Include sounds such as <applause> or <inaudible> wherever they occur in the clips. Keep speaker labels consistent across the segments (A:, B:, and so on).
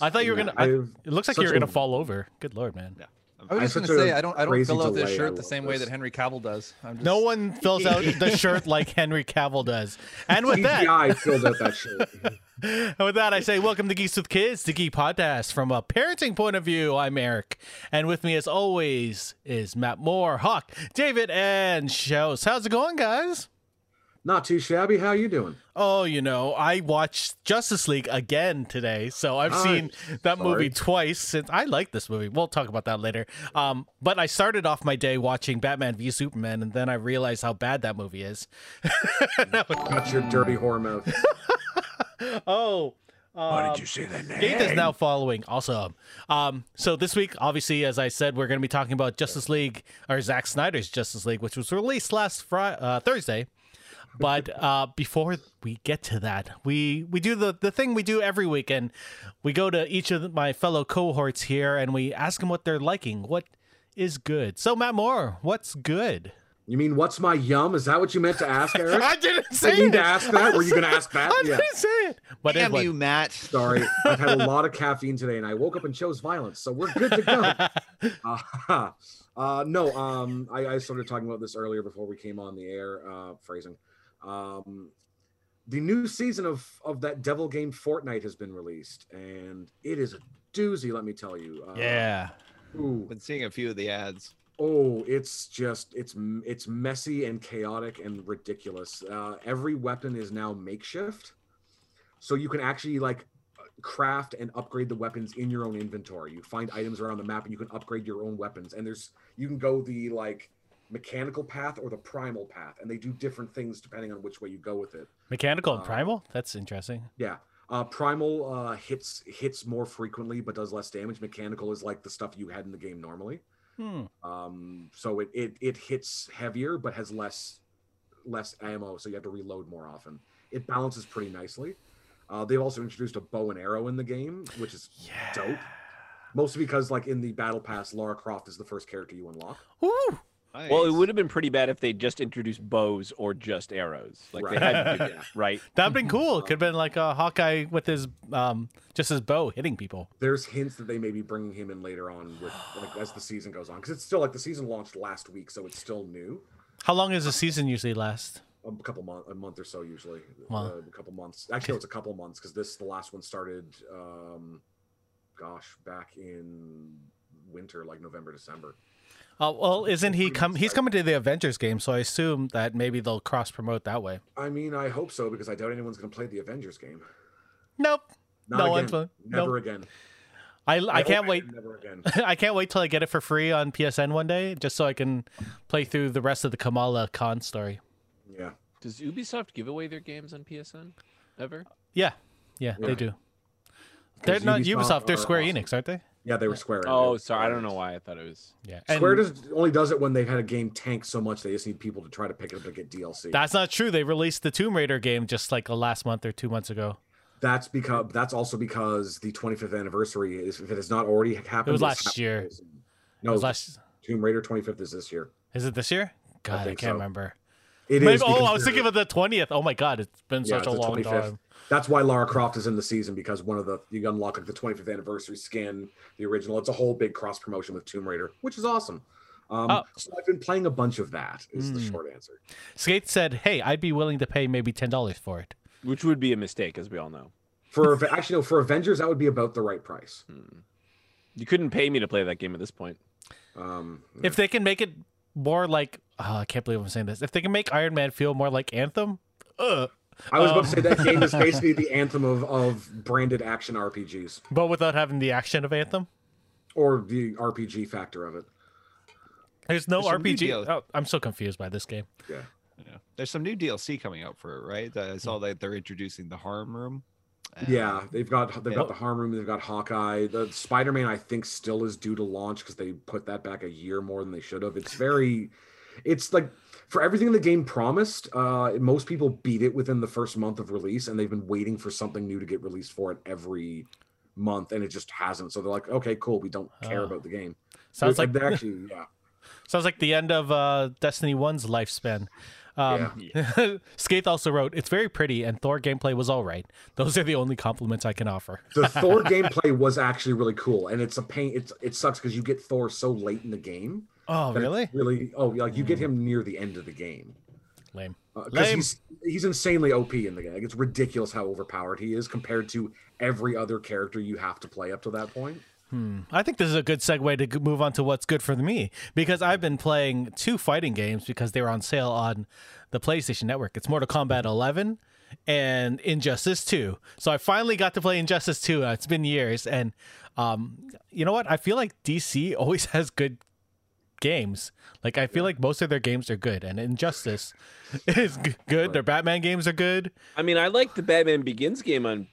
A: I thought you were gonna. I, it
B: I've-
A: looks like
B: such
A: you were gonna
B: a-
A: fall over. Good lord, man.
C: Yeah. I'm-
D: I
B: I'm
D: was just
B: such
D: gonna say
B: a
D: I don't I don't
B: crazy
D: fill out this
B: delay, I
D: shirt the
B: love
D: same way that
B: this.
D: Henry Cavill does. I'm just,
A: No one fills out the shirt like Henry Cavill does. And
B: <laughs>
A: with that,
B: CGI E filled out that shirt.
A: And with that, I say welcome to Geeks with Kids, the Geek Podcast. From a parenting point of view, I'm Eric. And with me, as always, is Matt Moore, Hawk, David, and Shows. How's it going, guys?
B: Not too shabby. How you doing?
A: Oh, you know, I watched Justice League again today, so I've
B: Ah,
A: seen that
B: sorry.
A: movie twice since I like this movie. We'll talk about that later. Um, but I started off my day watching Batman v Superman, and then I realized how bad that movie is.
B: Got your dirty whore mouth.
A: Oh,
D: Why did you say that name?
A: Gaith is now following. Awesome. Um, so this week, obviously, as I said, we're going to be talking about Justice League or Zack Snyder's Justice League, which was released last Friday, uh, Thursday. But uh, before we get to that, we we do the the thing we do every week, and we go to each of my fellow cohorts here, and we ask them what they're liking, what is good. So Matt Moore, what's good?
B: You mean what's my yum? Is that what you meant to ask, Eric?
A: I didn't
B: I
A: say
B: need
A: it.
B: to ask that. Were you going to ask
A: <laughs>
B: that?
A: I
B: Yeah.
A: didn't say it. But
C: Damn
A: anyway.
C: you, Matt.
B: Sorry, I've had a lot of caffeine today, and I woke up and chose violence, so we're good to
A: <laughs>
B: go. Uh, uh, no, um, I, I started talking about this earlier before we came on the air. Uh, phrasing, um, the new season of of that Devil game Fortnite has been released, and it is a doozy. Let me tell you. Uh,
A: <laughs> Yeah.
B: ooh,
C: Been seeing a few of the ads.
B: Oh, it's just it's m- it's messy and chaotic and ridiculous. Uh, every weapon is now makeshift, so you can actually like craft and upgrade the weapons in your own inventory. You find items around the map and you can upgrade your own weapons. And there's you can go the like mechanical path or the primal path, and they do different things depending on which way you go with it.
A: Mechanical and
B: Uh,
A: primal? That's interesting.
B: Yeah. Uh, primal uh, hits hits more frequently but does less damage. Mechanical is like the stuff you had in the game normally
A: Hmm.
B: um so it, it it hits heavier but has less less ammo so you have to reload more often it balances pretty nicely uh they've also introduced a bow and arrow in the game which is
A: Yeah.
B: dope mostly because like in the battle pass lara croft is the first character you unlock
A: Woo!
C: Nice.
E: Well, it would have been pretty bad if they just introduced bows or just arrows. Like
B: Right.
E: they had to
B: <laughs>
E: do that,
B: Yeah.
E: right? <laughs>
A: That'd been cool. Could have been like a Hawkeye with his um just his bow hitting people.
B: there's hints that they may be bringing him in later on with like as the season goes on because it's still like the season launched last week so it's still new
A: How long does a season usually last?
B: a couple month a month or so usually
A: Wow.
B: uh, a couple months actually no, it's a couple months because this the last one started um gosh back in winter like november december
A: Uh, well, isn't he come? He's coming to the Avengers game, so I assume that maybe they'll cross promote that way.
B: i mean i hope so because i doubt anyone's going to play the avengers game
A: Nope.
B: Not
A: No one's
B: again.
A: will-
B: never
A: no.
B: again
A: I, I
B: hope
A: can't wait. <laughs>
B: never again
A: I can't wait till I get it for free on PSN one day, just so I can play through the rest of the Kamala Khan story.
B: yeah
E: Does Ubisoft give away their games on PSN ever?
A: Yeah, yeah, they
B: Yeah.
A: do. They're
B: 'Cause
A: not
B: Ubisoft
A: Ubisoft. They're
B: are
A: Square
B: awesome.
A: Enix, aren't they?
B: yeah they were square
E: Oh,
B: Enix.
E: sorry, I don't know why I thought it was.
A: Yeah.
B: square
A: and-
B: does, only does it when they've had a game tank so much they just need people to try to pick it up and get dlc
A: That's not true. They released the Tomb Raider game just like a last month or two months ago.
B: that's because that's also because the 25th anniversary is if it has not already happened it's
A: last
B: happened
A: year.
B: this- no
A: It was last.
B: tomb raider 25th is this year
A: Is it this year? God, I,
B: think
A: can't
B: so.
A: remember.
B: It is.
A: Maybe- oh,
B: because
A: I was
B: they're-
A: thinking of the twentieth. Oh my God, it's been
B: yeah,
A: such a
B: it's the
A: long
B: 25th.
A: time.
B: That's why Lara Croft is in the season because one of the you unlock like the 25th anniversary skin, the original. It's a whole big cross promotion with Tomb Raider, which is awesome. Um,
A: Oh.
B: So I've been playing a bunch of that. Is the
A: Mm.
B: short answer.
A: Skate said, "Hey, I'd be willing to pay maybe ten dollars for it."
E: Which would be a mistake, as we all know.
B: For Ave- <laughs> actually, no, for Avengers, that would be about the right price.
E: Hmm. You couldn't pay me to play that game at this point.
B: Um,
A: If they can make it more like, oh, I can't believe I'm saying this. If they can make Iron Man feel more like Anthem, uh,
B: I was about
A: um,
B: to say that game is
A: <laughs>
B: basically the anthem of of branded action RPGs
A: but without having the action of Anthem,
B: or the RPG factor of it.
A: there's no
C: There's some new
A: RPG.
C: deal.
A: Oh, I'm so confused by this game.
C: Yeah. There's some new DLC coming out for it, right? I saw
D: Hmm.
C: that they're introducing the harm room. Uh,
B: Yeah, they've got they've
C: Yeah.
B: got the harm room, they've got Hawkeye. The Spider Man, I think, still is due to launch because they put that back a year more than they should have. It's very, it's like for everything the game promised. Uh, most people beat it within the first month of release, and they've been waiting for something new to get released for it every month, and it just hasn't. So they're like, okay, cool, we don't care
A: Oh.
B: about the game. But
A: Sounds
B: it's
A: like <laughs>
B: they actually, yeah,
A: sounds like the end of uh, Destiny One's lifespan. Um, <laughs> Skaith also wrote, "It's very pretty, and Thor gameplay was all right. Those are the only compliments I can offer."
B: The Thor gameplay was actually really cool, and it's a pain. It's it sucks because you get Thor so late in the game.
A: Oh,
B: that it's
A: really?
B: Really? Oh, like you get him near the end of the game.
A: Lame.
B: Because
A: Lame.
B: Uh, he's he's insanely OP in the game. Like, it's ridiculous how overpowered he is compared to every other character you have to play up to that point.
A: I think this is a good segue to g- move on to what's good for me because I've been playing two fighting games because they were on sale on the PlayStation Network. It's Mortal Kombat 11 and Injustice 2. So I finally got to play Injustice 2. Uh, It's been years, and um, you know what? I feel like DC <laughs> always has good games. Like I feel like most of their games are good, and Injustice <laughs> is g- good. Their Batman games are good.
E: I mean, I liked the Batman Begins game on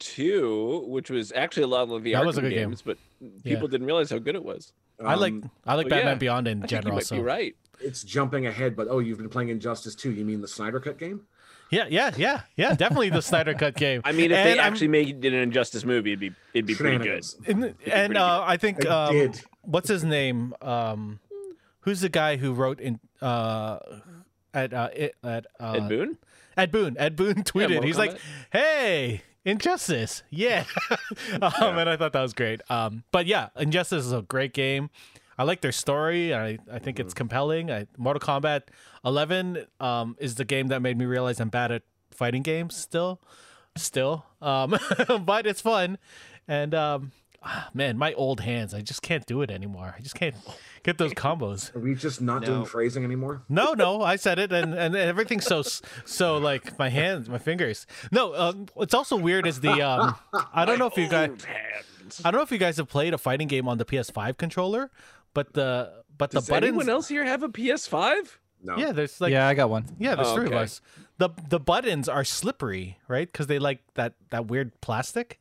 E: PS2, which was actually a lot of the
A: That was
E: Arkham
A: a good game.
E: games, but people didn't realize how good it was.
A: I like
B: Um,
A: I like
E: well,
A: Batman
E: yeah.
A: Beyond in
E: I think you
A: general.
E: might
A: So
E: be right.
B: it's jumping ahead, but oh, you've been playing Injustice 2. You mean the Snyder Cut game?
A: yeah, yeah, yeah, yeah. Definitely the Snyder
E: <laughs>
A: Cut game.
E: I mean, if
A: And
E: they
A: I'm-
E: actually made it an Injustice movie, it'd be it'd be pretty good.
B: Shenanigans.
A: And, and
E: pretty
A: uh, I think
B: They
A: um,
B: did.
A: what's his name? Um, who's the guy who wrote in uh, at uh, it, at uh,
E: Ed Boon?
A: Ed Boone. Ed Boone tweeted.
E: Mortal
A: He's like,
E: Kombat.
A: "Hey, Injustice, yeah." <laughs> um, And I thought that was great. Um, but yeah, Injustice is a great game. I like their story. I, I think it's compelling. I, Mortal Kombat 11 um, is the game that made me realize I'm bad at fighting games still, still. Um, <laughs> but it's fun, and um, ah, man, my old hands, I just can't do it anymore. I just can't get those combos.
B: Are we just not doing
C: No.
B: phrasing anymore?
A: No, no, I said it, and and everything's so so like my hands, my fingers. No, um, what's also weird is the um, I don't know if you
E: oh.
A: guys, I don't know if you guys have played a fighting game on the PS5 controller, but the but
E: Does
A: the buttons.
E: anyone else here have a PS5?
B: No.
A: Yeah, there's like yeah,
D: yeah, I got one.
A: there's
E: Oh,
A: three of
E: okay.
A: us. The the buttons are slippery, right? Because they like that that weird plastic.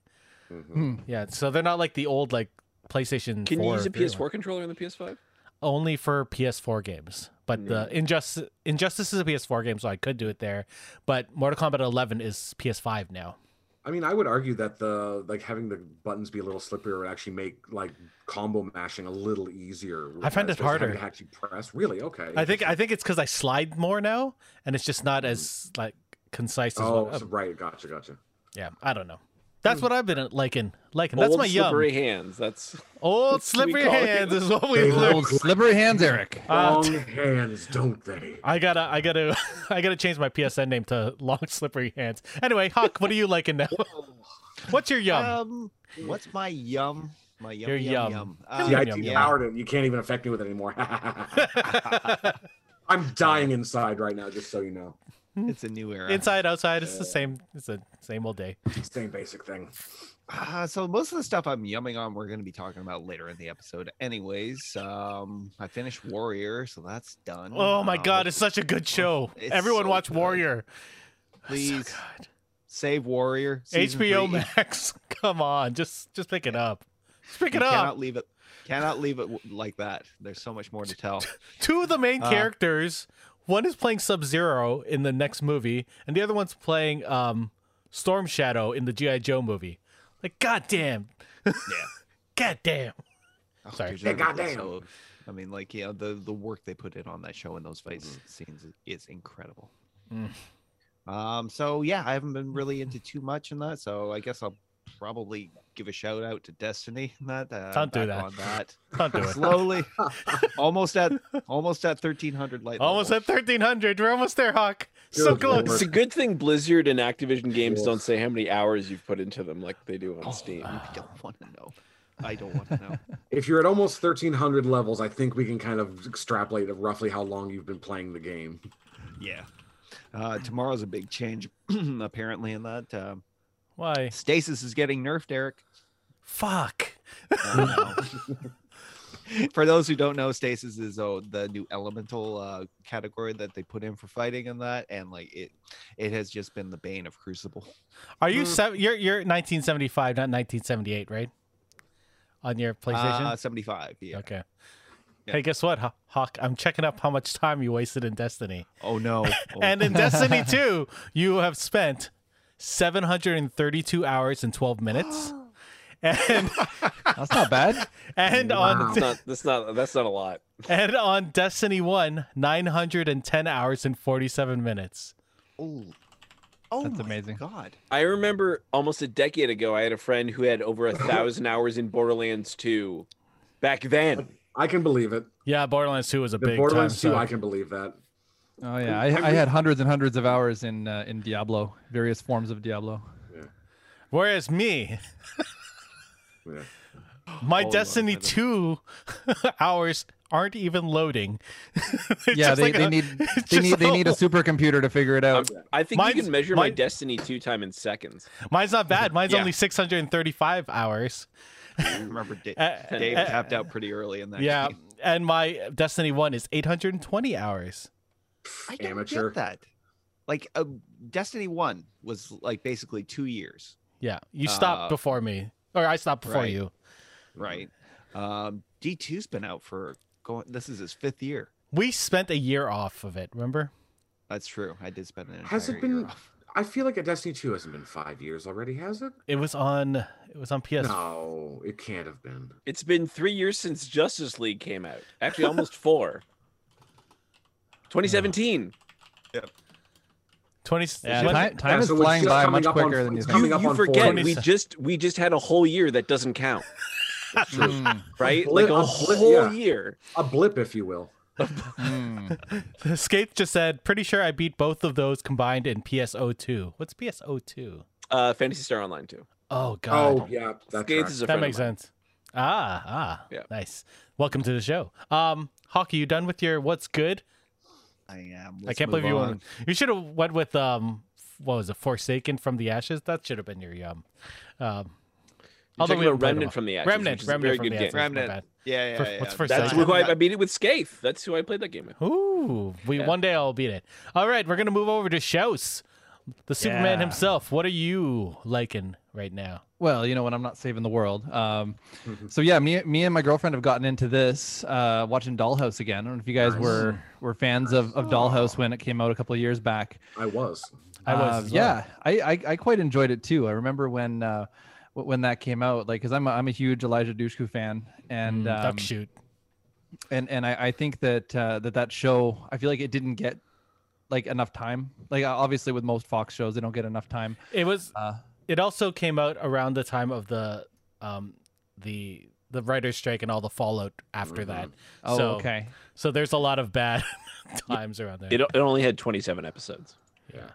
D: Hmm.
A: Yeah, so they're not like the old like PlayStation.
E: Mm-hmm. Can
A: 4
E: you use a
A: if you're-
E: PS4 controller on the PS5?
A: only for PS4 games. But the Injustice Injustice is a PS4 game, so I could do it there. But Mortal Kombat 11 is PS5 now.
B: I mean, I would argue that the like having the buttons be a little slippier would actually make like combo mashing a little easier.
A: I find
B: as
A: it
B: opposed to having
A: harder.
B: to actually press. Really? Okay.
A: I think I think it's because I slide more now, and it's just not as like concise as
B: Oh,
A: what. uh,
B: so- right. Gotcha. Gotcha.
A: yeah, I don't know. That's what I've been uh, liking. Liking. That's
E: Old
A: my yum.
E: slippery hands. <laughs> That's
A: Old
E: what we
A: slippery
E: call it.
A: hands is what we
B: They
A: learned.
D: Old Oh, slippery hands, Eric.
A: Uh,
B: Long hands, don't they?
A: I gotta, I gotta, <laughs> I gotta change my PSN name to Long Slippery Hands. Anyway, Hawk, what are you liking
E: <laughs>
A: now? What's your yum?
E: Uh,
C: Um, what's my yum? My yum.
A: Your yum.
C: yum. yum.
A: <laughs>
C: Uh,
B: See, I
A: yum, yum, yum.
B: depowered it. You can't even affect me with it
D: <laughs>
B: anymore. I'm dying inside right now, just so you know.
C: It's a new era.
A: Inside, outside,
E: uh,
A: it's the same. It's the same old day.
B: Same basic thing.
C: Uh, so most of the stuff I'm yumming on, we're going to be talking about later in the episode. Anyways, um, I finished Warrior, so that's done.
A: Oh my
C: Um,
A: god, it's such a good show.
C: It's
A: Everyone
C: so
A: watch
C: good.
A: Warrior.
C: please
A: So good.
C: save Warrior. season
A: HBO
C: three.
A: Max. <laughs> Come on, just just pick it up. Just pick
C: You
A: it up.
C: Cannot leave it. Cannot leave it w- like that. There's so much more
A: <laughs>
C: to tell.
A: Two of the main
C: Uh,
A: characters, one is playing Sub-Zero in the next movie and the other one's playing um Storm Shadow in the GI Joe movie. Like goddamn.
C: Yeah.
A: <laughs> goddamn.
C: Oh,
A: Sorry.
C: dude,
B: Yeah,
C: that movie
B: goddamn.
C: is so- I mean, like, yeah, the the work they put in on that show and those fight s- scenes is- is incredible.
A: Mm.
C: Um, so yeah, I haven't been really into too much in that, so I guess I'll probably give a shout out to Destiny. <laughs> in That uh,
A: Don't do
C: back
A: that.
C: On that
A: Don't <laughs> do it. <laughs>
C: slowly, almost at almost at thirteen hundred light.
A: Almost
C: level.
A: at 1300. We're almost there, Hawk. So
B: Good
A: close.
E: it's a good thing Blizzard and Activision games
B: Yes.
E: don't say how many hours you've put into them like they do on Steam.
C: I don't want to know. I don't want
A: <laughs>
C: to know.
B: If you're at almost 1300 levels, I think we can kind of extrapolate of roughly how long you've been playing the game.
C: yeah. Uh, tomorrow's a big change, <clears throat> apparently. In that, um,
A: Why?
C: stasis is getting nerfed, Eric.
A: Fuck.
C: for those who don't know, stasis is oh, the new elemental uh, category that they put in for fighting and that, and like it, it has just been the bane of Crucible.
A: Are you
B: Mm.
A: sev you're you're 1975, not 1978, right? On your PlayStation.
C: Uh, Seventy-five. Yeah.
A: Okay.
C: Yeah.
A: Hey, guess what, Haw- Hawk? I'm checking up how much time you wasted in Destiny. <laughs>
C: Oh no. Oh,
A: And in
C: <laughs>
A: Destiny 2,
C: <gasps>
A: you have spent 732 hours and 12 minutes. and
D: <laughs> That's not bad.
A: and on
B: Wow.
E: That's not that's not that's not a lot.
A: and on Destiny One, nine hundred and ten hours and forty seven minutes.
C: Oh, <laughs> oh
D: That's
C: my
D: amazing.
C: God.
E: I remember almost a decade ago, I had a friend who had <laughs> over a thousand hours in Borderlands 2 back then.
B: I can believe it.
A: Yeah, Borderlands Two was a
B: The
A: big
B: Borderlands
A: time
B: 2, I
A: suck.
B: can believe that.
D: Oh yeah, I, I had hundreds and hundreds of hours in uh, in Diablo, various forms of <laughs> Diablo.
A: Whereas me,
B: Yeah.
A: my
C: Hold on,
A: Destiny
C: I don't-
A: Two <laughs> hours aren't even loading. <laughs> It's
D: yeah,
A: just like
D: they, they
A: a-
D: <laughs> need
A: <laughs> it's
D: they
A: just
D: need they need a
A: all-
D: supercomputer to figure it
E: Oh.
D: out.
E: I think you
A: Mine's-
E: can measure my
A: mine-
E: Destiny 2 time in seconds.
A: Mine's not bad. Mine's
E: Yeah.
A: only six hundred and thirty five hours.
C: I remember Da-
A: <laughs> Uh,
C: Dave
A: uh,
C: tapped out pretty early in that.
A: Yeah,
C: game.
A: and my Destiny One is eight hundred and twenty hours.
C: I don't
B: Amateur.
C: get that. Like uh, Destiny One was like basically two years,
A: Yeah, you stopped
C: Uh,
A: before me, or I stopped before
C: right.
A: you.
C: right? Um, D two's been out for going. This is his fifth year.
A: We spent a year off of it. Remember?
C: That's true. I did spend an
B: Has it
C: entire year
B: been-
C: off.
B: I feel like a Destiny 2 hasn't been five years already, has it?
A: It was on. It was on PS.
B: No, it can't have been.
E: It's been three years since Justice League came out. Actually, almost <sighs> four. 2017.
A: Twenty.
D: Yeah,
A: what-
D: time time
B: Yeah,
D: is
B: so it's
D: flying
B: just
D: by
B: coming
D: much
B: up on-
D: quicker than you
B: it's
D: think.
B: coming
E: You,
B: up
E: you
B: on
E: forget
A: four.
E: we just we just had a whole year that doesn't count,
D: Mm,
E: right?
B: Bli-
E: Like a
B: a bli-
E: whole
B: yeah.
E: year.
B: A blip, if you will.
D: mm.
A: Skate just said, "Pretty sure I beat both of those combined in PSO2." What's PSO2?
E: Uh, Fantasy Star Online too.
A: Oh God,
B: Oh, yeah. That
E: Skates
B: tracks.
E: is a
A: that
E: friend
A: makes
E: of mine.
A: sense. Ah, ah,
E: Yeah.
A: nice. Welcome to the show. Um, Hawk, are you done with your what's good?
C: I am.
A: I
C: Let's
A: can't believe
C: move
A: you
C: on.
A: went. You should have went with um, what was it, Forsaken from the Ashes? That should have been your um, um.
E: You're
A: although
E: talking
A: we
E: about
A: haven't played them
E: Remnant
A: all.
E: from the Ashes,
A: Remnant,
E: which is a
A: Remnant
E: very
A: from
E: good
A: the
E: game.
A: Ashes. my
C: Remnant.
A: bad.
C: Yeah, yeah,
A: For-
C: yeah.
A: what's first
E: That's
A: Sorry.
E: who I, I beat it with Scaife. That's who I played that game with.
A: Ooh, we
E: Yeah.
A: one day I'll beat it. All right, we're gonna move over to Shouse, the Superman
D: Yeah.
A: himself. What are you liking right now?
D: <laughs> Well, you know when I'm not saving the world. Um, so yeah, me, me and my girlfriend have gotten into this uh, watching Dollhouse again. I don't know if you guys
B: Nice.
D: were were fans of, of Dollhouse when it came out a couple of years back.
B: I was.
A: I was.
D: Um,
A: as well.
D: yeah, I, I I quite enjoyed it too. I remember when uh, wh- when that came out, like, cause I'm a, I'm a huge Elijah Dushku fan, and
A: Mm,
D: um,
A: duck shoot.
D: and and I, I think that uh, that that show, I feel like it didn't get like enough time. Like uh, obviously with most Fox shows, they don't get enough time.
A: It was.
D: Uh,
A: It also came out around the time of the, um, the the writer's strike and all the fallout after that.
D: oh,
A: so,
D: okay.
A: So there's a lot of bad <laughs> times around there.
E: It, it only had 27 episodes.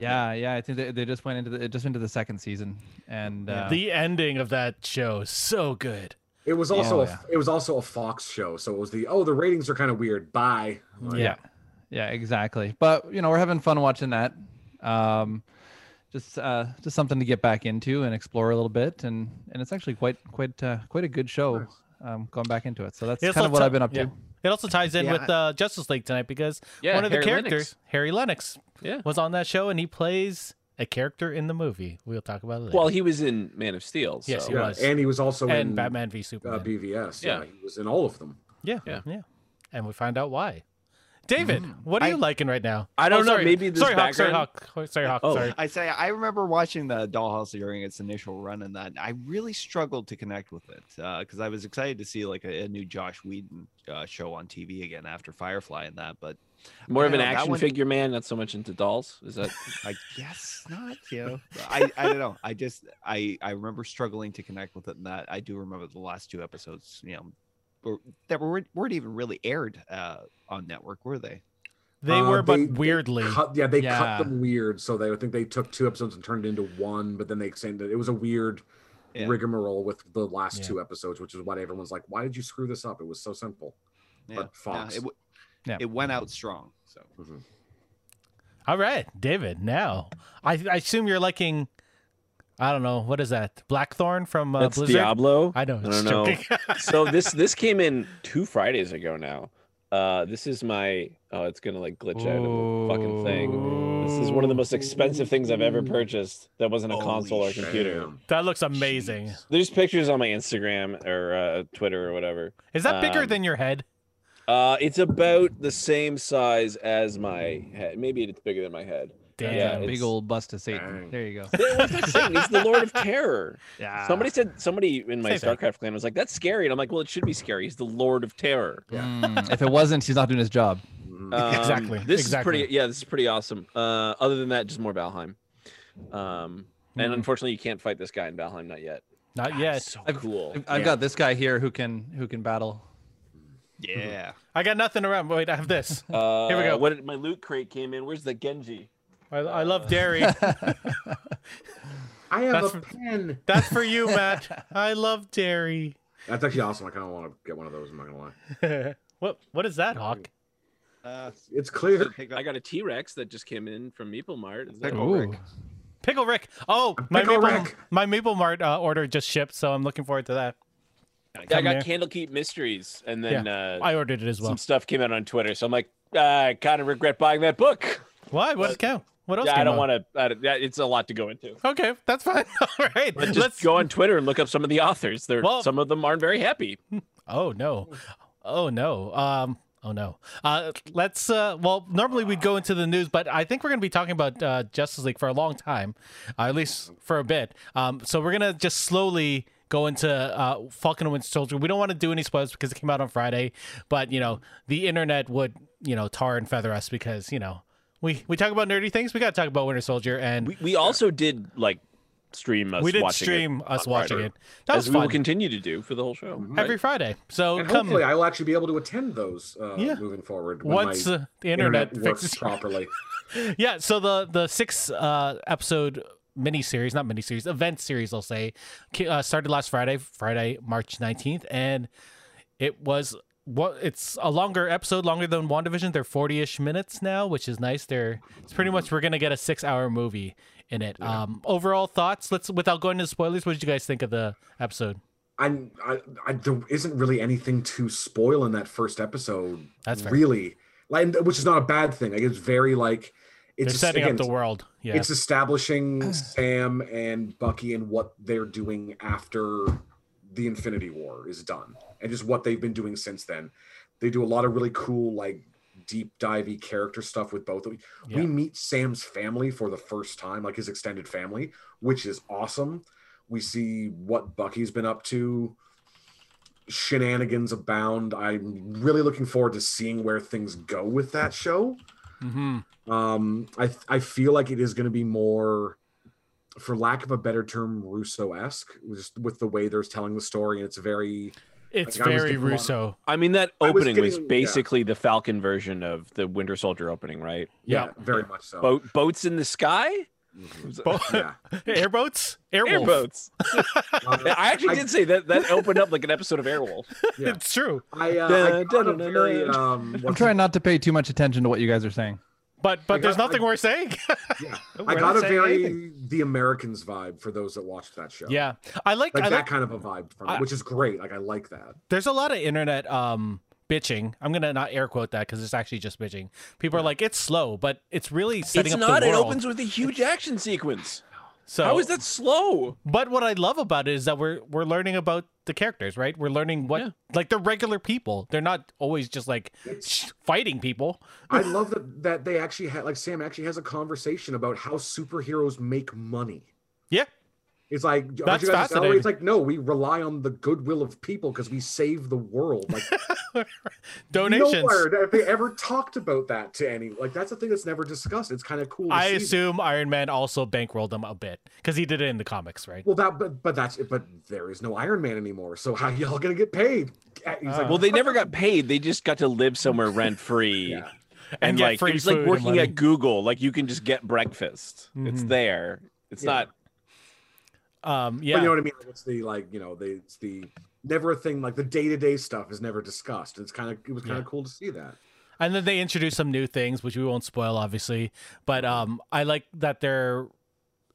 D: Yeah, yeah. I think they, they just went into the just into the second season, and uh,
A: the ending of that show is so good.
B: It was also
D: Oh,
B: a,
D: yeah.
B: it was also a Fox show, so it was the oh the ratings are kind of weird. Bye. Like,
D: yeah yeah exactly but you know we're having fun watching that um just uh just something to get back into and explore a little bit and and it's actually quite quite uh, quite a good show um going back into it so that's
A: It's
D: kind of
A: all
D: what
A: ti-
D: i've been up
A: yeah.
D: to
A: It also ties in
C: Yeah,
A: with uh, Justice League tonight because
E: Yeah,
A: one of the
E: Harry Lennox.
A: characters, Harry Lennox,
E: Yeah.
A: was on that show and he plays a character in the movie. We'll talk about it later.
E: Well, he was in Man of Steel. So.
A: Yes, he
B: Yeah,
A: was.
B: And he was also
A: and
B: in
A: Batman v
B: uh,
A: Superman.
B: BVS.
E: Yeah.
B: Yeah. he was in all of them.
A: yeah, yeah,
E: yeah.
A: And we find out why. David, what are you
C: I-
A: liking right now?
E: Mm. I don't know,
A: sorry.
E: maybe this
A: sorry, Hawk, sorry,
E: background-
A: Hawk, Oh, sorry, Hawk,
E: Oh.
A: sorry.
C: I say I remember watching the Dollhouse during its initial run, and that I really struggled to connect with it because I was excited to see like a, a new Josh Whedon uh, show on TV again after Firefly and that, but
E: More
C: I
E: of an
C: know, that
E: action
C: one-
E: figure man, not so much into dolls. Is that
C: I guess not. You know, I I don't know. I just I I remember struggling to connect with it, and that I do remember the last two episodes. You know, were, that were weren't even really aired uh, on network, were they?
A: They
B: Uh,
A: were, but
B: they- they
A: weirdly.
B: Cut, yeah, they
D: Yeah.
B: cut them weird, so they I think they took two episodes and turned it into one, but then they extended it. It was a weird
C: Yeah.
B: rigmarole with the last
A: Yeah.
B: two episodes, which is why everyone's like, "Why did you screw this up?" It was so simple.
C: Yeah.
B: But
C: No,
B: Fox.
C: it, w-
D: Yeah.
C: it went out strong. So
B: Mhm.
A: All right, David. Now, I, I assume you're liking. I don't know what is that Blackthorn from uh,
E: that's
A: Blizzard.
E: Diablo?
A: <laughs> I know.
E: I
A: It's
E: don't know.
A: joking. <laughs>
E: so this this came in two Fridays ago now. Uh, this is my oh, it's gonna like glitch out of the fucking thing. This is one of the most expensive things I've ever purchased. That wasn't a
C: Holy
E: console or computer.
B: Damn.
A: that looks amazing.
C: Jeez.
E: There's pictures on my Instagram or uh, Twitter or whatever.
A: Is that bigger
E: Um,
A: than your head?
E: Uh, it's about the same size as my head. Maybe it's bigger than my head.
D: That's
E: Yeah,
D: a
A: Damn.
E: it's-
D: big old bust of Satan.
B: Dang.
D: There you <laughs> go.
E: It was the same. He's the
A: <laughs>
E: Lord of Terror.
D: Yeah.
E: Somebody said somebody in my
A: Ah. Same thing.
E: StarCraft clan was like, "That's scary," and I'm like, "Well, it should be scary." He's the Lord of Terror.
D: Mm, if it wasn't, he's not doing his job.
B: Mhm.
E: Um,
A: <laughs> Exactly,
E: This
A: exactly.
E: is pretty. Yeah, this is pretty awesome. Uh, other than that, just more Valheim. Um, and
D: Hmm.
E: unfortunately, you can't fight this guy in Valheim. Not yet.
A: Not yet.
E: It's so
D: I've-
E: cool.
D: I've got this guy here who can who can battle.
C: Yeah.
A: I got nothing around. Wait, I have this.
E: Uh,
A: Here we go.
E: What did, my loot crate came in. Where's the Genji?
A: I, I love dairy.
B: I have
A: That's
B: a
A: from-
B: pen.
A: That's for you, Matt. I love dairy.
B: That's actually awesome. I kind of want to get one of those. I'm not gonna lie.
A: what What is that, Hawk?
C: Uh,
B: It's clear.
E: I got a T Rex that just came in from Meeple Mart. Is that
C: Pickle
D: Ooh.
C: Rick.
A: Pickle Rick. Oh, my
B: Pickle
A: Maple,
B: Rick.
A: my Maple Mart uh, order just shipped, so I'm looking forward to that.
E: Yeah, oh, I
A: Come
E: got Candlekeep Mysteries, and then uh,
A: I ordered it as well.
E: some stuff came out on Twitter. So I'm like, I kind of regret buying that book.
A: Why? What count? What else?
E: Yeah, I don't want to. It's a lot to go into.
A: to. Okay, that's fine. <laughs> All right,
E: But just
A: let's.
E: go on Twitter and look up some of the authors. There,
A: Well-
E: some of them aren't very happy.
A: Oh no, oh no, um, oh no. Uh, let's. Uh, well, normally we'd go into the news, but I think we're going to be talking about uh, Justice League for a long time, uh, at least for a bit. Um, so we're gonna just slowly go into uh, Falcon and Winter Soldier. We don't want to do any spoilers because it came out on Friday, but you know the internet would you know tar and feather us because you know. We, we talk about nerdy things. We gotta talk about Winter Soldier, and
E: We,
A: we,
E: we also did like stream us.
A: did
E: watching
A: stream
E: it
A: us
E: on
A: watching
E: Friday,
A: it. That
E: as
A: was
E: we will
A: fun
E: continue to do for the whole show. Right?
A: every Friday. So
B: And
A: come
B: hopefully, I will actually be able to attend those uh,
A: Yeah.
B: moving forward when
A: once
B: my
A: uh, the
B: internet,
A: internet,
B: works
A: fixes
B: properly.
A: yeah so the the six uh episode miniseries not miniseries event series i'll say ca- uh, started last friday friday march 19th and it was what it's a longer episode longer than wandavision they're 40-ish minutes now which is nice they're it's pretty much we're gonna get a six hour movie in it um overall thoughts let's without going into spoilers what did you guys think of the episode
B: I, I, I, there isn't really anything to spoil in that first episode.
A: That's fair.
B: really like, and- which is not a bad thing. Like it's very like
A: they're
B: it's just-
A: setting
B: again,
A: up the world yeah
B: It's
A: <sighs>
B: establishing Sam and Bucky and what they're doing after the Infinity War is done, and just what they've been doing since then. They do a lot of really cool like deep divey character stuff with both. of
A: Yeah.
B: We meet Sam's family for the first time, like his extended family, which is awesome. We see what Bucky's been up to. Shenanigans abound. I'm really looking forward to seeing where things go with that show
A: hmm
B: um i i feel like it is going to be more for lack of a better term russo-esque just with the way they're telling the story and it's very
A: it's
B: Like, I was
A: very
B: getting a lot of-
A: russo
E: I mean, that
B: I was
E: opening was
B: getting- yeah.
E: basically the Falcon version of the Winter Soldier opening, right?
A: Yeah.
B: very much so
E: Boat boats in the sky.
B: Mhm.
A: Bo-
B: yeah
A: <laughs>
B: <laughs>
A: airboats airwolf
E: Airboats.
B: Um,
E: I actually
B: I-
E: did say that that opened up like an episode of <laughs> Airwolf.
B: Yeah.
A: it's true
B: i uh
E: Da-
B: I got
E: da-
A: <laughs>
B: a
E: da- da-
B: very,
E: da.
B: um
D: I'm
B: what's-
D: trying not to pay too much attention to what you guys are saying.
A: But but
B: Like,
A: there's
B: I- I-
A: nothing we're saying.
B: yeah.
A: We're
B: i
A: not
B: got a
A: saying
B: very
A: anything.
B: the americans vibe for those that watched that show
A: <laughs> yeah. I like,
B: like
A: I
B: that
A: like
B: kind of a vibe from
A: I-
B: it, which is great like i like that
A: there's a lot of internet um bitching. I'm gonna not air quote that because it's actually just bitching. People are like it's slow, but it's really setting
E: it's
A: up
E: not.
A: the
E: It
A: world.
E: opens with a huge action sequence.
A: so
E: How is that slow?
A: But what I love about it is that we're we're learning about the characters, right? We're learning what
E: Yeah.
A: like they're regular people. They're not always just like
B: It's-
A: fighting people.
B: i love that that they actually had like sam actually has a conversation about how superheroes make money
A: Yeah.
B: It's like aren't
A: That's
B: you guys a
A: fascinating.
B: salary? It's like no, we rely on the goodwill of people because we save the world. Like
A: <laughs> Donations.
B: nowhere have they ever talked about that to any. Like that's a thing that's never discussed. It's kind of cool. To
A: I
B: see.
A: assume Iron Man also bankrolled them a bit because he did it in the comics, right?
B: Well, that but but that's but there is no Iron Man anymore. So how y'all gonna get paid? Uh, He's like,
E: Well, they never got paid. They just got to live <laughs> somewhere rent free.
B: <laughs> Yeah.
E: And, Mm-hmm.
A: And get
E: like
A: free
E: it was
A: food
E: like
A: and
E: working
A: money.
E: at Google. Like you can just get breakfast. It's
A: Mhm.
E: there. It's
B: Yeah.
E: not
A: Um
B: but
A: yeah.
B: you know what I mean. Like, it's the like you know they it's the never a thing like the day to day stuff is never discussed. It's kind of it was kind
A: Yeah.
B: of cool to see that.
A: And then they introduce some new things, which we won't spoil, obviously. But um, I like that they're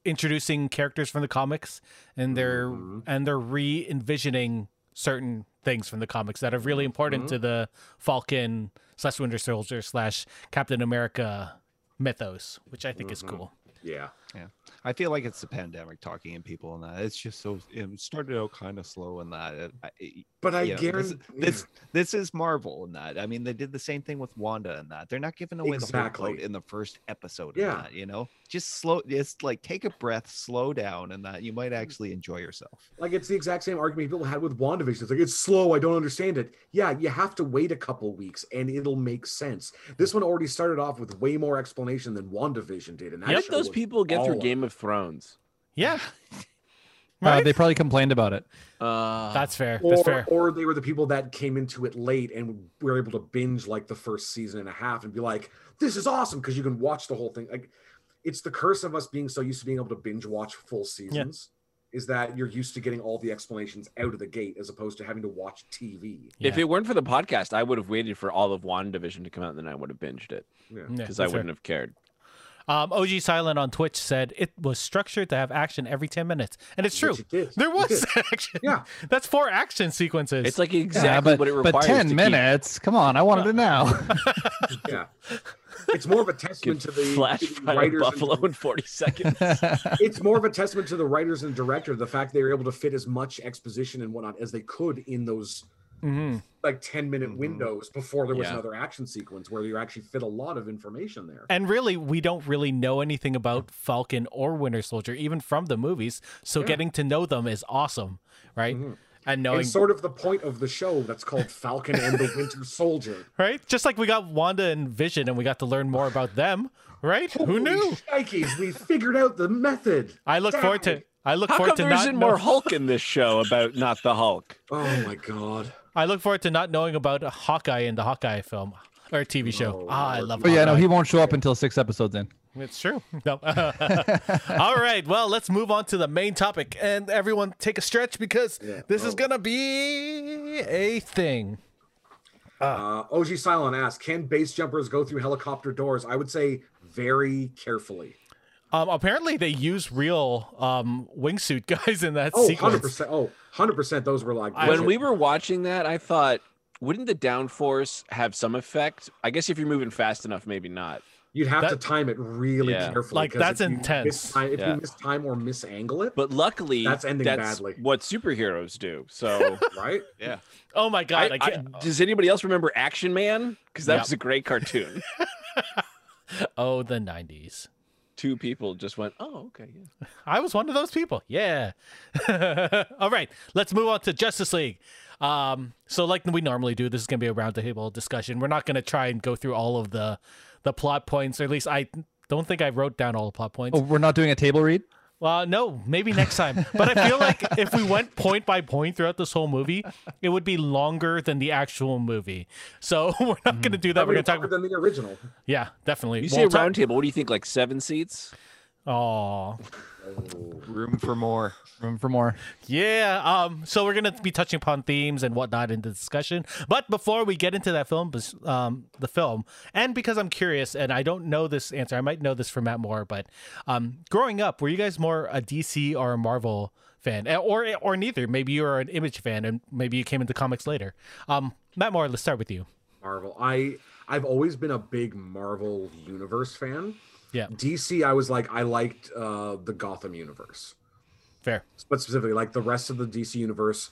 A: introducing characters from the comics, and they're
B: Mhm.
A: and they're re envisioning certain things from the comics that are really important
B: Mm-hmm.
A: to the Falcon slash Winter Soldier slash Captain America mythos, which I think is
B: Mhm.
A: cool.
B: Yeah,
C: Yeah. I feel like it's the pandemic talking in people and that it's just so it started out kind of slow and that it- I- it-
B: But I
C: you know, this,
B: guarantee
C: this this is Marvel and that I mean they did the same thing with Wanda and that they're not giving away the whole
B: Exactly.
C: boat in the first episode
B: Yeah.
C: yeah. that you know just slow just like take a breath slow down and that you might actually enjoy yourself
B: Like it's the exact same argument people had with WandaVision. It's like it's slow, I don't understand it. Yeah, you have to wait a couple weeks and it'll make sense. This one already started off with way more explanation than WandaVision did. And that
E: How did
B: show
E: those
B: was
E: people get
B: all
E: through
B: of-
E: Game of Thrones?
A: Yeah.
D: Uh,
A: Right?
D: they probably complained about it.
B: Ah.
E: Uh,
A: That's fair. That's
B: Or,
A: fair.
B: or they were the people that came into it late and were able to binge like the first season and a half and be like, this is awesome because you can watch the whole thing. Like it's the curse of us being so used to being able to binge watch full seasons. Is that you're used to getting all the explanations out of the gate as opposed to having to watch TV?
E: If it weren't for the podcast, I would have waited for all of WandaVision to come out and then I would have binged it
B: Yeah.
A: Yeah,
E: because I
A: that's fair.
E: wouldn't have cared.
A: Um, OG Silent on Twitch said it was structured to have action every 10 minutes. And it's true.
B: Which it did.
A: There
B: It
A: was
B: did.
A: <laughs> action.
B: Yeah.
A: That's four action sequences.
E: It's like exactly
D: yeah, but,
E: what it requires.
D: but
E: to
D: 10
E: keep-
D: minutes. Come on, I wanted it <laughs> now.
B: yeah. It's more of a testament
E: Good
B: to the
E: flash
B: to the
E: fire
B: writers and-
E: buffalo in <laughs> 40
B: <laughs>
E: seconds.
A: <laughs>
B: it's more of a testament to the writers and director the fact they were able to fit as much exposition and whatnot as they could in those
A: hmm
B: like 10 minute
C: Mhm.
B: windows before there was
E: Mm-hmm. Yeah.
B: another action sequence where you actually fit a lot of information there.
A: And really, we don't really know anything about Falcon or Winter Soldier, even from the movies. So
B: Yeah.
A: getting to know them is awesome, right?
B: Mhm.
A: And knowing,
B: And sort of the point of the show that's called Falcon and the Winter Soldier.
A: right? Just like we got Wanda and Vision, and we got to learn more about them, right? Who
B: Holy
A: knew?
B: Shikes, we figured out the method.
A: I look forward to.
B: Dang.
A: I look
E: How
A: forward
E: come
A: to
E: there
A: not
E: isn't
A: know-
E: more Hulk in this show about not the Hulk?
B: Oh my god.
A: I look forward to not knowing about Hawkeye in the Hawkeye film or TV show.
B: No,
A: ah, I
B: Lord.
A: love.
D: but yeah, no,
A: Hawkeye.
D: he won't show up until six episodes in.
A: It's true. No. <laughs> All right. Well, let's move on to the main topic, and everyone take a stretch because
B: Yeah.
A: this
B: Oh.
A: is gonna be a thing. Ah.
B: Uh, OG Silent asks, can base jumpers go through helicopter doors? I would say very carefully.
A: Um, apparently, they use real um, wingsuit <laughs> guys in that
B: Oh,
A: sequence.
B: 100%. Oh, 100%. Those were like,
A: I-
E: when
A: was-
E: we were watching that, I thought, wouldn't the downforce have some effect? I guess if you're moving fast enough, maybe not.
B: you'd have to
A: that-
B: time it really
E: Yeah.
B: carefully.
A: Like,
B: 'cause
A: that's
B: if you
A: intense.
B: miss time- if
E: Yeah.
B: you miss time or misangle it,
E: But luckily,
B: That's ending
E: that's
B: badly.
E: what superheroes do.
A: <laughs>
E: So,
B: right?
A: Oh my god! I,
E: I, I,
A: can't.
E: does anybody else remember Action Man? Because that
A: Yeah.
E: was a great
A: <laughs>
E: cartoon.
A: oh, the '90s.
E: Two people just went, "Oh, okay, yeah."
A: I was one of those people. Yeah. <laughs> All right, let's move on to Justice League. Um, so like we normally do, this is going to be a roundtable discussion. We're not going to try and go through all of the the plot points, or at least I don't think I wrote down all the plot points.
D: Oh, we're not doing a table read?
A: Well, no, maybe next time. But I feel like if we went point by point throughout this whole movie, it would be longer than the actual movie. So <laughs> we're not going to do that.
B: That
A: We're
B: would be
A: going to talk.
B: better than the original.
A: yeah, definitely.
E: You
A: We'll
E: say
A: talk-
E: roundtable. What do you think? Like seven seats?
A: Aw.
C: room for more
D: Room for more.
A: Yeah. Um. So we're gonna be touching upon themes and whatnot in the discussion. But before we get into that film, bes- um, the film, and because I'm curious, and I don't know this answer, I might know this from Matt Moore, but um, growing up, were you guys more a DC or a Marvel fan, Eh, or or neither? Maybe you were an Image fan, and maybe you came into comics later. Um, Matt Moore, let's start with you.
B: Marvel. I I've always been a big Marvel universe fan.
A: Yeah.
B: DC, I was like, I liked uh, the Gotham universe,
A: Fair.
B: but specifically like the rest of the DC universe.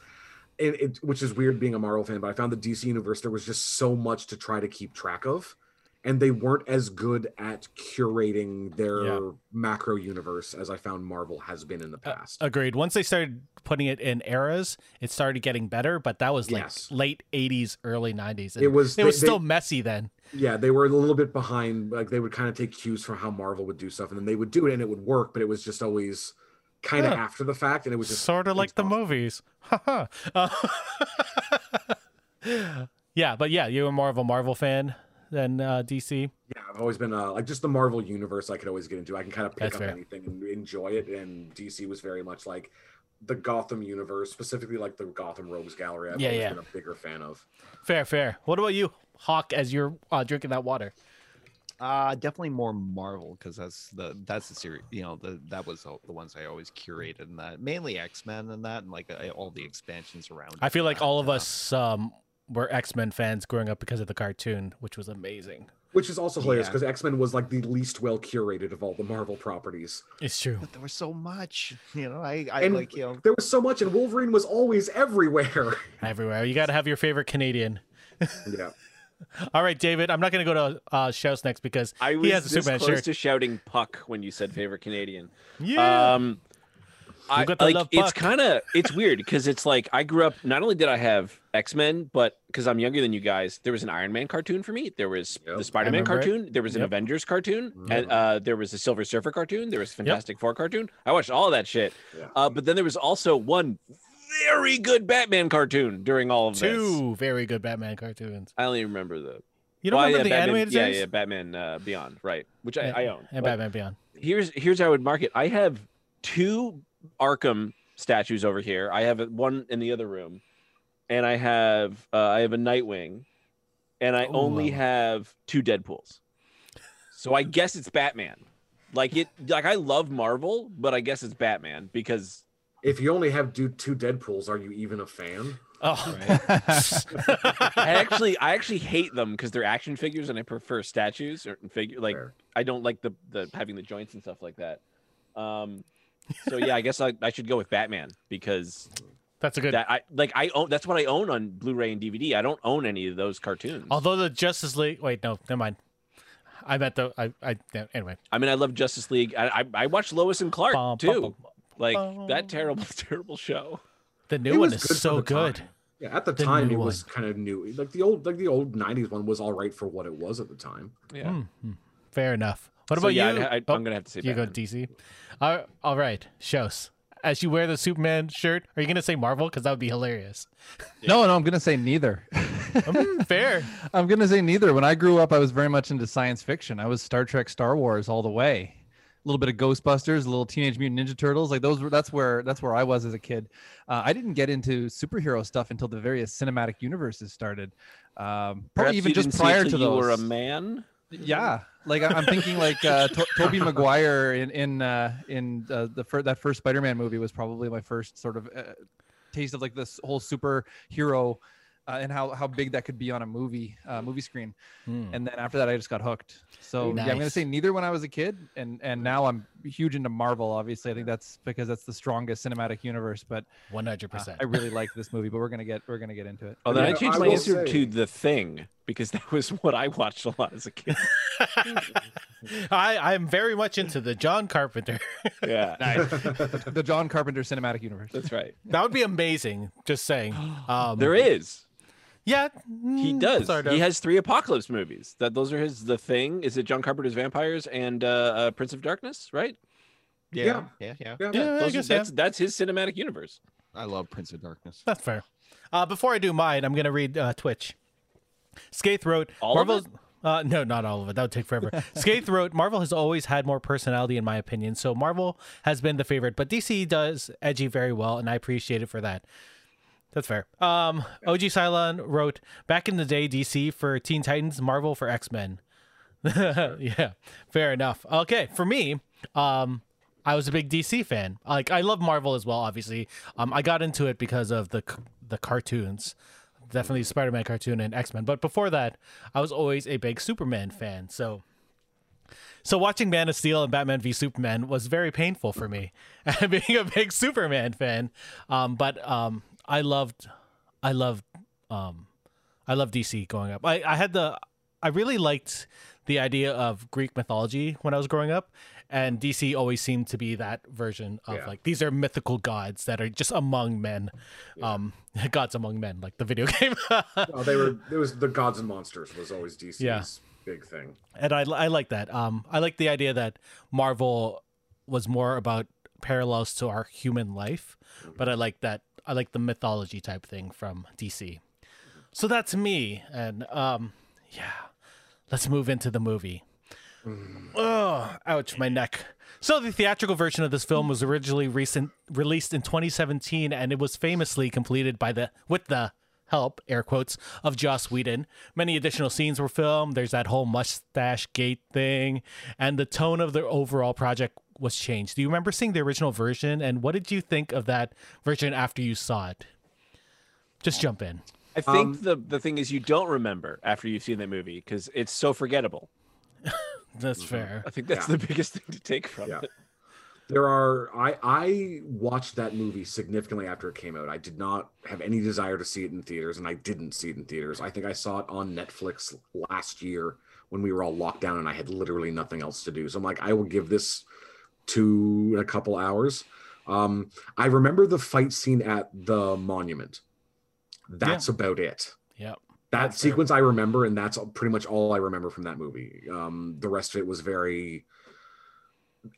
B: It, it, which is weird being a Marvel fan, but I found the DC universe there was just so much to try to keep track of, and they weren't as good at curating their
A: Yeah. Uh,
B: macro universe as I found Marvel has been in the past.
A: Agreed. Once they started putting it in eras, it started getting better, but that was like
B: Yes.
A: late '80s, early '90s. and
B: It was-
A: It was
B: they-
A: still
B: they-
A: messy then.
B: Yeah, they were a little bit behind. Like they would kind of take cues from how Marvel would do stuff, and then they would do it, and it would work. But it was just always kind of
A: Yeah.
B: after the fact, and it was just
A: sort of like the
B: exhausting.
A: movies. <laughs> Haha. Uh, <laughs> yeah, but yeah, you were more of a Marvel fan than uh, DC.
B: Yeah, I've always been uh, like just the Marvel universe. I could always get into. I can kind of pick
A: That's
B: up
A: fair.
B: anything and enjoy it. And DC was very much like the Gotham universe, specifically like the Gotham Rogues Gallery. I've
A: Yeah,
B: always
A: yeah.
B: been a bigger fan of.
A: Fair, fair. What about you, Hawk? As you're uh, drinking that water,
C: Uh definitely more Marvel because that's the that's the series you know the that was the, the ones I always curated and that mainly X Men and that and like I, all the expansions around.
A: I
C: it
A: feel
C: and
A: like
C: that,
A: all of
C: uh,
A: us um, were X Men fans growing up because of the cartoon, which was amazing.
B: Which is also hilarious
C: Yeah.
B: because X Men was like the least well curated of all the Marvel properties.
A: It's true.
C: But there was so much, you know. I, I
B: And-
C: like you
A: <laughs>
C: know.
B: There was so much, and Wolverine was always everywhere. <laughs>
A: Everywhere. You got to have your favorite Canadian.
B: yeah.
A: All right, David. I'm not going to go to uh, Shouse next because
E: I was
A: he has a
E: this
A: Superman
E: close
A: shirt.
E: to shouting "puck" when you said favorite Canadian.
A: yeah.
E: Um, I
A: got the
E: like
A: love
E: it's
A: puck.
E: kind of it's weird because it's like I grew up. Not only did I have X Men, but because I'm younger than you guys, there was an Iron Man cartoon for me. There was
B: Yep. I
E: the Spider Man
A: remember it.
E: cartoon. There was an
A: Yep.
E: Avengers cartoon,
B: Yep.
E: and uh, there was a Silver Surfer cartoon. There was Fantastic Four cartoon. I watched all that shit.
B: Yeah.
E: Uh, but then there was also one very good Batman cartoon during all of this.
A: Two very good Batman cartoons.
E: I only remember the
A: You don't
E: well,
A: remember
E: yeah,
A: the
E: Batman,
A: animated
E: yeah,
A: series?
E: yeah, Batman uh, Beyond, right? Which I,
A: Yeah,
E: I own.
A: And
E: But-
A: Batman Beyond.
E: here's here's how I would mark it. I have two Arkham statues over here. I have one in the other room, and I have uh, I have a Nightwing, and I
A: Ooh,
E: only
A: um,
E: have two Deadpool's. So I guess it's Batman. Like it, like I love Marvel, but I guess it's Batman because
B: If you only have do two Deadpools, are you even a fan?
A: Oh.
C: <laughs>
E: I actually I actually hate them because they're action figures and I prefer statues or figure like
B: Fair.
E: I don't like the the having the joints and stuff like that. Um, so yeah, I guess I, I should go with Batman because
A: That's a good.
E: that I like I own that's what I own on Blu-ray and DVD. I don't own any of those cartoons.
A: Although the Justice League. Wait, no, never mind. I meant the. I. I. yeah, Anyway.
E: I mean, I love Justice League. I I, I watched Lois and Clark
A: Bum, bum,
E: too.
A: bum, bum.
E: like
A: bum.
E: that terrible <laughs> terrible show.
A: The
B: It
A: new one
B: was
A: is
B: good for
A: so
B: the
A: good.
B: time. Yeah, at the,
A: The
B: time
A: new
B: it was kind of new. Like the old, like the old '90s one was all right for what it was at the time.
E: Yeah.
A: Mm, mm. Fair enough. What
E: So,
A: about
E: yeah,
A: you?
E: I, I,
A: Oh,
E: I'm gonna have to say
A: you go
E: Batman.
A: DC. All, all right, Shows. As you wear the Superman shirt, are you gonna say Marvel? Because that would be hilarious.
E: <laughs>
D: No, no, I'm gonna say neither. <laughs>
A: Mm,
E: <laughs>
A: fair.
D: I'm gonna say neither. When I grew up, I was very much into science fiction. I was Star Trek, Star Wars all the way. A little bit of Ghostbusters, a little Teenage Mutant Ninja Turtles. Like those were that's where that's where I was as a kid. Uh, I didn't get into superhero stuff until the various cinematic universes started. Um,
E: Perhaps
D: probably even
E: you
D: just
E: didn't see it
D: prior
E: till
D: to
E: you
D: those.
E: were a man.
D: Yeah, like I- I'm thinking like uh, to- Toby Maguire in in uh, in uh, the fir- that first Spider-Man movie was probably my first sort of uh, taste of like this whole superhero uh, and how how big that could be on a movie uh, movie screen.
A: Hmm.
D: And then after that, I just got hooked. So yeah, I'm gonna
A: Nice.
D: say neither when I was a kid, and and now I'm huge into Marvel. Obviously, I think that's because that's the strongest cinematic universe. But
A: One hundred
D: uh,
A: percent.
D: I really like this movie, but we're gonna get we're gonna get into it.
E: Oh, then
B: Yeah,
E: I changed
B: I
E: my
B: will
E: answer
B: say-
E: to the thing because that was what I watched a lot as
A: <laughs>
E: a kid.
A: I I'm very much into the John Carpenter.
E: yeah,
D: <laughs> the John Carpenter cinematic universe.
E: that's right.
A: that would be amazing. Just
E: <gasps>
A: saying. Um,
E: There is.
A: Yeah,
E: He
A: mm,
E: does.
A: sort
E: He
A: of.
E: has three apocalypse movies. That those are his. The thing is it John Carpenter's Vampires and uh, uh, Prince of Darkness, right?
C: Yeah, yeah, yeah.
B: Yeah,
A: Yeah, I
E: Those are-
A: guess, yeah.
E: that's that's his cinematic universe.
C: I love Prince of Darkness.
A: That's fair. Uh, before I do mine, I'm gonna read uh, Twitch. Skaith wrote,
E: All of
A: Marvel. Uh, no, not all of it. That would take
E: <laughs>
A: forever. Skaith wrote, Marvel has always had more personality, in my opinion. So Marvel has been the favorite, but DC does edgy very well, and I appreciate it for that. That's fair. Um, OG Cylon wrote, back in the day, DC for Teen Titans, Marvel for X Men. <laughs> yeah, fair enough. Okay, for me, um, I was a big DC fan. Like I love Marvel as well. Obviously, um, I got into it because of the c- the cartoons, definitely Spider Man cartoon and X Men. But before that, I was always a big Superman fan. So. So watching Man of Steel and Batman v Superman was very painful for me, <laughs> being a big Superman fan. Um, but um, I loved, I loved, um, I loved DC growing up. I, I had the, I really liked the idea of Greek mythology when I was growing up, and DC always seemed to be that version of
B: Yeah.
A: like these are mythical gods that are just among men, um, <laughs> gods among men, like the video <laughs> game.
B: Well, Oh, they were. It was the Gods and Monsters was always DC's
A: Yeah.
B: big thing.
A: and I, I like that. Um, I like the idea that Marvel was more about parallels to our human life, but I like that. I like the mythology type thing from DC. So that's me, and um, yeah, let's move into the movie. Oh, ouch, my neck. So the theatrical version of this film was originally recent released in 2017, and it was famously completed by the with the help air quotes of Joss Whedon. Many additional scenes were filmed. There's that whole mustache gate thing, and the tone of the overall project was changed. Do you remember seeing the original version, and what did you think of that version after you saw it? Just jump in.
E: I think
B: Um,
E: the the thing is you don't remember after you've seen that movie because it's so forgettable.
A: That's <laughs>
B: Mhm.
A: fair.
E: I think that's
B: Yeah.
E: the <laughs> biggest thing to take from
B: Yeah.
E: it.
B: There are I I watched that movie significantly after it came out. I did not have any desire to see it in theaters, and I didn't see it in theaters. I think I saw it on Netflix last year when we were all locked down, and I had literally nothing else to do. So I'm like, I will give this two a couple hours. Um, I remember the fight scene at the monument. That's about it.
A: Yep.
B: That
A: That's fair.
B: sequence I remember, and that's pretty much all I remember from that movie. Um, the rest of it was very,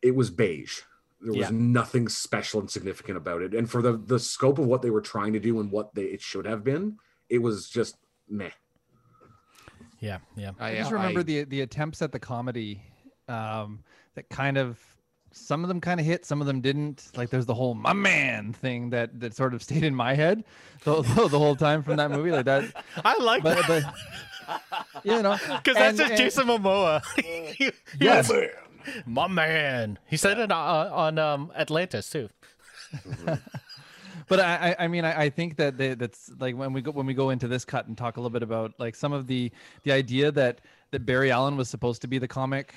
B: it was beige. There was
A: Yeah.
B: nothing special and significant about it. And for the the scope of what they were trying to do and what they it should have been, it was just meh.
A: Yeah. Yeah.
D: I just remember the the attempts at the comedy um, that kind of some of them kind of hit, some of them didn't. Like there's the whole "my man" thing that that sort of <laughs> stayed in my head the, <laughs> the, the whole time from that movie. Like that,
A: I like that
D: but, but you know,
A: because that's
D: and-
A: just
D: and-
A: Jason Momoa. He- <laughs> he
D: Yeah.
A: was, my man. He said it on, on um, Atlantis too.
D: but I, I I mean, I, I think that they, that's like when we go when we go into this cut and talk a little bit about like some of the the idea that that Barry Allen was supposed to be the comic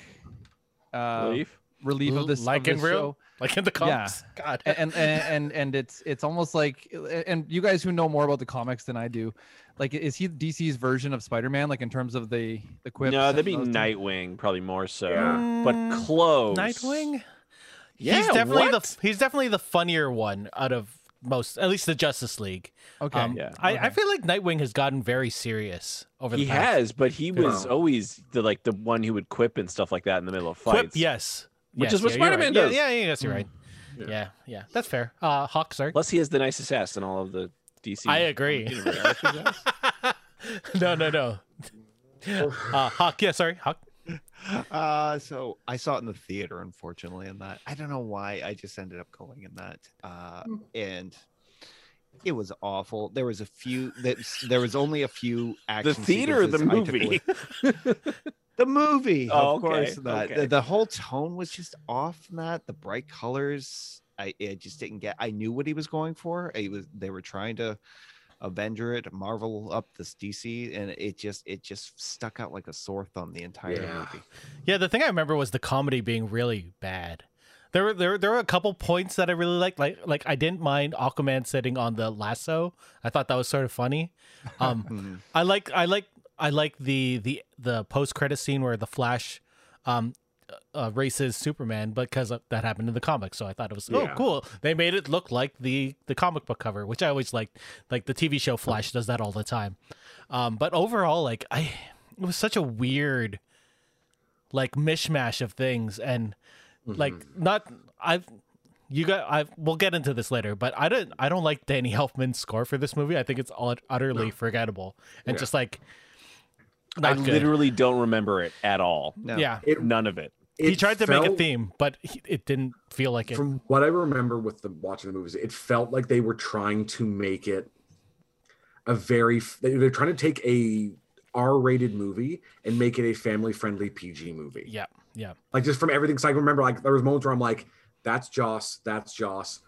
D: uh, relief,
E: Leaf?
D: of this
A: like
D: of
A: in
D: this
A: real,
D: show.
A: like in the comics. God.
D: A- and and and, and it's it's almost like and you guys who know more about the comics than I do, like is he DC's version of Spider-Man? Like in terms of the the quips?
E: No,
D: and
E: that'd be
D: those things?
E: Nightwing probably more so,
B: Yeah.
E: but
A: Mm,
E: close.
A: Nightwing.
E: Yeah,
A: he's definitely
E: what?
A: the he's definitely the funnier one out of most, at least the Justice League.
D: Okay,
A: um,
E: yeah.
A: I, I
D: okay.
A: feel like Nightwing has gotten very serious over the
E: He
A: past.
E: has, but he
A: Wow.
E: was always the like the one who would quip and stuff like that in the middle of fights.
A: Quip, yes,
E: Which
A: Yes,
E: is what
A: yeah, you're right. Mm.
E: Spider-Man
A: Yeah,
E: does.
A: Yeah, yeah, yes, you're right. Yeah.
B: Yeah.
A: yeah, that's fair. Uh, Hawk, sorry.
E: Plus, he is the nicest ass in all of the DC.
A: I agree.
E: universe.
A: <laughs>
E: I like his ass.
A: no, no, no. <gasps> Uh, Hawk, yeah, sorry, Hawk.
D: <laughs>
C: Uh, so I saw it in the theater, unfortunately, and that I don't know why I just ended up going in that. Uh,
E: Mm.
C: and it was awful. There was a few that there was only a few action.
E: <laughs> the theater of the
C: sequences I took
E: movie.
C: away- <laughs> The movie,
E: Oh,
C: of course.
E: okay,
C: That
E: okay.
C: the, the whole tone was just off. in That the bright colors, I it just didn't get. I knew what he was going for. He was they were trying to Avenger it, Marvel up this DC, and it just it just stuck out like a sore thumb the entire
B: Yeah.
C: movie.
A: Yeah, the thing I remember was the comedy being really bad. There were there were- there were a couple points that I really liked. Like like I didn't mind Aquaman sitting on the lasso. I thought that was sort of funny. Um,
B: Mm-hmm.
C: Mhm.
A: I like I like I like the the the post credit scene where the Flash um uh, races Superman because of- that happened in the comic. So I thought it was oh
B: Yeah.
A: cool. They made it look like the the comic book cover, which I always liked. Like the TV show Flash does that all the time. Um, but overall, like I, it was such a weird, like mishmash of things and like
C: Mm-hmm.
A: not i've you got i we'll get into this later but i don't i don't like danny <laughs> elfman's score for this movie i think it's ut- utterly
B: No.
A: forgettable and
B: Yeah.
A: just like not
E: I
A: good.
E: literally don't remember it at all.
C: No.
A: yeah
B: Mm-hmm. it,
E: None of it.
A: he
B: it
A: tried to make a
B: felt-
A: theme but he, it didn't feel like it
B: From what I remember with the watching the movies, it felt like they were trying to make it a very f- they- they're trying to take a R-rated movie and make it a family-friendly PG movie.
A: yeah yeah
B: Like just from everything, so I remember like there was moments where I'm like, "That's Joss, that's Joss,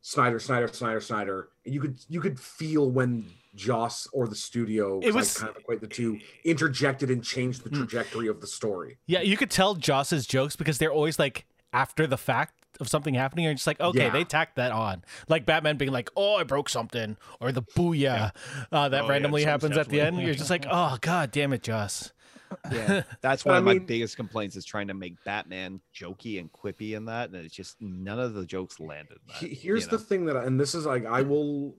B: Snyder, Snyder, Snyder, Snyder." And you could you could feel when Joss or the studio,
A: It
B: 'cause I
A: was-
B: kind of equate the two, interjected and changed the
A: Mm.
B: trajectory of the story.
A: yeah you could tell joss's jokes because they're always like after the fact of something happening and just like okay
B: Yeah.
A: they tacked that on like batman being like oh i broke something or the booyah uh, that
C: Oh, yeah,
A: randomly
C: some
A: happens
C: stuff
A: at the
C: like-
A: end you're just like oh god damn it joss
C: Yeah, that's
B: But
C: one
B: I
C: of my
B: mean-
C: biggest complaints is trying to make Batman jokey and quippy in that, and it's just none of the jokes landed. in that,
B: He-
C: you
B: Here's the
C: know?
B: thing that, I- and this is like, I will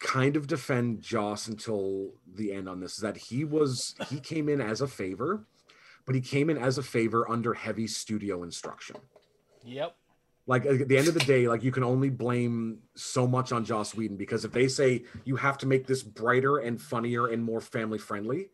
B: kind of defend Joss until the end on this. Is that he was he came in as a favor, but he came in as a favor under heavy studio instruction.
A: yep
B: Like at the end of the day, like you can only blame so much on Joss Whedon because if they say you have to make this brighter and funnier and more family friendly,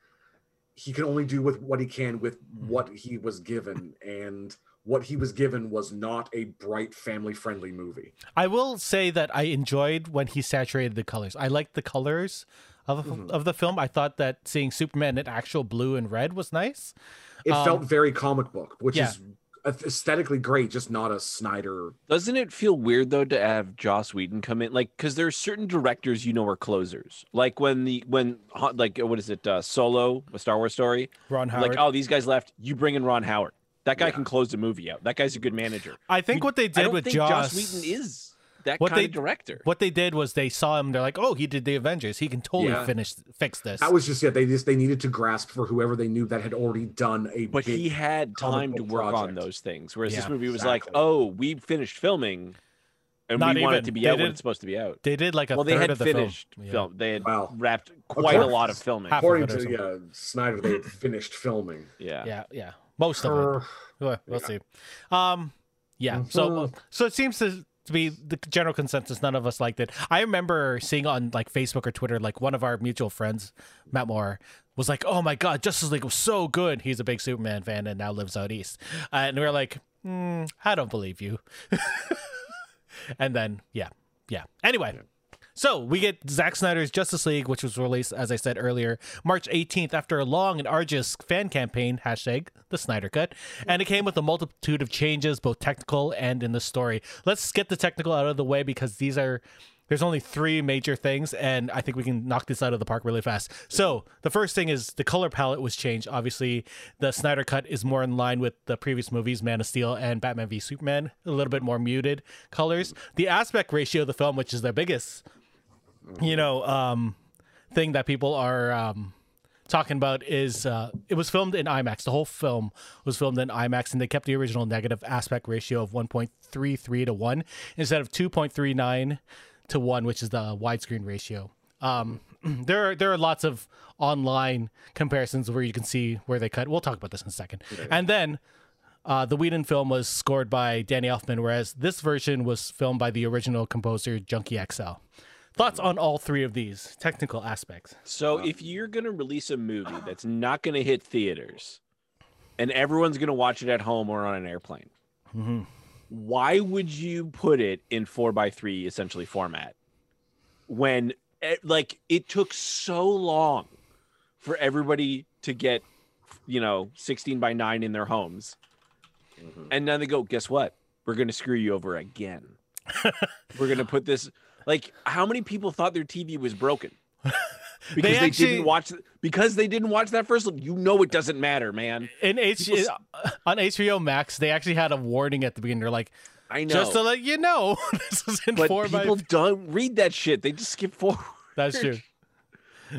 B: he can only do with what he can with what he was given, and what he was given was not a bright family friendly movie.
A: I will say that I enjoyed when he saturated the colors. I liked the colors of
B: Mhm.
E: Mm-hmm.
A: of the film. I thought that seeing Superman in actual blue and red was nice.
B: it
A: Um,
B: felt very comic book, which
A: yeah.
B: is aesthetically great, just not a Snyder.
E: Doesn't it feel weird though to have Joss Whedon come in? Like, because there are certain directors you know are closers. Like when the when Han- like what is it? Uh, Solo, a Star Wars story.
A: Ron Howard.
E: Like, oh, these guys left. You bring in Ron Howard. That guy
B: Yeah.
E: can close the movie out. That guy's a good manager.
A: I think
E: we-
A: what they
E: I
A: did
E: don't
A: with
E: think
A: Joss,
E: Joss Whedon is that
A: What
E: kind
A: they-
E: of director.
A: what they did was they saw him. They're like, oh, he did the Avengers. He can totally
B: Yeah.
A: finish fix this.
B: That was just it. They just they needed to grasp for whoever they knew that had already done a.
E: but
B: big-
E: he had
B: comic
E: time to
B: book
E: work on
B: project.
E: those things, whereas this
A: Yeah,
E: movie was
B: exactly.
E: like, oh, we finished filming, and
A: Not
E: we want
A: even.
E: it to be
A: They
E: out when
A: didn't-
E: it's supposed to be out.
A: they did like a
E: well,
A: third
E: they had
A: of the
E: finished
A: film. Yeah.
E: They had
B: Wow.
E: wrapped quite a
B: course.
E: lot of filming.
A: Half
B: according
A: Alfred or
B: to yeah, Snyder, they had finished filming.
E: Yeah.
A: Yeah, yeah, most of it.
B: Err.
A: Well, we'll
B: Yeah.
A: see. Um, yeah.
B: Mm-hmm.
A: So
E: Mm-hmm.
A: so it seems to, to be the general consensus. None of us liked it. I remember seeing on like Facebook or Twitter, like one of our mutual friends, Matt Moore, was like, "Oh my god, Justice League was so good." He's a big Superman fan and now lives out east, uh, and we were like, Hmm, "I don't believe you." <laughs> and then yeah, yeah. Anyway. So we get Zack Snyder's Justice League, which was released, as I said earlier, March 18th after a long and arduous fan campaign, hashtag the Snyder Cut. And it came with a multitude of changes, both technical and in the story. Let's get the technical out of the way because these are there's only three major things, and I think we can knock this out of the park really fast. So the first thing is the color palette was changed. Obviously, the Snyder cut is more in line with the previous movies, Man of Steel and Batman v Superman, a little bit more muted colors. The aspect ratio of the film, which is their biggest you know um thing that people are um talking about is uh it was filmed in IMAX the whole film was filmed in IMAX and they kept the original negative aspect ratio of 1.33 to 1 instead of 2.39 to 1 which is the widescreen ratio um <clears throat> there are there are lots of online comparisons where you can see where they cut we'll talk about this in a second and then uh, the Whedon film was scored by Danny Elfman, whereas this version was filmed by the original composer Junkie XL. Thoughts on all three of these technical aspects?
E: So if you're gonna release a movie that's not gonna hit theaters, and everyone's gonna watch it at home or on an airplane,
A: Mm-hmm.
E: why would you put it in four by three essentially format when eh, like it took so long for everybody to get you know 16 by 9 in their homes
A: Mm-hmm.
B: Mhm.
E: and then they go guess what we're gonna screw you
A: <laughs>
E: over again we're gonna put this like how many people thought their tv
A: <laughs>
E: was broken because they,
A: actually-
E: didn't watch because they didn't watch that first one you know it doesn't matter man
A: In H- uh,
E: People s-
A: on HBO Max, they actually had a warning at the beginning. They're like,
E: i know
A: just to let you know, <laughs> this is in
E: but
A: four
E: people
A: by.
E: don't read that shit they just skip forward
A: <laughs> That's true.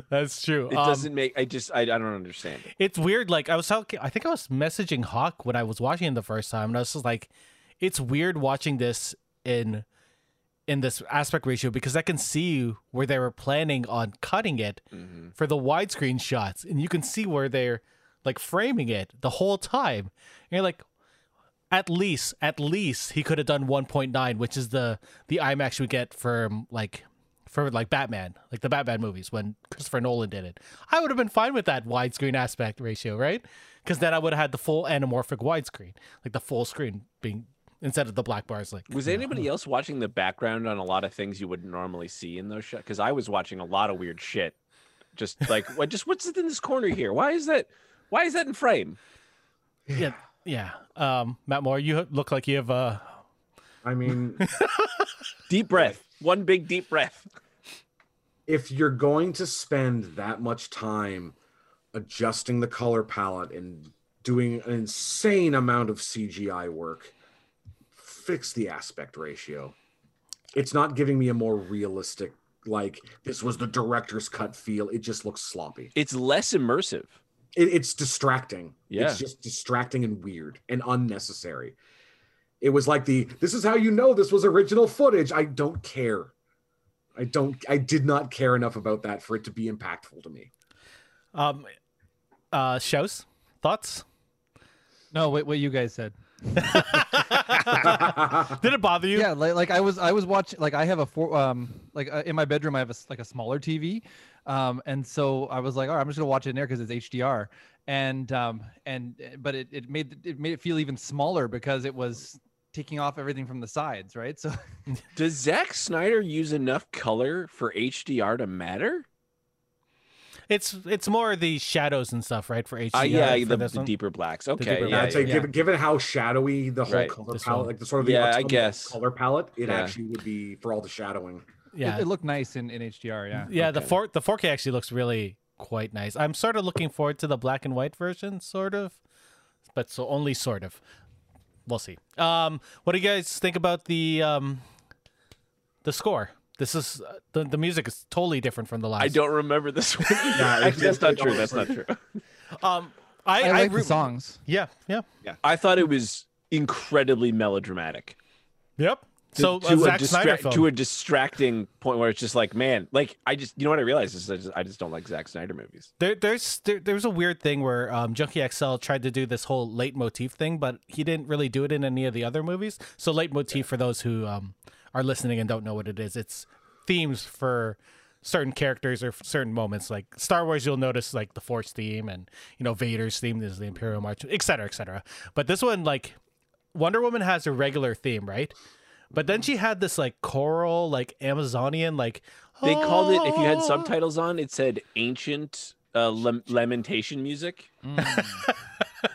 A: That's true.
E: It
A: Um,
E: doesn't make. I just. I, I don't understand. It.
A: it's weird. Like I was talking, I think I was messaging Hawk when I was watching it the first time, and I was just like, it's weird watching this in in this aspect ratio because I can see where they were planning on cutting it
E: Mm-hmm.
A: for the widescreen shots, and you can see where they're like framing it the whole time. And you're like, at least, at least he could have done 1.9, which is the the IMAX we get from like for like Batman, like the Batman movies when Christopher Nolan did it. I would have been fine with that widescreen aspect ratio, right? Because then I would have had the full anamorphic widescreen, like the full screen being instead of the black bars. Like,
E: Was
A: you know.
E: anybody else watching the background on a lot of things you wouldn't normally see in those shots? Because I was watching a lot of weird shit.
A: <laughs>
E: Just like, what? Just what's in this corner here? Why is that? Why is that in frame?
A: Yeah, yeah. Um, Matt Moore, you look like you have uh,
B: I mean,
E: Deep breath. One big deep breath.
B: if you're going to spend that much time adjusting the color palette and doing an insane amount of CGI work, fix the aspect ratio. It's not giving me a more realistic, like, this was the director's cut feel. It just looks sloppy.
E: It's less immersive.
B: It, it's distracting.
E: Yeah.
B: It's just distracting and weird and unnecessary. It was like the, this is how you know this was original footage. I don't care. I don't, I did not care enough about that for it to be impactful to
E: <laughs>
B: me.
A: um, uh, Shouse, thoughts?
D: No, wait, what you guys said.
A: <laughs> Did it bother you?
D: yeah like, like i was i was watching like i have a four um like uh, in my bedroom i have a s- like a smaller tv um and so i was like all right i'm just gonna watch it in there because it's hdr and um and uh, but it, it made it made it feel even smaller because it was taking off everything from the sides right so <laughs>
E: Does Zack Snyder use enough color for HDR to matter?
A: It's it's more the shadows and stuff, right? For HDR.
E: Uh, yeah,
A: for
E: the,
A: this
E: the
A: one?
E: deeper blacks. Okay,
A: deeper
E: yeah,
B: I'd say
E: yeah.
B: given given how shadowy the whole
E: Right,
B: color
A: this
B: palette,
A: one.
B: like the sort of the
E: Yeah, I
B: autumnal
E: guess.
B: color palette, it
E: Yeah.
B: actually would be for all the shadowing.
A: Yeah,
D: It, it looked nice in, in HDR. Yeah.
A: yeah. The
E: okay.
A: four the 4K actually looks really quite nice. I'm sort of looking forward to the black and white version, sort of, but so only sort of. We'll see. Um, what do you guys think about the um, the score? This is uh, the the music is totally different from the last.
E: I don't remember this
A: <laughs>
E: one. <laughs>
B: Yeah,
E: Actually, that's
B: it's-
E: not
B: it's
E: true. oh, That's not
B: almost-
E: true.
A: Um, I
D: I,
A: I,
D: like
A: re-
D: the songs.
A: Yeah, yeah,
E: I thought it was incredibly melodramatic.
A: yep.
E: To,
A: so
E: to
A: a Zack
E: distra-
A: Snyder film.
E: uh, to a distracting point where it's just like, man, like I just, you know what I realized is I just, I just don't like Zack Snyder movies.
A: There, there's there, there was a weird thing where um, Junkie XL tried to do this whole late motif thing, but he didn't really do it in any of the other movies. So late motif for those who um, are listening and don't know what it is, it's themes for certain characters or certain moments. Like Star Wars, you'll notice like the Force theme and you know Vader's theme is the Imperial March, et cetera, et cetera. But this one, like Wonder Woman, has a regular theme, right? But then she had this like choral, like Amazonian, like "Oh."
E: They called it, if you had
A: subtitles.
E: subtitles on, it said ancient uh, lem- lamentation music.
D: Mm.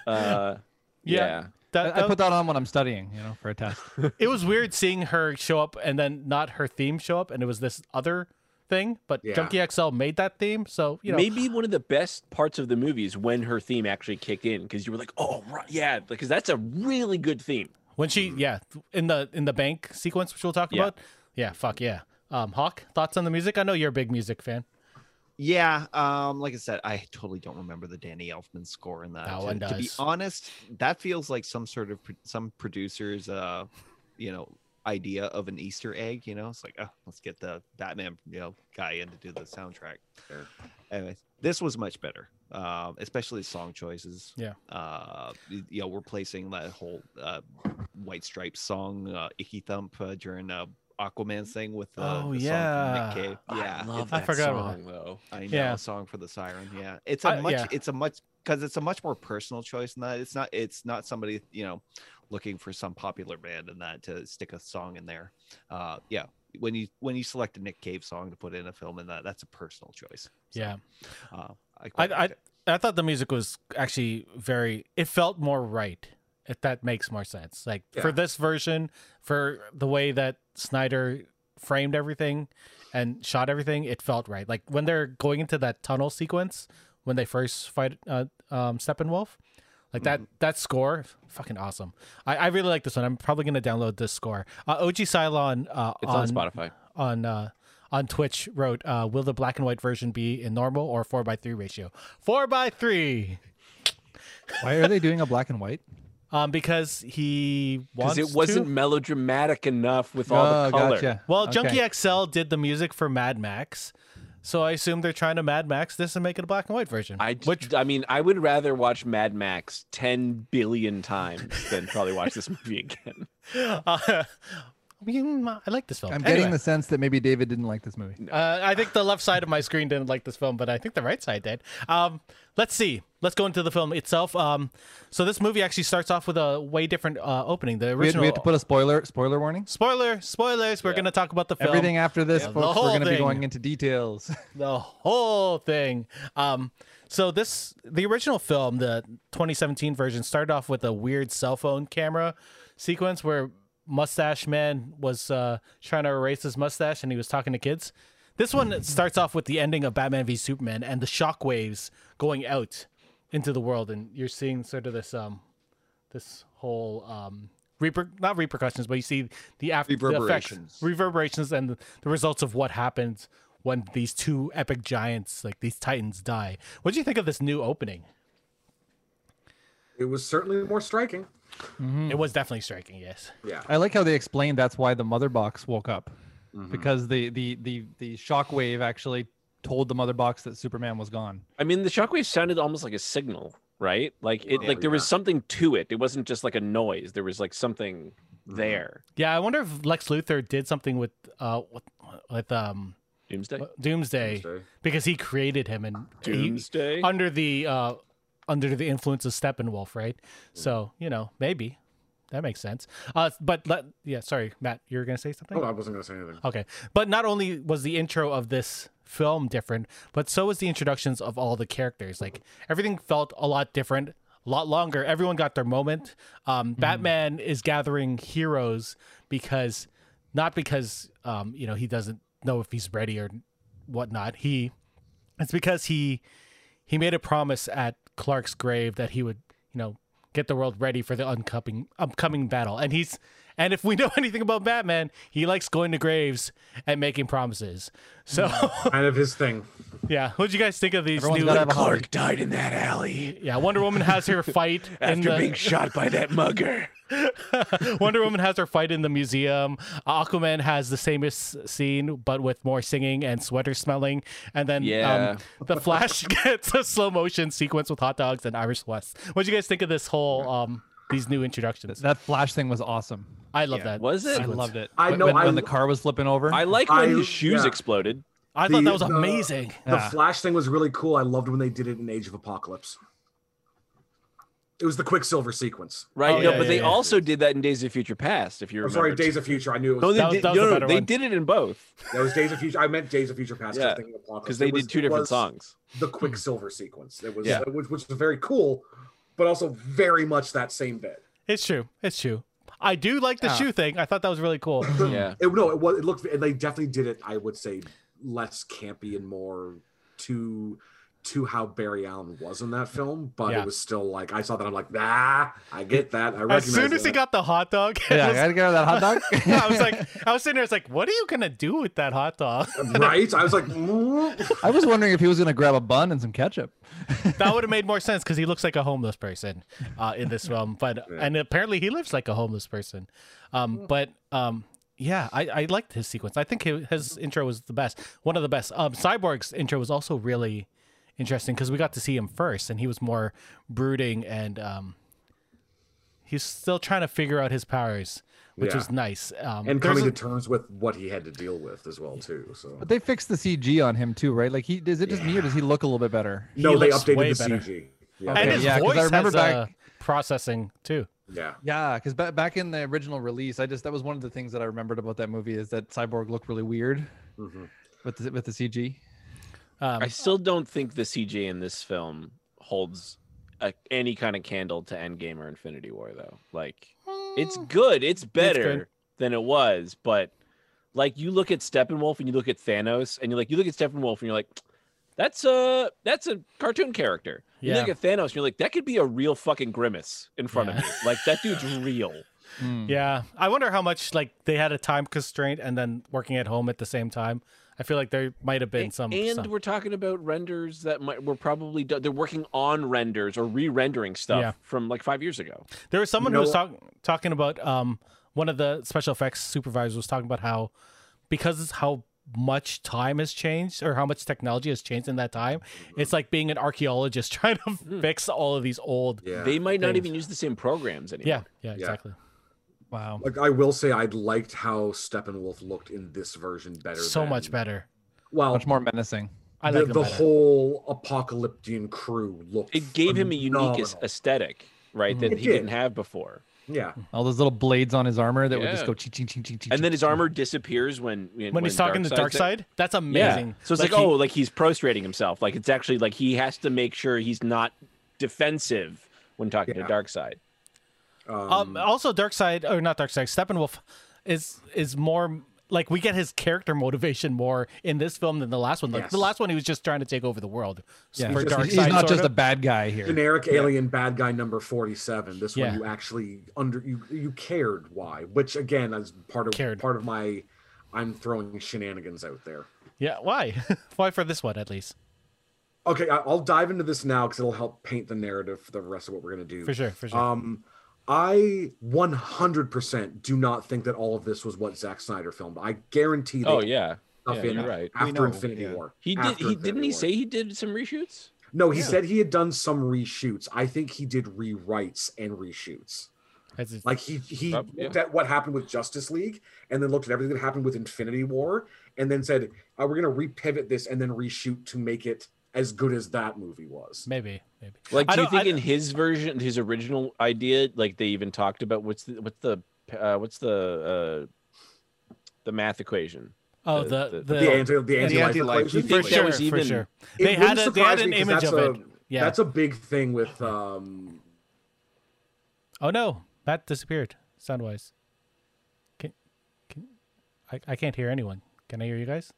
E: Uh,
A: <laughs> Yeah.
E: yeah.
A: That-
D: I, I
A: that-
D: put that on when I'm studying, you know, for a test.
A: it was weird seeing her show up and then not her theme show up and it was this other thing but
B: Yeah.
A: junkie xl made that theme so you know <sighs>
E: maybe one of the best parts of the movie is when her theme actually kicked in because you were like, oh, right, yeah, because that's a really good theme.
A: when she yeah in the in the bank sequence which we'll talk
E: Yeah.
A: about yeah fuck yeah um hawk thoughts on the music i know you're a big music fan
C: Yeah, um, like I said, I totally don't remember the Danny Elfman score in that.
A: No
C: To-
A: one
C: To be
A: does.
C: honest, that feels like some sort of pro- some producer's, uh, you know, idea of an Easter egg. You know, it's like, oh, let's get the Batman, you know, guy in to do the soundtrack.
B: Sure.
C: Anyway, this was much better, um, especially song choices.
A: Yeah.
C: Uh, y- you know, we're placing that whole uh, White Stripes song, uh, "Icky Thump," uh, during uh, Aquaman's thing with uh,
A: Oh,
C: the song from
A: yeah.
C: Nick Cave. Yeah,
E: I love
A: I
E: that
A: forgot about
E: song though.
C: I know
A: Yeah.
C: a song for the siren. Yeah, it's
A: I-
C: a much.
A: yeah.
C: It's a much because it's a much more personal choice than that. It's not. It's not somebody you know looking for some popular band and that to stick a song in there. Uh, yeah, when you when you select a Nick Cave song to put in a film and that that's a personal choice. So,
A: yeah
C: uh, I,
A: I,
C: quite
A: I
C: liked it.
A: I thought the music was actually very. It felt more right. If that makes more sense, like for
B: Yeah.
A: this version, for the way that Snyder framed everything and shot everything, it felt right. Like when they're going into that tunnel sequence when they first fight uh, um, Steppenwolf, like that that score, fucking awesome. I, I really like this one. I'm probably gonna download this score. Uh, OG Cylon uh,
E: It's on, Spotify.
A: on uh, on Twitch wrote, uh, "Will the black and white version be in normal or four by three ratio? Four by three,
D: <laughs> Why are they doing a black and white?
A: um, because he wants
E: Because it wasn't
A: to.
E: melodramatic enough with all the
D: Oh,
E: color.
D: Gotcha.
A: Well,
D: Okay.
A: Junkie XL did the music for Mad Max, so I assume they're trying to Mad Max this and make it a black and white version.
E: I, j- I mean, I would rather watch Mad Max 10 billion times than probably watch this movie <laughs> again.
A: Uh, <laughs> I mean, I like this film.
D: I'm getting
A: Anyway,
D: the sense that maybe David didn't like this movie.
A: Uh, I think the left side of my screen didn't like this film, but I think the right side did. Um, let's see. Let's go into the film itself. Um, so this movie actually starts off with a way different uh, opening. The
D: We have,
A: original
D: we have to put a spoiler spoiler warning.
A: Spoiler, spoilers. We're
E: Yeah.
A: going to talk about the film,
D: Everything after this,
A: Yeah, the
D: folks,
A: whole
D: we're going to be
A: thing.
D: going into details. <laughs>
A: the whole thing. Um, so this, the original film, the 2017 version, started off with a weird cell phone camera sequence where Mustache Man was uh, trying to erase his mustache and he was talking to kids. This one starts off with the ending of Batman v Superman and the shockwaves going out into the world, and you're seeing sort of this um, this whole um, reper not repercussions, but you see the after
C: Reverberations.
A: the effects, reverberations, and the results of what happens when these two epic giants, like these titans, die. What do you think of this new opening?
B: It was certainly more striking.
A: It was definitely striking. Yes.
B: Yeah.
D: I like how they explained that's why the mother box woke up,
A: Mm-hmm.
D: because the the the the shockwave actually told the mother box that Superman was gone.
E: I mean, the shockwave sounded almost like a signal, right? Like it,
B: Well,
E: like there was
B: yeah.
E: something to it. It wasn't just like a noise. There was like something
B: Mhm.
E: there.
A: Yeah, I wonder if Lex Luthor did something with uh with, with um
E: Doomsday.
A: Doomsday,
B: Tuesday.
A: because he created him and he-
E: Doomsday.
A: under the uh under the influence of Steppenwolf, right? So you know maybe that makes sense. Uh, but let, yeah, sorry, Matt, you were gonna say something.
B: Oh, I wasn't gonna say anything.
A: Okay. But not only was the intro of this film different, but so was the introductions of all the characters. Like everything felt a lot different, a lot longer. Everyone got their moment. Um,
D: Mm-hmm.
A: Batman is gathering heroes because not because um, you know he doesn't know if he's ready or whatnot. He it's because he he made a promise at Clark's grave that he would you know get the world ready for the upcoming upcoming battle. And he's and if we <laughs> know anything about Batman, he likes going to graves and making promises. So
B: Kind of his thing.
A: <laughs> yeah, what would you guys think of these
D: Mm. Everyone's
A: new?
D: gotta have a hobby.
E: Clark died in that alley
A: <laughs> yeah, Wonder Woman has her
D: <laughs>
A: fight in
E: after
A: the
E: being shot by that mugger.
A: <laughs> Wonder Woman has her fight in the museum. Aquaman has the same s- scene, but with more singing and sweater smelling. And then
E: Yeah.
A: um, the Flash <laughs> gets a slow motion sequence with hot dogs and Irish West. What do you guys think of this whole um, these new introductions?
D: That flash thing was awesome.
A: I love
D: yeah.
A: that.
E: Was it?
D: I loved it.
B: I
D: When-
B: know,
D: when,
B: I
D: when the
B: lo-
D: car was flipping over.
E: I like when
B: I-
E: his shoes
B: yeah.
E: exploded.
A: I thought
B: The-
A: that was
B: the-
A: amazing.
D: Yeah.
B: The Flash thing was really cool. I loved when they did it in Age of Apocalypse. It was the Quicksilver sequence.
E: Right.
A: Oh,
E: no,
A: yeah,
E: but
A: yeah,
E: they
A: yeah.
E: also did that in Days of Future Past, if you
B: I'm
E: remember.
B: sorry, Days of Future. I knew it
E: No,
B: was.
E: they,
A: That was-
E: did,
A: that was
E: no,
A: the
E: no,
A: better
E: they
A: one.
E: did it in both
B: That was Days of Future. I meant Days of Future Past. I
E: Yeah,
B: was thinking of Apocalypse.
E: because they
B: It was-
E: did two
B: it
E: different
B: was
E: songs.
B: The Quicksilver sequence. It was,
E: Yeah.
B: which, which was very cool, but also very much that same bit.
A: It's true. It's true. I do like the
B: Ah.
D: Yeah.
A: shoe thing. I thought that was really
B: <laughs>
A: cool.
E: Yeah.
B: It, no, it was. It looked. They definitely did it. I would say less campy and more to to how Barry Allen was in that film, but
A: Yeah.
B: it was still like I saw that. I'm like, nah, I get that. I recognize
A: As soon as he
B: that."
A: got the hot dog, <laughs> it
D: yeah, I
A: was-
D: gotta get that hot dog.
A: <laughs> I was like, I was sitting there, it's like, what are you gonna do with that hot dog?
B: right, I
A: <laughs>
B: was like, "Mm."
D: I was wondering if he was gonna grab a bun and some ketchup.
A: that would have made more sense because he looks like a homeless person uh, in
B: <laughs>
A: this film. But
B: Yeah.
A: and apparently he lives like a homeless person. Um, but um, yeah, I, I liked his sequence. I think hi- his intro was the best, one of the best. Um, Cyborg's intro was also really interesting because we got to see him first, and he was more brooding and um, he's still trying to figure out his powers, which
B: Yeah.
A: was nice. Um, there's
B: and coming
A: a-
B: to terms with what he had to deal with as well too. So
D: But they fixed the CG on him too, right? Like he is it just me or does he look a little bit better?
B: no,
A: he
B: they
A: looks way
B: updated the
A: better.
B: CG. Yeah,
A: and
D: Okay,
A: his
D: yeah, 'cause I
A: voice
D: remember
A: has uh, processing too.
B: yeah.
D: Yeah, because ba- back in the original release, I just that was one of the things that I remembered about that movie is that Cyborg looked really weird
B: Mhm.
D: with the, with the CG.
A: Um,
E: I still don't think the CG in this film holds a, any kind of candle to Endgame or Infinity War, though. Like, it's good, it's better
A: Hmm. good.
E: than it was, but like, you look at Steppenwolf and you look at Thanos, and you're like, you look at Steppenwolf and you're like, that's a that's a cartoon character. You
A: Yeah.
E: look at Thanos and you're like, that could be a real fucking grimace in front
A: Yeah.
E: of me. Like,
A: <laughs>
E: that dude's real. Mm.
D: Hmm.
A: Yeah, I wonder how much like they had a time constraint and then working at home at the same time. I feel like there might have been
E: A-
A: some.
E: and
A: some-
E: we're talking about renders that might were probably do- they're working on renders or re-rendering stuff
A: Yeah.
E: from like five years ago
A: there was someone
B: know
A: who was
B: what-
A: talk, talking about um one of the special effects supervisors was talking about how because it's how much time has changed or how much technology has changed in that time,
B: Mm-hmm.
A: it's like being an archaeologist <laughs> trying to
E: Hmm.
A: fix all of these old.
B: Yeah.
E: they might not
A: Things.
E: even use the same programs anymore
A: Yeah, yeah, exactly.
D: Wow.
B: like I will say, I liked how Steppenwolf looked in this version better.
A: So
B: than-
A: much better.
B: Well,
D: Much more menacing.
A: I
B: the,
A: like
B: the whole apocalyptic crew looked.
E: it gave him a unique
B: phenomenal. Mm-hmm.
E: as- aesthetic right that
B: It
E: he didn't
B: did.
E: have before
B: Yeah,
A: Mm-hmm.
D: All those little blades on his armor that would
E: Yeah.
D: just go ching ching ching ching. ching,
E: and then his armor disappears when when,
A: when he's talking to Dark
E: Darkseid's there.
A: Side, that's
E: yeah
A: amazing.
E: so it's like,
A: he-
E: oh like he's prostrating himself like it's actually like he has to make sure he's not defensive when talking to
B: Yeah.
E: Dark Side
A: Um, also, Dark Side or not Dark Side, Steppenwolf is is more like we get his character motivation more in this film than the last one. Like
B: Yes.
A: the last one, he was just trying to take over the world.
D: Yeah.
A: For
B: He's just-
A: Dark
D: he's
A: Side,
D: not just
A: sort
D: a
A: of.
D: bad guy here.
B: generic alien bad guy number forty-seven. This
A: Yeah.
B: one you actually under you you cared why, which again is part of
A: Cared.
B: part of my I'm throwing shenanigans out there.
A: yeah. Why? <laughs> why for this one at least?
B: Okay, I- I'll dive into this now because it'll help paint the narrative for the rest of what we're gonna do.
A: For sure. For sure.
B: Um, I 100% do not think that all of this was what Zack Snyder filmed. I guarantee.
E: oh
B: they
E: yeah
B: stuff
E: yeah,
B: in
E: you're right.
D: We
B: After
D: know,
B: Infinity
D: yeah.
B: War.
E: he did
B: After
E: he
B: Infinity
E: didn't he
B: War.
E: say he did some reshoots
B: No, he
E: Yeah.
B: said he had done some reshoots. I think he did rewrites and reshoots.
A: As it's-
B: Like he he
E: Prob- yeah.
B: looked at what happened with Justice League and then looked at "Uh, everything that happened with Infinity War and then said, oh, "We're going to repivot this and then reshoot to make it as good as that movie was.
A: Maybe, maybe.
E: Like,
A: I
E: do you
A: don't-
E: think
A: I-
E: in his version, his original idea, like they even talked about what's the what's the uh, what's the uh, the math equation?
A: Oh,
E: The-
A: the the,
B: The anti the anti life
C: anti-life.
B: equation.
E: You
A: for
E: think that
A: sure,
E: was
A: for
E: even-
A: sure.
B: It
A: They had
B: wouldn't
A: a, they had
B: surprise
A: an
B: me 'cause
A: image
B: that's
A: of
B: a-
A: it. Yeah.
B: That's a big thing with um
A: oh no, that disappeared sound wise. Can, can I, I can't hear anyone. Can I hear you guys?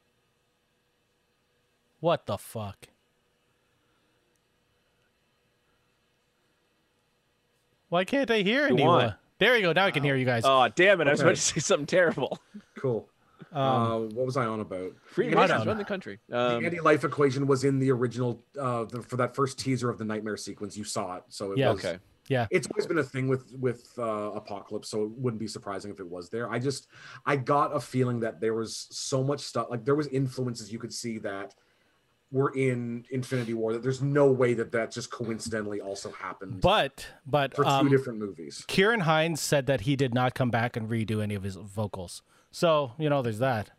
A: What the fuck? Why can't I hear
E: Go
A: anyone?
E: on.
A: There you go. Now I can hear you guys.
E: Oh, damn it! I was about
B: Okay.
E: to say something terrible.
B: cool.
A: um,
B: uh, what was I on about?
E: <laughs> Free
A: Right
E: nations
A: on.
E: run the country.
B: The
E: Um,
B: anti-life equation was in the original uh, the, for that first teaser of the nightmare sequence. You saw it, so it
A: Yeah.
B: was,
E: okay.
B: It's always been a thing with with uh, Apocalypse, so it wouldn't be surprising if it was there. I just I got a feeling that there was so much stuff, like there was influences you could see that were in Infinity War. That there's no way that that just coincidentally also happened
A: but but
B: for two
A: um,
B: different movies.
A: Kieran Hines said that he did not come back and redo any of his vocals. So you know, there's that.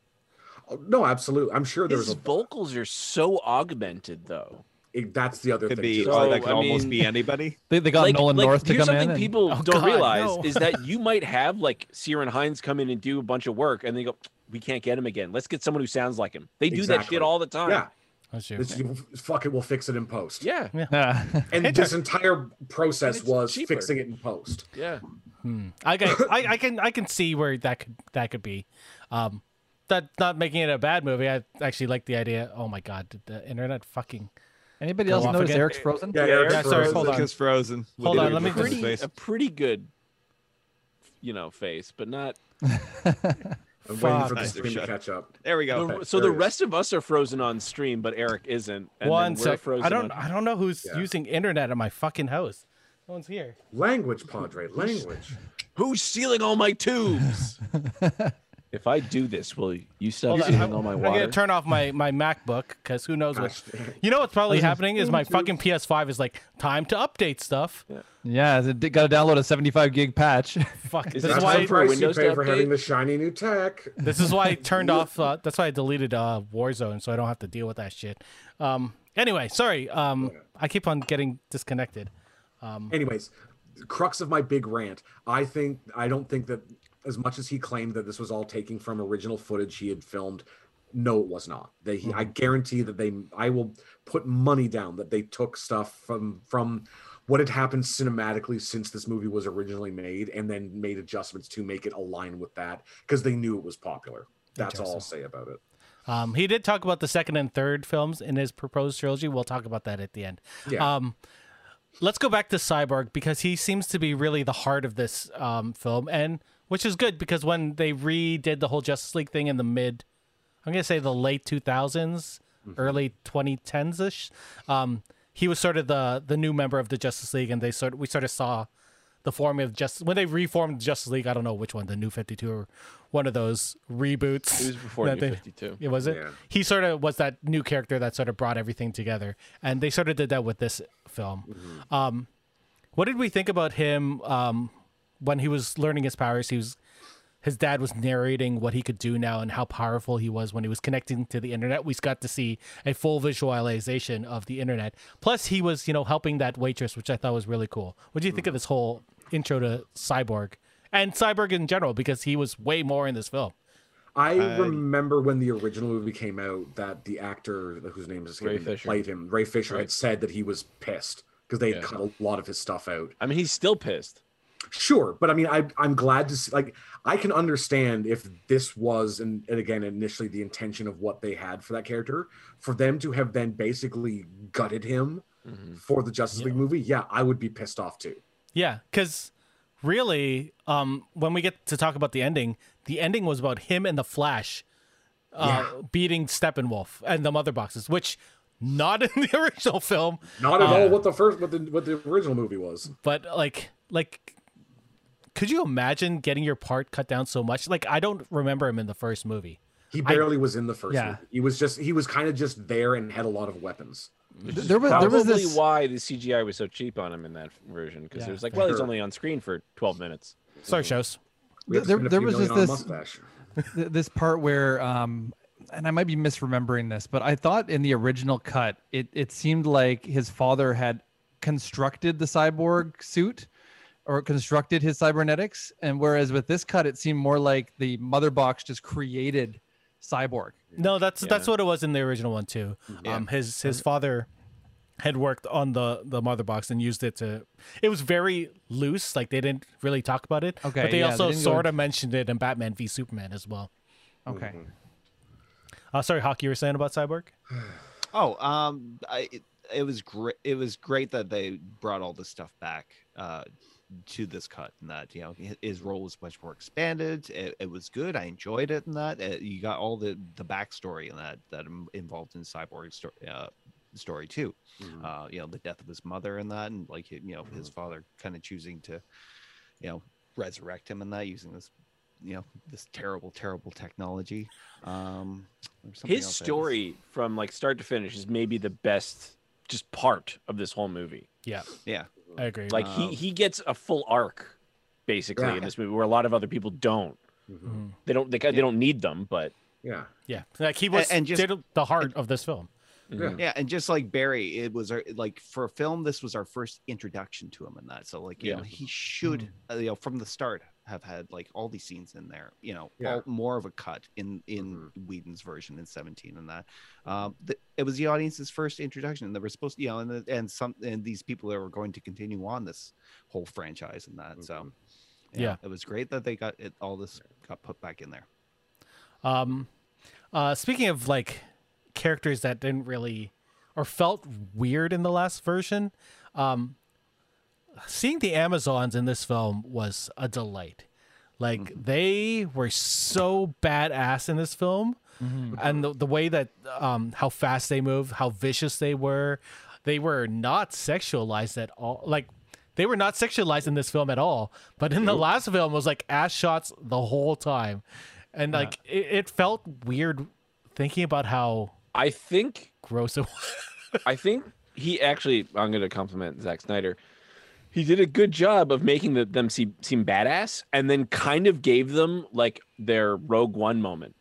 B: Oh, No, absolutely. I'm sure
E: Um, His
B: there's a.
E: vocals are so augmented, though.
B: It, that's the other
C: Could
B: thing.
C: be
B: too.
E: So,
C: that could
E: I
C: almost
E: mean-
C: be anybody.
D: They, they got
E: like,
D: Nolan
E: like,
D: North to
E: here's
D: come in.
E: something
D: and-
E: people
A: Oh,
E: don't
A: God,
E: realize
A: no.
E: is that you might have like Ciaran Hines come in and do a bunch of work, and they go, "We can't get him again. Let's get someone who sounds like him." They do that
B: Exactly.
E: shit all the time.
B: uh, yeah,
A: That's true.
B: it's, you- fuck it. We'll fix it in post.
E: yeah,
D: Yeah.
B: and
A: It
B: this entire process
E: it's
B: was
E: cheaper.
B: fixing it in post.
E: yeah.
A: Hmm. I, can, I, I can I can see where that could that could be. Um, that not making it a bad movie. I actually like the idea. Oh my god, did the internet fucking
D: <laughs> Anybody
A: Go
D: else
A: off
D: notice
A: again.
D: Eric's frozen?
B: Yeah,
E: Yeah,
A: <laughs>
B: Eric's
A: yeah, sorry,
B: frozen.
A: hold on.
C: Lucas frozen. with
A: Hold
C: the
A: on, let me
C: look on his
A: just-
E: pretty,
C: face.
E: a pretty good, you know, face, but not.
B: I'm waiting for
A: Fuck.
B: the
C: Nice,
B: stream to
C: they're shut.
B: catch up.
C: There we go.
E: the, so the
B: there it is.
E: rest of us are frozen on stream, but Eric isn't. And
A: one
E: then we're
A: sec.
E: Frozen
A: I don't
E: on-
A: I don't know who's
B: Yeah.
A: using internet at my fucking house. No one's here.
B: Language, Padre, language.
E: Who's stealing all my tubes? if I do this, will you stop
A: Hold on,
E: stealing
A: I'm,
E: all my
A: I'm
E: water?
A: gonna turn off my my MacBook because who knows what.
B: Gosh, damn.
A: You know what's probably
D: This is-
A: happening is my fucking PS5 is like time to update stuff.
D: Yeah, they got to download a 75 gig patch. <laughs>
A: Fuck. This
E: Is that
A: is
B: That's
A: why
B: the
E: time for
B: price
E: Windows to
B: you pay for
E: update?
B: having the shiny new tech.
A: This is why I turned off. Uh, that's why I deleted uh, Warzone, so I don't have to deal with that shit. Um, anyway, sorry. Um, I keep on getting disconnected.
B: Anyways, crux of my big rant. I think I don't think that as much as he claimed that this was all taken from original footage he had filmed. No, it was not. They, he, I guarantee that they. I will put money down that they took stuff from from what had happened cinematically since this movie was originally made, and then made adjustments to make it align with that because they knew it was popular. That's all I'll say about it.
A: Um, he did talk about the second and third films in his proposed trilogy. We'll talk about that at the end.
B: Yeah.
A: Um, let's go back to Cyborg because he seems to be really the heart of this um, film, and which is good because when they redid the whole Justice League thing in the mid, I'm gonna say the late 2000s,
E: Mm-hmm.
A: early 2010s ish, um, he was sort of the the new member of the Justice League, and they sort we sort of saw the form of just when they reformed Justice League. I don't know which one, the New 52 or one of those reboots.
E: It was before
A: <laughs> that
E: New
A: they-
E: 52.
A: it was it.
B: Yeah.
A: He sort of was that new character that sort of brought everything together, and they sort of did that with this film. Um, what did we think about him um, when he was learning his powers? He was his dad was narrating what he could do now and how powerful he was when he was connecting to the internet. We got to see a full visualization of the internet. Plus, he was you know helping that waitress, which I thought was really cool. What do you think of this whole intro to Cyborg and Cyborg in general? Because he was way more in this film.
B: I
E: Uh,
C: I-
B: remember when the original movie came out that the actor whose name is
E: Ray
B: escaping me, that
E: Fisher.
B: played him, Ray Fisher,
E: Right.
B: had said that he was pissed because they had
E: Yeah.
B: cut a lot of his stuff out.
E: I mean, he's still pissed.
B: Sure, but I mean, I, I'm glad to see. Like, I can understand if this was, and, and again, initially the intention of what they had for that character, for them to have then basically gutted him
E: Mm-hmm.
B: for the Justice League movie. Yeah, I would be pissed off too.
A: Yeah, because really, um, when we get to talk about the ending, the ending was about him and the Flash uh, beating Steppenwolf and the mother boxes, which not <laughs> in the original film,
B: Not
E: Uh,
B: at all what the first, what the what the original movie was.
A: but like, like, could you imagine getting your part cut down so much? Like, I don't remember him in the first movie.
B: He barely was in the first.
D: Yeah.
B: movie. he was just he was kind of just there and had a lot of weapons.
D: there was there
E: Probably
D: was this
E: why the CGI was so cheap on him in that version because
A: Yeah,
E: it was like, well, he's
B: sure.
E: only on screen for 12 minutes.
A: Sorry, shows.
B: We had to
D: There-
B: spend a
D: there
B: few
D: was
B: million on
D: just
B: a
D: this-
B: mustache.
D: th- this part where um and I might be misremembering this, but I thought in the original cut, it it seemed like his father had constructed the cyborg suit or constructed his cybernetics, and whereas with this cut, it seemed more like the mother box just created cyborg.
A: No, that's that's
E: Yeah.
A: what it was in the original one too.
C: Yeah.
A: Um, his his father had worked on the the mother box and used it to. It was very loose, like they didn't really talk about it.
D: Okay,
A: but they
D: yeah, they
A: also
D: didn't go
A: sort of mentioned it in Batman v Superman as well.
D: Okay,
A: Uh, sorry, Hawk, you were saying about Cyborg?
C: Oh, um, I, it, it was great. It was great that they brought all this stuff back uh, to this cut, and that you know hi- his role was much more expanded. It, it was good. I enjoyed it, and that uh, you got all the the backstory and that that im- involved in Cyborg's story, uh, story too.
E: Mm-hmm.
B: Mhm.
C: Uh, you know, the death of his mother and that, and like you know his father kind of choosing to, you know, resurrect him and that using this, you know, this terrible, terrible technology. Um, there's something
E: His
C: else I was-
E: story from like start to finish is maybe the best just part of this whole movie.
A: Yeah,
C: Yeah.
A: I agree.
E: Like
C: Um,
E: he he gets a full arc basically
B: Yeah.
E: in this movie where a lot of other people don't.
B: Mhm.
A: Mhm.
E: They don't they, they don't need them, but
B: Yeah.
A: yeah, like he was
C: A- and just-
A: did the heart of this film.
B: Yeah.
C: Yeah, and just like Barry, it was our like for a film, this was our first introduction to him and that. So like you
E: Yeah.
C: know, he should uh, you know from the start have had like all these scenes in there. You know,
B: Yeah.
C: all, more of a cut in in Whedon's version in seventeen and that. Um, th- it was the audience's first introduction, and they were supposed to you know, and the- and some and these people that were going to continue on this whole franchise and that. So you know,
A: Yeah.
C: it was great that they got it. All this got put back in there.
A: Um, uh, speaking of like characters that didn't really or felt weird in the last version, um, seeing the Amazons in this film was a delight. Like they were so badass in this film, and the, the way that um, how fast they moved, how vicious they were, they were not sexualized at all. Like they were not sexualized in this film at all. But in the last film, it was like ass shots the whole time, and like it, it felt weird thinking about how
E: I think
A: gross it was.
E: I think he actually. I'm going to compliment Zack Snyder. He did a good job of making the, them seem seem badass, and then kind of gave them like their Rogue One moment,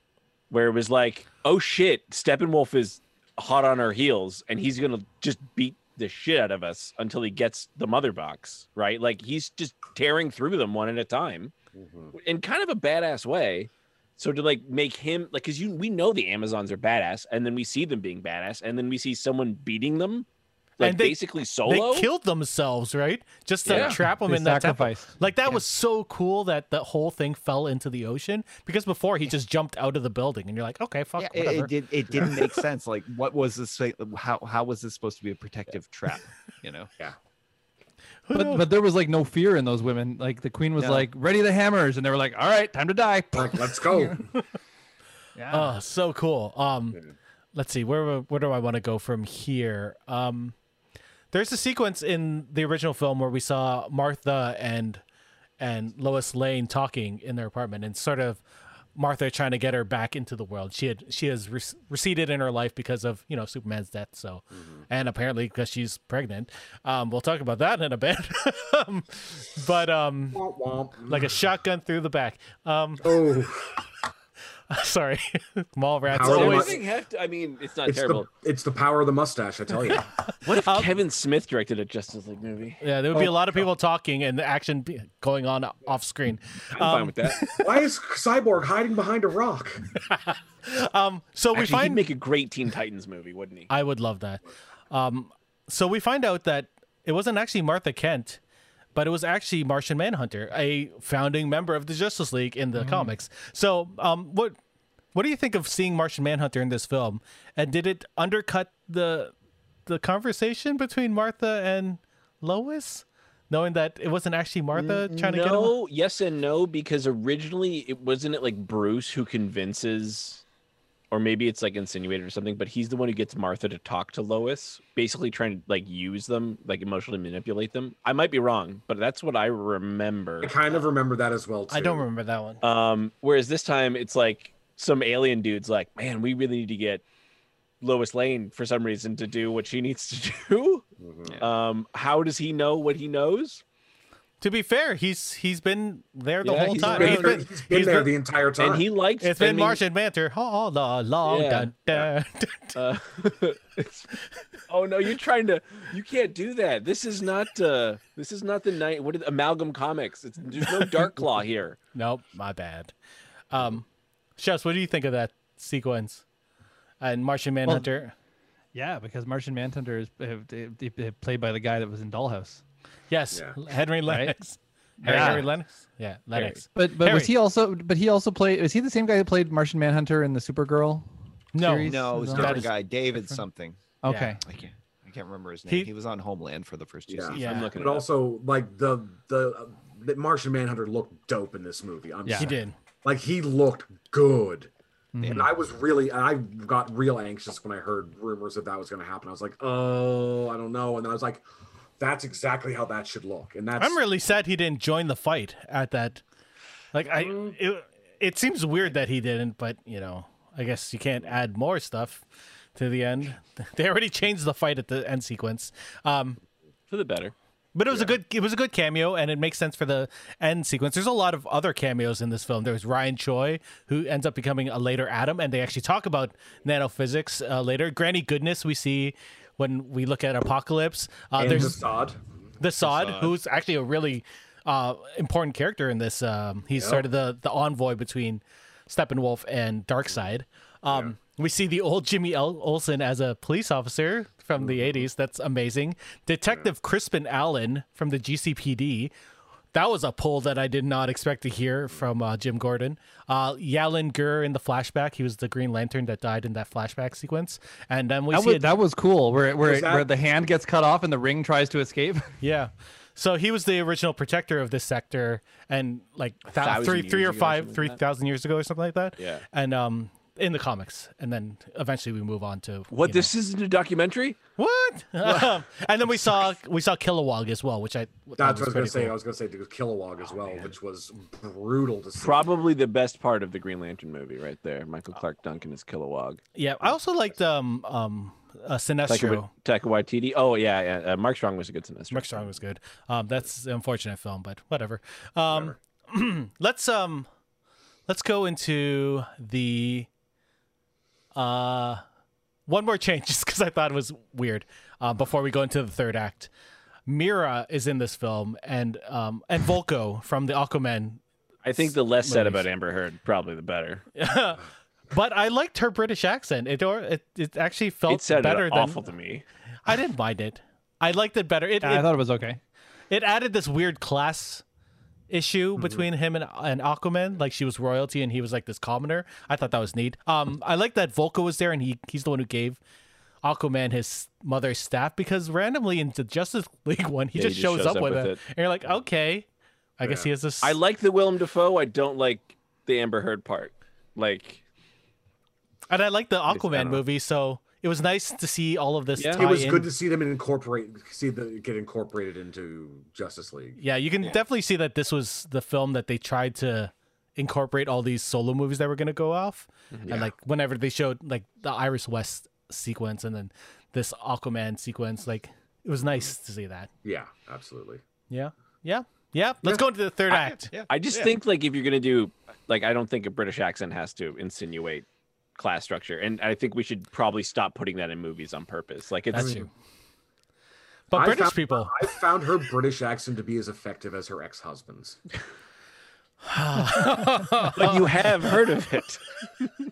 E: where it was like, "Oh shit, Steppenwolf is hot on our heels, and he's gonna just beat the shit out of us until he gets the mother box." Right? Like he's just tearing through them one at a time
B: Mhm.
E: in kind of a badass way. So to like make him like because you we know the Amazons are badass, and then we see them being badass, and then we see someone beating them, like
A: And they-
E: basically solo.
A: They killed themselves, right? Just to
E: Yeah.
A: trap them
D: They
A: in that temple.
D: sacrificed.
A: Like that
D: Yeah.
A: was so cool that the whole thing fell into the ocean because before he just jumped out of the building and you're like, okay, fuck,
C: yeah, it,
A: whatever.
C: it did. It didn't
A: <laughs>
C: make sense. Like, what was this? like, How how was this supposed to be a protective trap? You know.
A: Who
D: <laughs> But
A: knows?
D: but there was like no fear in those women. Like the queen was
C: No.
D: like, "Ready the hammers," and they were like, "All right, time to die."
B: Like, let's
E: <laughs>
B: go.
D: Yeah.
A: oh, so cool. Um, let's see, where where do I want to go from here? Um, there's a sequence in the original film where we saw Martha and and Lois Lane talking in their apartment and sort of Martha trying to get her back into the world. She had she has rec- receded in her life because of you know Superman's death. So, and apparently because she's pregnant. Um, we'll talk about that in a bit. <laughs> Um, but um,
B: Womp womp.
A: like a shotgun through the back. Um, <laughs>
B: oh,
A: sorry, <laughs> mall rats.
B: Howard, am
A: always-
B: I-
E: Doesn't have to- I mean, it's not
B: it's
E: terrible.
A: <laughs>
B: the, it's the power of the mustache, I tell you.
E: <laughs> What if
A: Um,
E: Kevin Smith directed a Justice League movie?
A: Yeah, there would
E: Oh,
A: be a lot of people talking and the action be- going on off screen.
E: I'm fine
A: Um,
E: with
A: <laughs>
E: that.
B: Why is Cyborg hiding behind a rock?
A: um, so we
E: Actually,
A: find
E: he'd make a great Teen Titans movie, wouldn't he?
A: I would love that. Um, so we find out that it wasn't actually Martha Kent, but it was actually Martian Manhunter, a founding member of the Justice League in the
E: Mm.
A: comics. So, um, what what do you think of seeing Martian Manhunter in this film? And did it undercut the the conversation between Martha and Lois, knowing that it wasn't actually Martha trying to get him?
E: no, yes and no, because originally it wasn't it like Bruce who convinces, or maybe it's like insinuated or something, but he's the one who gets Martha to talk to Lois, basically trying to like use them, like emotionally manipulate them. I might be wrong, but that's what I remember.
B: I kind of remember that as well. Too.
A: I don't remember that one.
E: Um, whereas this time it's like some alien dude's like, man, we really need to get Lois Lane for some reason to do what she needs to do.
B: Mhm.
E: Um, how does he know what he knows?
A: To be fair, he's he's been there the
E: Yeah,
A: whole
E: he's
A: time.
E: been
A: He's
B: there,
A: been,
B: he's been
A: he's
B: there
A: been-
B: the entire time.
E: and he likes
A: it's been Martian Manter all the long.
E: Yeah.
A: Dun, dun, <laughs> dun.
E: Uh, it's- oh no, you're trying to. You can't do that. This is not. Uh, this is not the night. What is amalgam comics? It's, there's no dark claw
A: <laughs>
E: here.
A: Nope, my bad. Um, Shush, what do you think of that sequence? And Martian Manhunter.
D: Yeah, because Martian Manhunter is uh, they- they- they played by the guy that was in Dollhouse.
A: yes,
B: Yeah.
A: Henry Lennox. Harry,
D: Yeah.
A: Henry Lennox. Yeah, Lennox.
D: But but was
A: Harry.
D: he also? But he also played. Is he the same guy who played Martian Manhunter in the Supergirl?
A: No,
D: Series?
C: No, it was
D: That
C: a different
A: is
C: guy, David
D: different.
C: something.
D: Okay.
C: I can't, I can't remember his name.
A: He-
C: He, was on Homeland for the first two
B: Yeah.
C: seasons.
A: Yeah.
E: I'm looking.
B: but also like the the uh, the Martian Manhunter looked dope in this movie. I'm
D: Yeah.
A: he
B: sorry.
A: did.
B: Like he looked good.
D: Mhm.
A: Mm-hmm.
B: And I was really, and I got real anxious when I heard rumors that that was going to happen. I was like, oh, I don't know. And I was like, that's exactly how that should look. And that's
A: I'm really sad he didn't join the fight at that. Like I, it, it seems weird that he didn't, but you know, I guess you can't add more stuff to the end. <laughs> They already changed the fight at the end sequence. Um,
E: for the better.
A: But it was a good it was a good cameo, and it makes sense for the end sequence. There's a lot of other cameos in this film. There was Ryan Choi, who ends up becoming a later Adam, and they actually talk about nanophysics uh, later. Granny Goodness, we see when we look at Apocalypse. Uh,
B: and
A: there's
B: Assad.
A: the Sod, who's actually a really uh, important character in this. Um, he's sort of the the envoy between Steppenwolf and Darkseid. Um, We see the old Jimmy L- Olsen as a police officer from the '80s. That's amazing. Detective Crispin Allen from the GCPD. That was a pull that I did not expect to hear from uh, Jim Gordon. Uh, Yalin Gur in the flashback. He was the Green Lantern that died in that flashback sequence. And then we
D: That
A: see
D: was,
A: a-
D: that was cool. Where where,
B: Was that-
D: where the hand gets cut off and the ring tries to escape.
A: Yeah. So he was the original protector of this sector, and like thou-
E: thousand
A: three,
E: years
A: three or
E: ago or
A: five,
E: something
A: three
E: like
A: thousand years ago or something like that.
E: Yeah.
A: And um, in the comics, and then eventually we move on to
E: What
A: you
E: this isn't a documentary?
A: know- what? <laughs> Um, and then we saw we saw Kilowog as well, which I thought
B: That's what I was going
A: pretty
B: to say.
A: cool. Oh,
B: I was going to say the Kilowog as well, which was brutal to see.
E: Probably the best part of the Green Lantern movie, right there. Michael Clark Duncan is Kilowog.
A: Yeah, I also liked um um uh,
E: Taika
A: Sinestro.
E: Wa- Taika Waititi. Oh yeah, yeah. Uh, Mark Strong was a good Sinestro.
A: Mark Strong was good. Um, that's an unfortunate film, but whatever. Um, <clears throat> let's um, let's go into the uh, one more change, <laughs> just because I thought it was weird. Um, before we go into the third act, Mira is in this film, and um, and Volko from the Aquaman. <laughs>
E: I think the less said
A: Movies.
E: about Amber Heard, probably the better.
A: but I liked her British accent. It or it, it actually felt
E: It sounded
A: better
E: awful
A: than
E: to me.
A: I didn't mind it. I liked it better. It,
D: <laughs> I
A: it
D: thought it was okay.
A: it added this weird class issue between him and, and Aquaman. Like she was royalty and he was like this commoner. I thought that was neat. Um, I like that Volko was there and he he's the one who gave Aquaman his mother's staff because randomly in the Justice <laughs> League one he
E: Yeah,
A: just shows, up, with, it.
E: it.
A: and you're like, okay, I guess he has this.
E: I like the Willem Dafoe. I don't like the Amber Heard part. Like
A: and I like the
E: don't
A: Aquaman
E: know.
A: movie, so it was nice to see all of this.
E: Yeah. It
B: it was
A: tie-in.
B: good to see them incorporate, see the get incorporated into Justice League.
A: Yeah, you can definitely see that this was the film that they tried to incorporate all these solo movies that were going to go off. And like whenever they showed like the Iris West sequence and then this Aquaman sequence, like it was nice to see that.
B: Yeah, absolutely.
A: Yeah. Yeah. Yeah. Let's go into the third act.
C: Yeah.
E: I just
C: Yeah.
E: think like if you're gonna do like I don't think a British accent has to insinuate class structure, and I think we should probably stop putting that in movies on purpose. Like it's <laughs>
A: That's true. But
B: I
A: British
B: found-
A: people,
B: I found her British accent to be as effective as her ex-husband's.
E: but you have heard of it.
B: And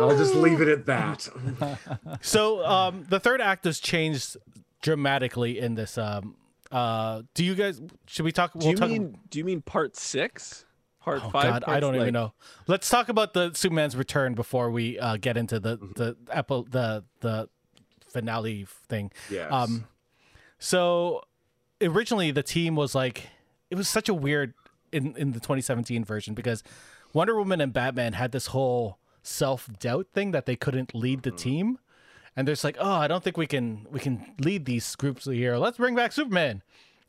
B: I'll just leave it
A: <laughs>
B: at that.
A: So um, the third act has changed dramatically in this. Um, uh, do you guys? Should we talk?
E: Do you
A: talk,
E: mean do you mean part six? Part
A: Oh
E: five?
A: God, I
E: parts,
A: don't even
E: like-
A: know. Let's talk about the Superman's return before we uh, get into the
E: Mm-hmm.
A: the epi- the the finale thing.
B: Yes.
A: Um, so originally the team was like, it was such a weird in in the 2017 version because Wonder Woman and Batman had this whole self doubt thing that they couldn't lead the team, and there's like, oh, I don't think we can we can lead these groups here. Let's bring back Superman,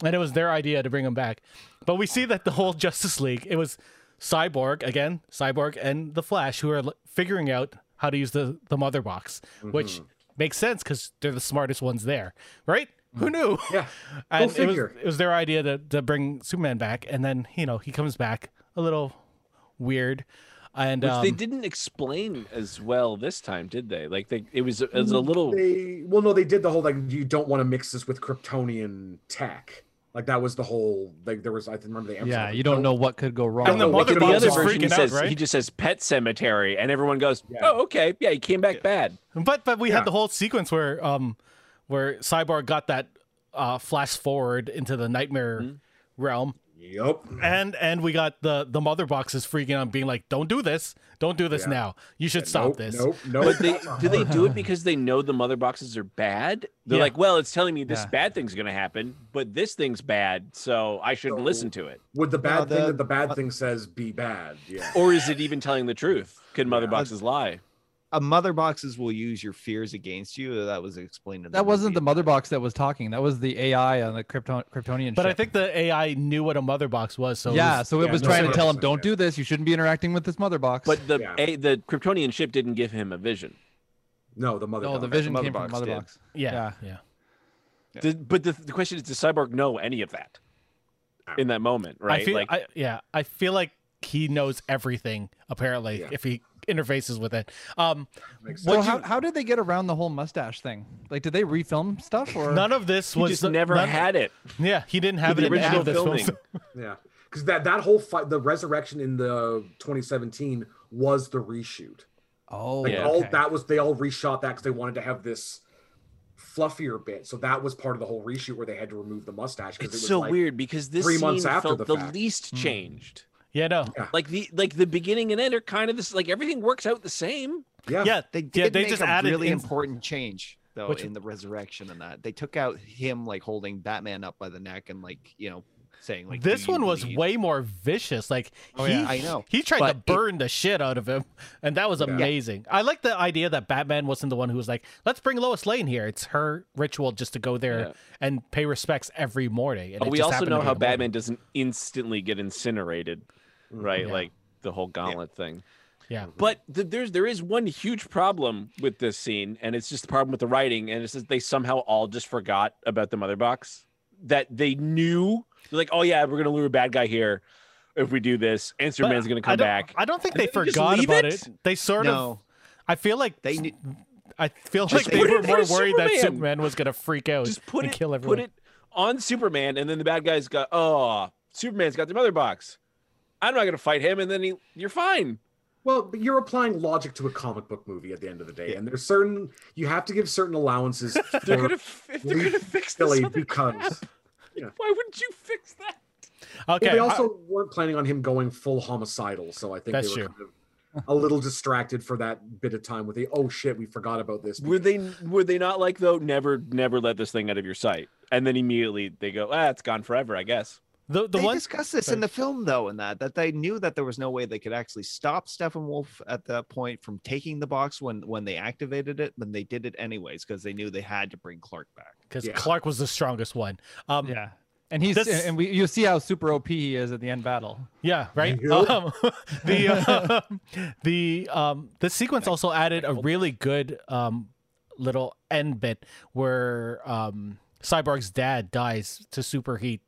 A: and it was their idea to bring him back, but we see that the whole <laughs> Justice League it was Cyborg again, Cyborg and the Flash who are l- figuring out how to use the the mother box, which makes sense because they're the smartest ones there, right? Who knew?
B: Yeah.
A: And it was,
B: figure.
A: it was their idea to, to bring Superman back, and then you know he comes back a little weird, and
E: Which
A: um,
E: they didn't explain as well this time, did they? Like they, it was it was a little
B: They well, no, they did the whole like you don't want to mix this with Kryptonian tech. Like that was the whole like there was I remember they
D: Yeah, you don't know what could go wrong.
A: And the
E: like
A: mother
E: in
A: box
E: the other
A: is
E: version, he
A: freaking out,
E: says
A: right?
E: he just says pet cemetery, and everyone goes,
B: Yeah.
E: "Oh, okay, yeah, he came back bad."
A: But but we
B: Yeah.
A: had the whole sequence where um where Cyborg got that uh flash forward into the nightmare
E: Mhm.
A: realm.
B: Yep.
A: And and we got the the mother boxes freaking out being like, Don't do this. Don't do this
B: Yeah.
A: now. You should stop
B: nope,
A: this.
B: Nope. Nope. <laughs>
E: But they do they do
A: <laughs>
E: it because they know the mother boxes are bad? They're
A: Yeah.
E: like, "Well, it's telling me this
D: Yeah.
E: bad thing's going to happen, but this thing's bad, so I should
B: So-
E: listen to it."
B: Would the bad
C: the-
B: thing that the
E: uh,
B: bad thing says be bad? Yeah.
E: Or is it even telling the truth? Could mother
B: Yeah. Uh,
E: boxes lie?
C: A mother boxes will use your fears against you. That was explained. In
D: that wasn't
C: movie.
D: the mother box that was talking. That was the AI on the Krypton- Kryptonian.
A: But I
D: ship.
A: think the AI knew what a mother box was, so it
D: yeah,
A: was-
D: so it
B: yeah,
D: was
B: no,
D: trying
B: so
D: to
B: it
D: tell
B: was
D: him,
B: like
D: "Don't
B: that.
D: do this. You shouldn't be interacting with this mother box."
E: But the
B: Yeah.
E: a, the Kryptonian ship didn't give him a vision.
B: No, the mother.
D: no, the
B: dog.
D: vision
C: mother
D: came from the
C: box
D: mother
C: did.
D: box.
A: yeah,
D: Yeah.
A: yeah.
C: Yeah.
E: Did, but the, the question is, does Cyborg know any of that in that moment? Right?
A: I feel
E: like,
A: I, yeah, I feel like he knows everything apparently
B: Yeah.
A: if he interfaces with it. Um
B: Makes
D: Well,
A: What'd
D: how,
A: you-
D: how did they get around the whole mustache thing? Like, did they refilm stuff or
A: none of this
E: he
A: was
E: just
A: the-
E: never
A: none-
E: had it.
A: Yeah, he didn't have
E: the
A: it in any
E: original
A: of this <laughs>
E: filming.
A: film.
B: Yeah, because that that whole fight, the resurrection in the 2017 was the reshoot.
D: Oh,
B: Like
E: Yeah.
B: all
D: okay.
B: that was they all reshot that because they wanted to have this fluffier bit. So that was part of the whole reshoot where they had to remove the mustache. 'cause
E: It's
B: it was
E: so
B: like-
E: weird because this
B: three
E: scene
B: months after
E: felt
B: the
E: the,
B: fact. Hmm.
E: least changed.
A: Yeah, no.
E: Like the like the beginning and end are kind of this. Like everything works out the same.
B: Yeah,
A: Yeah,
C: They
A: yeah,
C: did
A: they
C: make
A: just
C: a
A: added
C: really
A: in-
C: important change though
A: Which-
C: in the resurrection and that they took out him like holding Batman up by the neck and like you know saying like "Do
A: this
C: you
A: one was
C: believe?"
A: way more vicious. Like
C: Oh,
A: he,
C: yeah, I know.
A: he tried
C: But
A: to
C: it-
A: burn the shit out of him, and that was
B: Yeah.
A: amazing. I like the idea that Batman wasn't the one who was like, "Let's bring Lois Lane here." It's her ritual just to go there
E: Yeah.
A: and pay respects every morning. And
E: But
A: it
E: we
A: just
E: also
A: happened to
E: know
A: be
E: how
A: in the morning.
E: Batman doesn't instantly get incinerated, right?
A: Mm, Yeah. Mm.
E: Like the whole gauntlet thing.
A: Yeah.
E: But th- there's there is one huge problem with this scene, and it's just the problem with the writing, and it's that they somehow all just forgot about the mother box. That they knew, They're like, oh yeah, we're gonna lure a bad guy here if we do this, and
A: But
E: Superman's gonna
A: I
E: come
A: don't-
E: back.
A: I don't think
E: Did
A: they
E: they just
A: forgot
E: leave
A: about
E: it?
A: it. They sort of.
C: no
A: I feel like
C: they knew-
A: I feel
C: Just
A: like they
C: put
A: were
E: it
A: more
E: in for
A: worried that
E: Superman.
A: Superman was gonna freak out
E: just put
A: and
E: it,
A: kill everyone.
E: put it on Superman, and then the bad guy's got oh, Superman's got the mother box. I'm not gonna fight him, and then he, you're fine.
B: Well, but you're applying logic to a comic book movie at the end of the day, and there's certain you have to give certain allowances.
E: They're
B: for
E: gonna f- if they're
B: leave
A: <laughs>
E: gonna fix this
B: Billy
E: other crap,
B: because
E: Why wouldn't you fix that?
A: okay,
B: Well,
A: I-
B: they also weren't planning on him going full homicidal, so I think
A: That's
B: they were
A: true.
B: kind of a little distracted for that bit of time with the oh shit, we forgot about this.
E: Were they were they not like though? Never never let this thing out of your sight. And then immediately they go, ah, it's gone forever, I guess. <laughs>
A: the the
C: they
A: one
C: discussed this
A: sorry.
C: in the film though and that that they knew that there was no way they could actually stop steppenwolf at that point from taking the box when when they activated it but they did it anyways because they knew they had to bring clark back
A: because
B: Yeah.
A: Clark was the strongest one. Um,
D: yeah. And he's
A: This-
D: and we you see how super OP he is at the end battle.
A: Yeah, right. <laughs>
B: Yep.
A: Um, the uh, <laughs> the um the sequence also added a really good um little end bit where um Cyborg's dad dies to superheat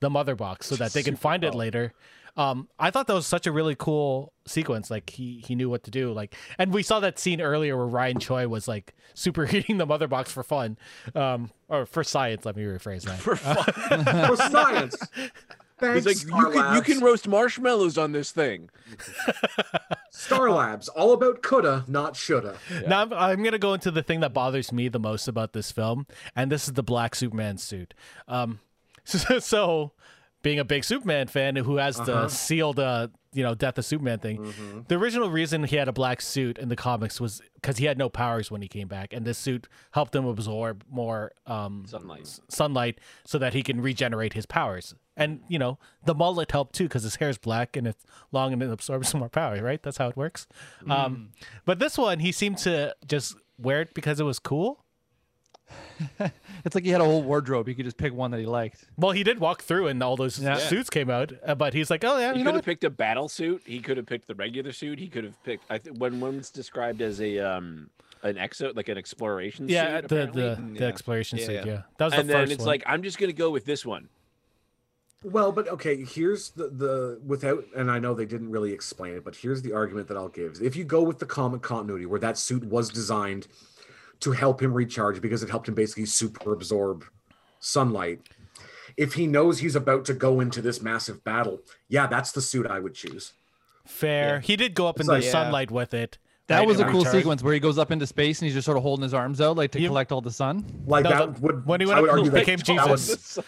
A: the mother box so that they can find it later. Um, I thought that was such a really cool sequence. Like he he knew what to do. Like, and we saw that scene earlier where Ryan Choi was like superheating the mother box for fun, um, or for science. Let me rephrase that. <laughs>
E: For
B: for
E: fun. <laughs>
B: science? Thanks,
E: He's like,
B: Star
E: you can you
B: Labs.
E: can roast marshmallows on this thing.
B: Star Labs, all about coulda, not shoulda.
A: Now I'm, I'm gonna go into the thing that bothers me the most about this film, and this is the black Superman suit. Um, <laughs> so, so being a big Superman fan who has the
B: Uh-huh.
A: sealed, uh, you know, death of Superman thing,
B: Mhm.
A: the original reason he had a black suit in the comics was because he had no powers when he came back, and this suit helped him absorb more um,
E: Sunlight.
A: s- sunlight so that he can regenerate his powers. And you know, the mullet helped too because his hair is black and it's long and it absorbs <laughs> more power. Right? That's how it works. Um, but this one, he seemed to just wear it because it was cool.
D: It's like he had a whole wardrobe. He could just pick one that he liked.
A: Well, he did walk through and all those
D: Yeah.
A: suits came out, uh, but he's like, oh yeah,
E: He
A: you
E: could
A: know what?
E: have picked a battle suit. He could have picked the regular suit. He could have picked. I think when one's described as a um, an exo like an exploration
A: yeah,
E: suit,
A: the
E: apparently.
A: the, the
C: Yeah.
A: exploration
C: Yeah,
A: suit.
C: yeah.
A: Yeah, that was
E: and
A: the
E: then
A: first
E: it's
A: one.
E: like I'm just gonna go with this one.
B: Well, but okay, here's the the without and I know they didn't really explain it, but here's the argument that I'll give. If you go with the comic continuity where that suit was designed to help him recharge because it helped him basically super absorb sunlight. If he knows he's about to go into this massive battle, yeah, that's the suit I would choose.
A: fair.
C: yeah.
A: He did go up
B: It's
A: into
B: like-
A: the
C: Yeah.
A: sunlight with it.
D: That
A: right,
D: was a
A: and
D: cool
A: recharge.
D: sequence where he goes up into space and he's just sort of holding his arms out like to
A: You-
D: collect all the sun.
B: Like
A: No,
B: that
A: the-
B: would
A: when he went
B: I
A: up
B: would
A: to
B: argue
A: the
B: that
A: became
B: that was-
A: Jesus.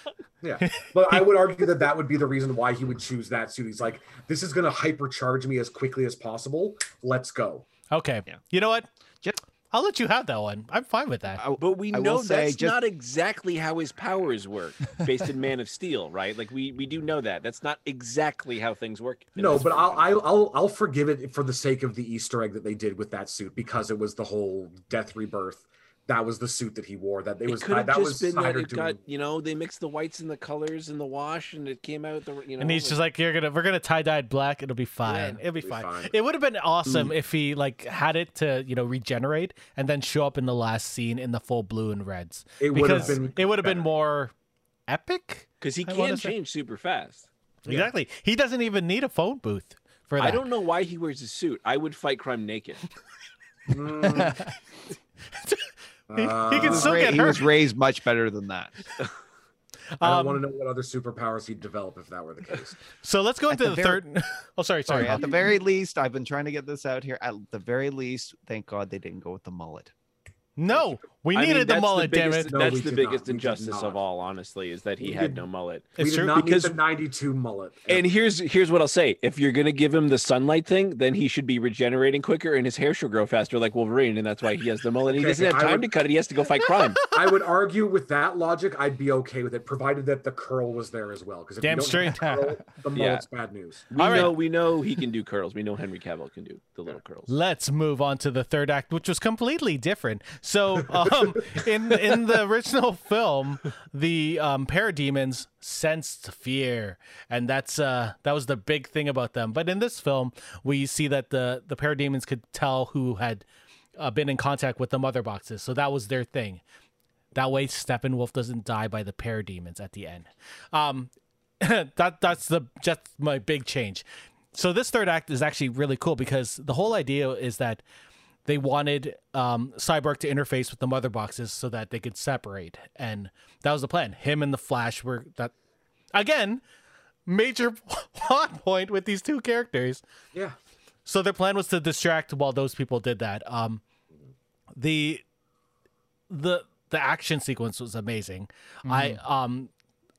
B: Yeah, but I would argue that that would be the reason why he would choose that suit. He's like, this is going to hypercharge me as quickly as possible. Let's go.
A: Okay,
C: Yeah.
A: you know what?
C: Just-
A: I'll let you have that one. I'm fine with that.
C: I-
E: But we
C: I will
E: know
C: say
E: that's
C: just-
E: not exactly how his powers work, based in Man of Steel, right? Like we we do know that. That's not exactly how things work. in
B: No,
E: this
B: but
E: version.
B: I'll, I'll I'll I'll forgive it for the sake of the Easter egg that they did with that suit because it was the whole death rebirth. That was the suit that he wore. That it
E: It
B: was
E: could have
B: that
E: just
B: was
E: been that
B: Snyder
E: it got
B: doing.
E: you know they mixed the whites and the colors in the wash and it came out the you know
A: and he's just like, "You're gonna, we're gonna tie dye it black. It'll be fine. It'll be
B: It'll be
A: fine."
B: fine.
A: It would have been awesome if he like had it to you know regenerate and then show up in the last scene in the full blue and reds.
B: It would have
A: because
B: been.
A: it would have been
B: better.
A: more epic.
E: because he
A: I wanna
E: can
A: say-
E: change super fast.
A: Exactly. He doesn't even need a phone booth for that.
E: I don't know why he wears a suit. I would fight crime naked.
B: Mm,
A: He- he
C: He
A: can
B: uh,
C: was,
A: still
C: ra-
A: get
C: he was
A: hurt.
C: raised much better than that.
B: I
A: Um,
B: want to know what other superpowers he'd develop if that were the case.
A: So let's go
C: At
A: into the,
C: the very- <laughs>
A: third. oh, sorry, sorry. <laughs>
C: Sorry, at
A: Bob.
C: the very least, I've been trying to get this out here. At the very least, thank God they didn't go with the mullet.
A: No, <laughs> we
E: I mean,
A: needed the
E: that's
A: mullet. damn
E: biggest-
A: it!
B: No, we
E: that's the
B: did
E: biggest
B: not. We did
E: injustice of
B: not.
E: all, honestly, is that he
B: We
E: had
B: did-
E: no mullet.
B: we
A: It's
B: did
A: true.
B: not
E: because-
B: need the '92 mullet.
E: And here's here's what I'll say: If you're gonna give him the sunlight thing, then he should be regenerating quicker, and his hair should grow faster, like Wolverine, and that's why he has the mullet. He
B: Okay,
E: doesn't have
B: I
E: time
B: would-
E: to cut it; he has to go fight <laughs> crime.
B: I would argue with that logic, I'd be okay with it, provided that the curl was there as well. Because if you
A: Damn
B: don't have
A: straight.
B: the, curl, the
E: Yeah.
B: mullet's bad news.
E: We
A: All right.
E: know we know he can do curls. We know Henry Cavill can do the little curls.
A: Let's move on to the third act, which was completely different. So, um, in in the original film, the um, parademons sensed fear, and that's uh, that was the big thing about them. But in this film, we see that the the parademons could tell who had uh, been in contact with the mother boxes, so that was their thing. That way, Steppenwolf doesn't die by the parademons at the end. Um, <laughs> that that's the just my big change. So this third act is actually really cool because the whole idea is that they wanted um, Cyborg to interface with the mother boxes so that they could separate, and that was the plan. Him and the Flash were that again major <laughs> plot point with these two characters.
B: Yeah.
A: So their plan was to distract while those people did that. Um, the the the action sequence was amazing. I um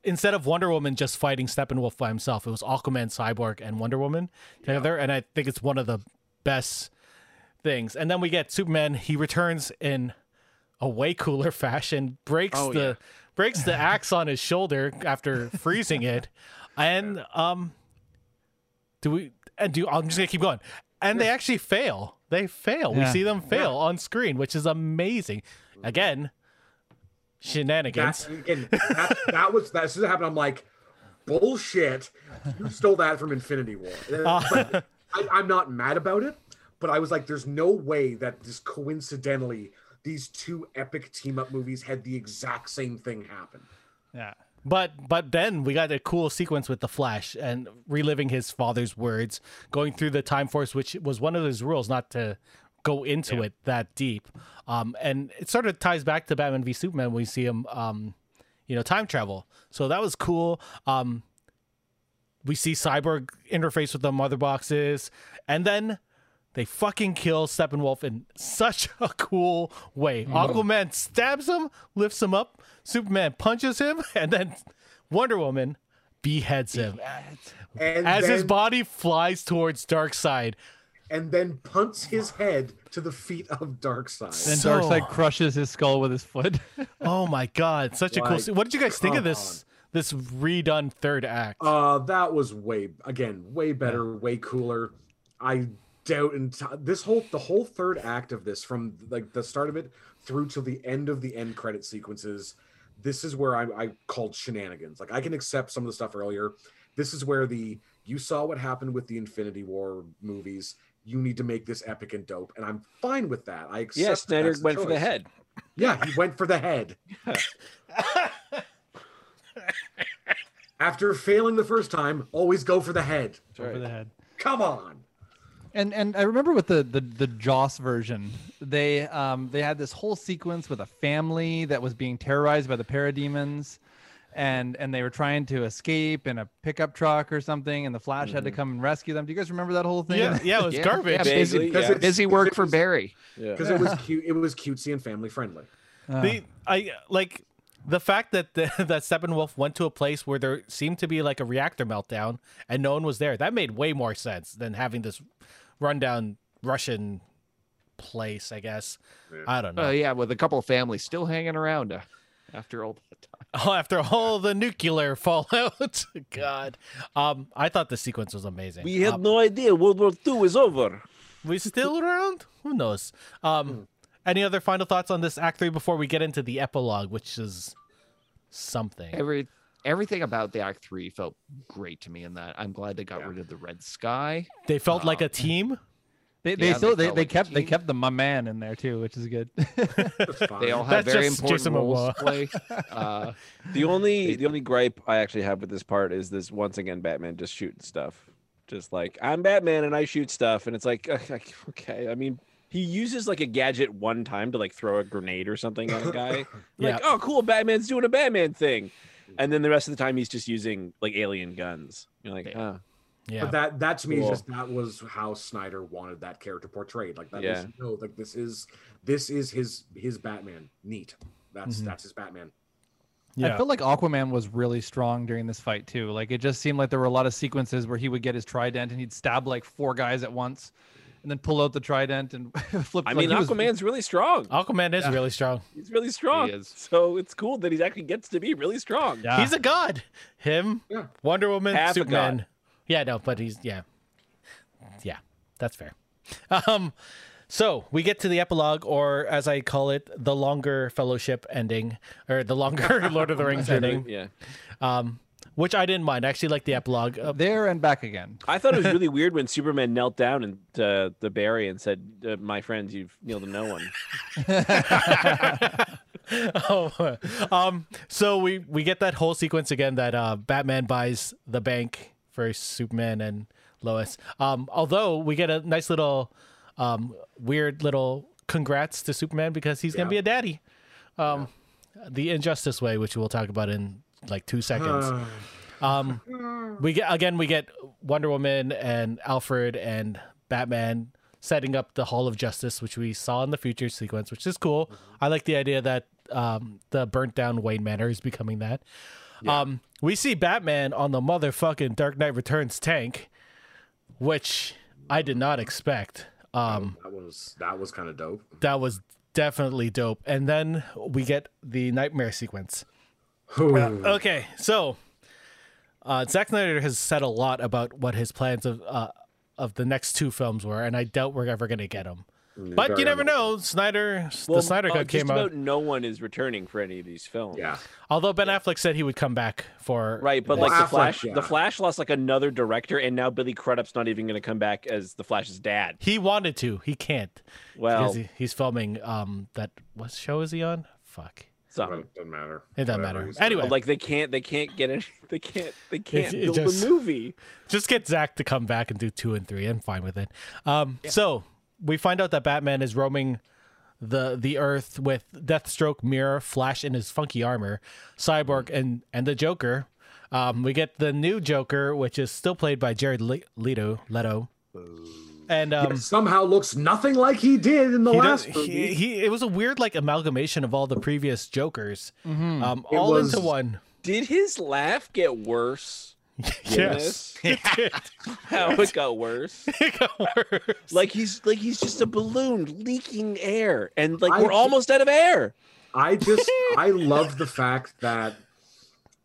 A: instead of Wonder Woman just fighting Steppenwolf by himself, it was Aquaman, Cyborg, and Wonder Woman together, and I think it's one of the best things. And then we get Superman. He returns in a way cooler <laughs> fashion, breaks
C: Oh,
A: the breaks the axe on his shoulder after freezing it, and um, do we? And do I'm just gonna keep going. And they actually fail. They fail. We
D: Yeah.
A: see them fail on screen, which is amazing. Again, shenanigans.
B: That's, again, that, that was that should happen. I'm like, bullshit. You stole that from Infinity War. But I, I'm not mad about it, but I was like, there's no way that just coincidentally these two epic team up movies had the exact same thing happen.
D: Yeah.
A: But but then we got a cool sequence with the Flash and reliving his father's words, going through the time force, which was one of his rules not to go into it that deep. Um, and it sort of ties back to Batman v Superman when we see him, um, you know, time travel. So that was cool. Um, we see Cyborg interface with the mother boxes, and then they fucking kill Steppenwolf in such a cool way. Aquaman stabs him, lifts him up. Superman punches him, <laughs> and then Wonder Woman beheads him
B: And
A: as
B: then,
A: his body flies towards Darkseid.
B: and then punts his head to the feet of Darkseid.
D: Then
A: So-
D: Darkseid crushes his skull with
A: <laughs>
D: his foot.
A: Oh my god, such a cool.
B: Like,
A: Scene. What did you guys think of
B: come
A: this this redone third act?
B: Uh, that was way again way better, way cooler. I doubt and this whole the whole third act of this from like the start of it through to the end of the end credit sequences. This is where I, I called shenanigans. Like I can accept some of the stuff earlier. This is where the you saw what happened with the Infinity War movies. you need to make this epic and dope, and I'm fine with that. I accept
E: Yeah,
B: that
E: Snyder
B: that's
E: went for the
B: choice.
E: head.
B: Yeah, he went for the head. After failing the first time, always go for the head.
A: Over the head.
B: Come on.
D: And and I remember with the the the Joss version, they um they had this whole sequence with a family that was being terrorized by the parademons, and and they were trying to escape in a pickup truck or something, and the Flash had to come and rescue them. Do you guys remember that whole thing?
A: Mm-hmm. Yeah, yeah, it was
F: Yeah,
A: garbage.
F: yeah,
E: Vaguely,
F: busy,
E: yeah.
B: Because
F: busy
B: it's-
A: <laughs>
F: work for
B: it's-
F: Barry.
E: Yeah.
B: Because it was cute. It was cutesy and family friendly.
D: Uh,
A: the I like the fact that the, <laughs> that Steppenwolf went to a place where there seemed to be like a reactor meltdown and no one was there. That made way more sense than having this rundown Russian place. I guess
B: Yeah.
A: I don't know.
F: Oh yeah, with a couple of families still hanging around uh, after all that time.
A: Oh, <laughs> after all the nuclear <laughs> fallout, God, um, I thought the sequence was amazing.
E: We had
A: Um,
E: no idea World War II is over.
A: we still around? Who knows?
E: Hmm.
A: Um, any other final thoughts on this Act Three before we get into the epilogue, which is something.
F: Every everything about the Act Three felt great to me in that. I'm glad they got
B: Yeah.
F: rid of the red sky.
A: They felt like
F: Oh.
A: a team.
D: they they
F: yeah,
D: still
F: they
D: they,
F: felt
D: they
F: like a
D: kept they
F: team.
D: kept the my man in there too, which is good. <laughs>
A: <laughs>
B: That's fine.
F: They all have
A: That's
F: very
A: just
F: important
A: Jason
F: roles
A: Momoa.
F: to play.
A: <laughs>
F: Uh,
E: The only the only gripe I actually have with this part is this once again Batman just shooting stuff. Just like I'm Batman and I shoot stuff and it's like <laughs> okay, I mean he uses like a gadget one time to like throw a grenade or something at a
D: <laughs>
E: guy.
A: Yeah.
E: Like, oh cool, Batman's doing a Batman thing. And then the rest of the time he's just using like alien guns. You're like,
F: Yeah.
E: huh.
A: Yeah.
B: But that that to me
E: Cool.
B: is just that was how Snyder wanted that character portrayed. Like that
E: Yeah.
B: was no, like this is this is his his Batman. Neat. That's
A: Mm-hmm.
D: Mhm.
B: that's his Batman.
A: yeah.
D: I felt like Aquaman was really strong during this fight too. Like it just seemed like there were a lot of sequences where he would get his trident and he'd stab like four guys at once, and then pull out the trident and <laughs> flip.
E: I
D: like,
E: mean
D: he was- Uh,
E: Aquaman's really strong.
A: Aquaman is really strong.
E: He's really strong.
F: is.
E: So it's cool that he actually gets to be really strong.
D: Yeah.
A: He's a god. Him,
B: Yeah.
A: Wonder Woman,
E: Half a
A: Superman.
E: god.
A: Yeah, no, but he's yeah, yeah. That's fair. <laughs> Um, so we get to the epilogue, or as I call it, the longer Fellowship ending, or the longer <laughs> Lord of the Rings ending,
E: Yeah.
A: um, which I didn't mind. I actually like the epilogue. Uh,
D: there and back again.
E: I thought
A: <laughs>
E: it was really weird when Superman knelt down and uh, the Barry and said, uh, "My friends, you've kneeled to no one."
A: <laughs> oh, um, so we we get that whole sequence again that uh, Batman buys the bank for Superman and Lois. Um, although we get a nice little um, weird little congrats to Superman because he's gonna
B: Yeah.
A: be a daddy. Um, The injustice way, which we'll talk about in like two seconds.
B: Uh,
A: Um, we get again, we get Wonder Woman and Alfred and Batman setting up the Hall of Justice, which we saw in the future sequence, which is cool. I like the idea that um, the burnt down Wayne Manor is becoming that. Um, we see Batman on the motherfucking Dark Knight Returns tank, which I did not expect. Um,
B: that was that was kind of dope.
A: that was definitely dope. And then we get the nightmare sequence. Uh,
B: Hmm.
A: Okay, so uh, Zack Snyder has said a lot about what his plans of uh, of the next two films were, and I doubt we're ever going to get them. But you never know. Snyder, <laughs> the Snyder
E: uh,
A: Cut
E: just
A: came out.
E: about No one is returning for any of these films.
B: Yeah.
A: Although Ben Affleck said he would come back for
E: Right, but
A: this.
E: like the
B: Affleck,
E: Flash,
B: yeah.
E: the Flash lost like another director, and now Billy Crudup's not even going to come back as the Flash's dad.
A: he wanted to, he can't
E: Well,
A: because he, he's filming um that what show is he on? Fuck,
E: something.
B: Doesn't matter.
A: it doesn't
B: Whatever,
A: matter.
B: he's-
A: Anyway,
E: But, like they can't, they can't get any, <laughs> they can't, they can't
A: it
E: build
A: just-
E: a movie.
A: just get Zach to come back and do two and three. I'm fine with it. Um, So we find out that Batman is roaming the the Earth with Deathstroke, Mirror, Flash in his funky armor, Cyborg, and and the Joker. Um, we get the new Joker, which is still played by Jared Le- Leto. Leto. And um,
B: Yeah, somehow looks nothing like he did in the
A: he, does,
B: last movie.
A: he, he it was a weird like amalgamation of all the previous Jokers,
D: Mhm.
A: um,
B: Hmm. It
A: all
B: was-
A: into
B: <laughs>
A: one. <laughs>
E: Did his laugh get worse? in
A: Yes,
E: this? how it got worse.
A: it got worse.
E: Like he's like he's just a balloon leaking air, and like
B: I-
E: we're almost out of air.
B: I just I
A: <laughs>
B: love the fact that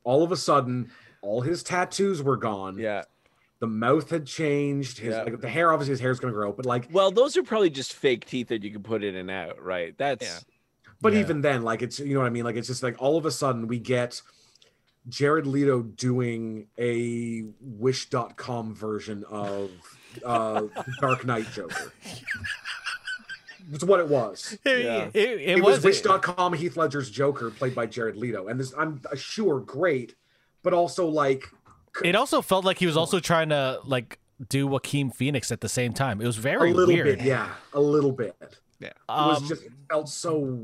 B: all of a sudden all his tattoos were gone.
E: Yeah.
B: The mouth had changed. His
E: Yeah.
B: like, the hair obviously his hair's gonna grow, but like
E: Well, those are probably just fake teeth that you can put in and out, right? That's
B: But
A: Yeah.
B: even then, like it's you know what I mean. Like it's just like all of a sudden we get Jared Leto doing a wish.com version of uh, Dark Knight
A: <laughs>
B: Joker. It's what it was.
A: It,
E: Yeah.
A: it, it,
B: It, was
A: was
B: wish.com Heath Ledger's Joker played by Jared Leto. And this, I'm sure, great, but also like,
A: It also felt like he was also trying to like do Joaquin Phoenix at the same time. It was very
B: a little
A: weird.
B: bit. Yeah, a little bit. It was
A: Um,
B: just, it felt so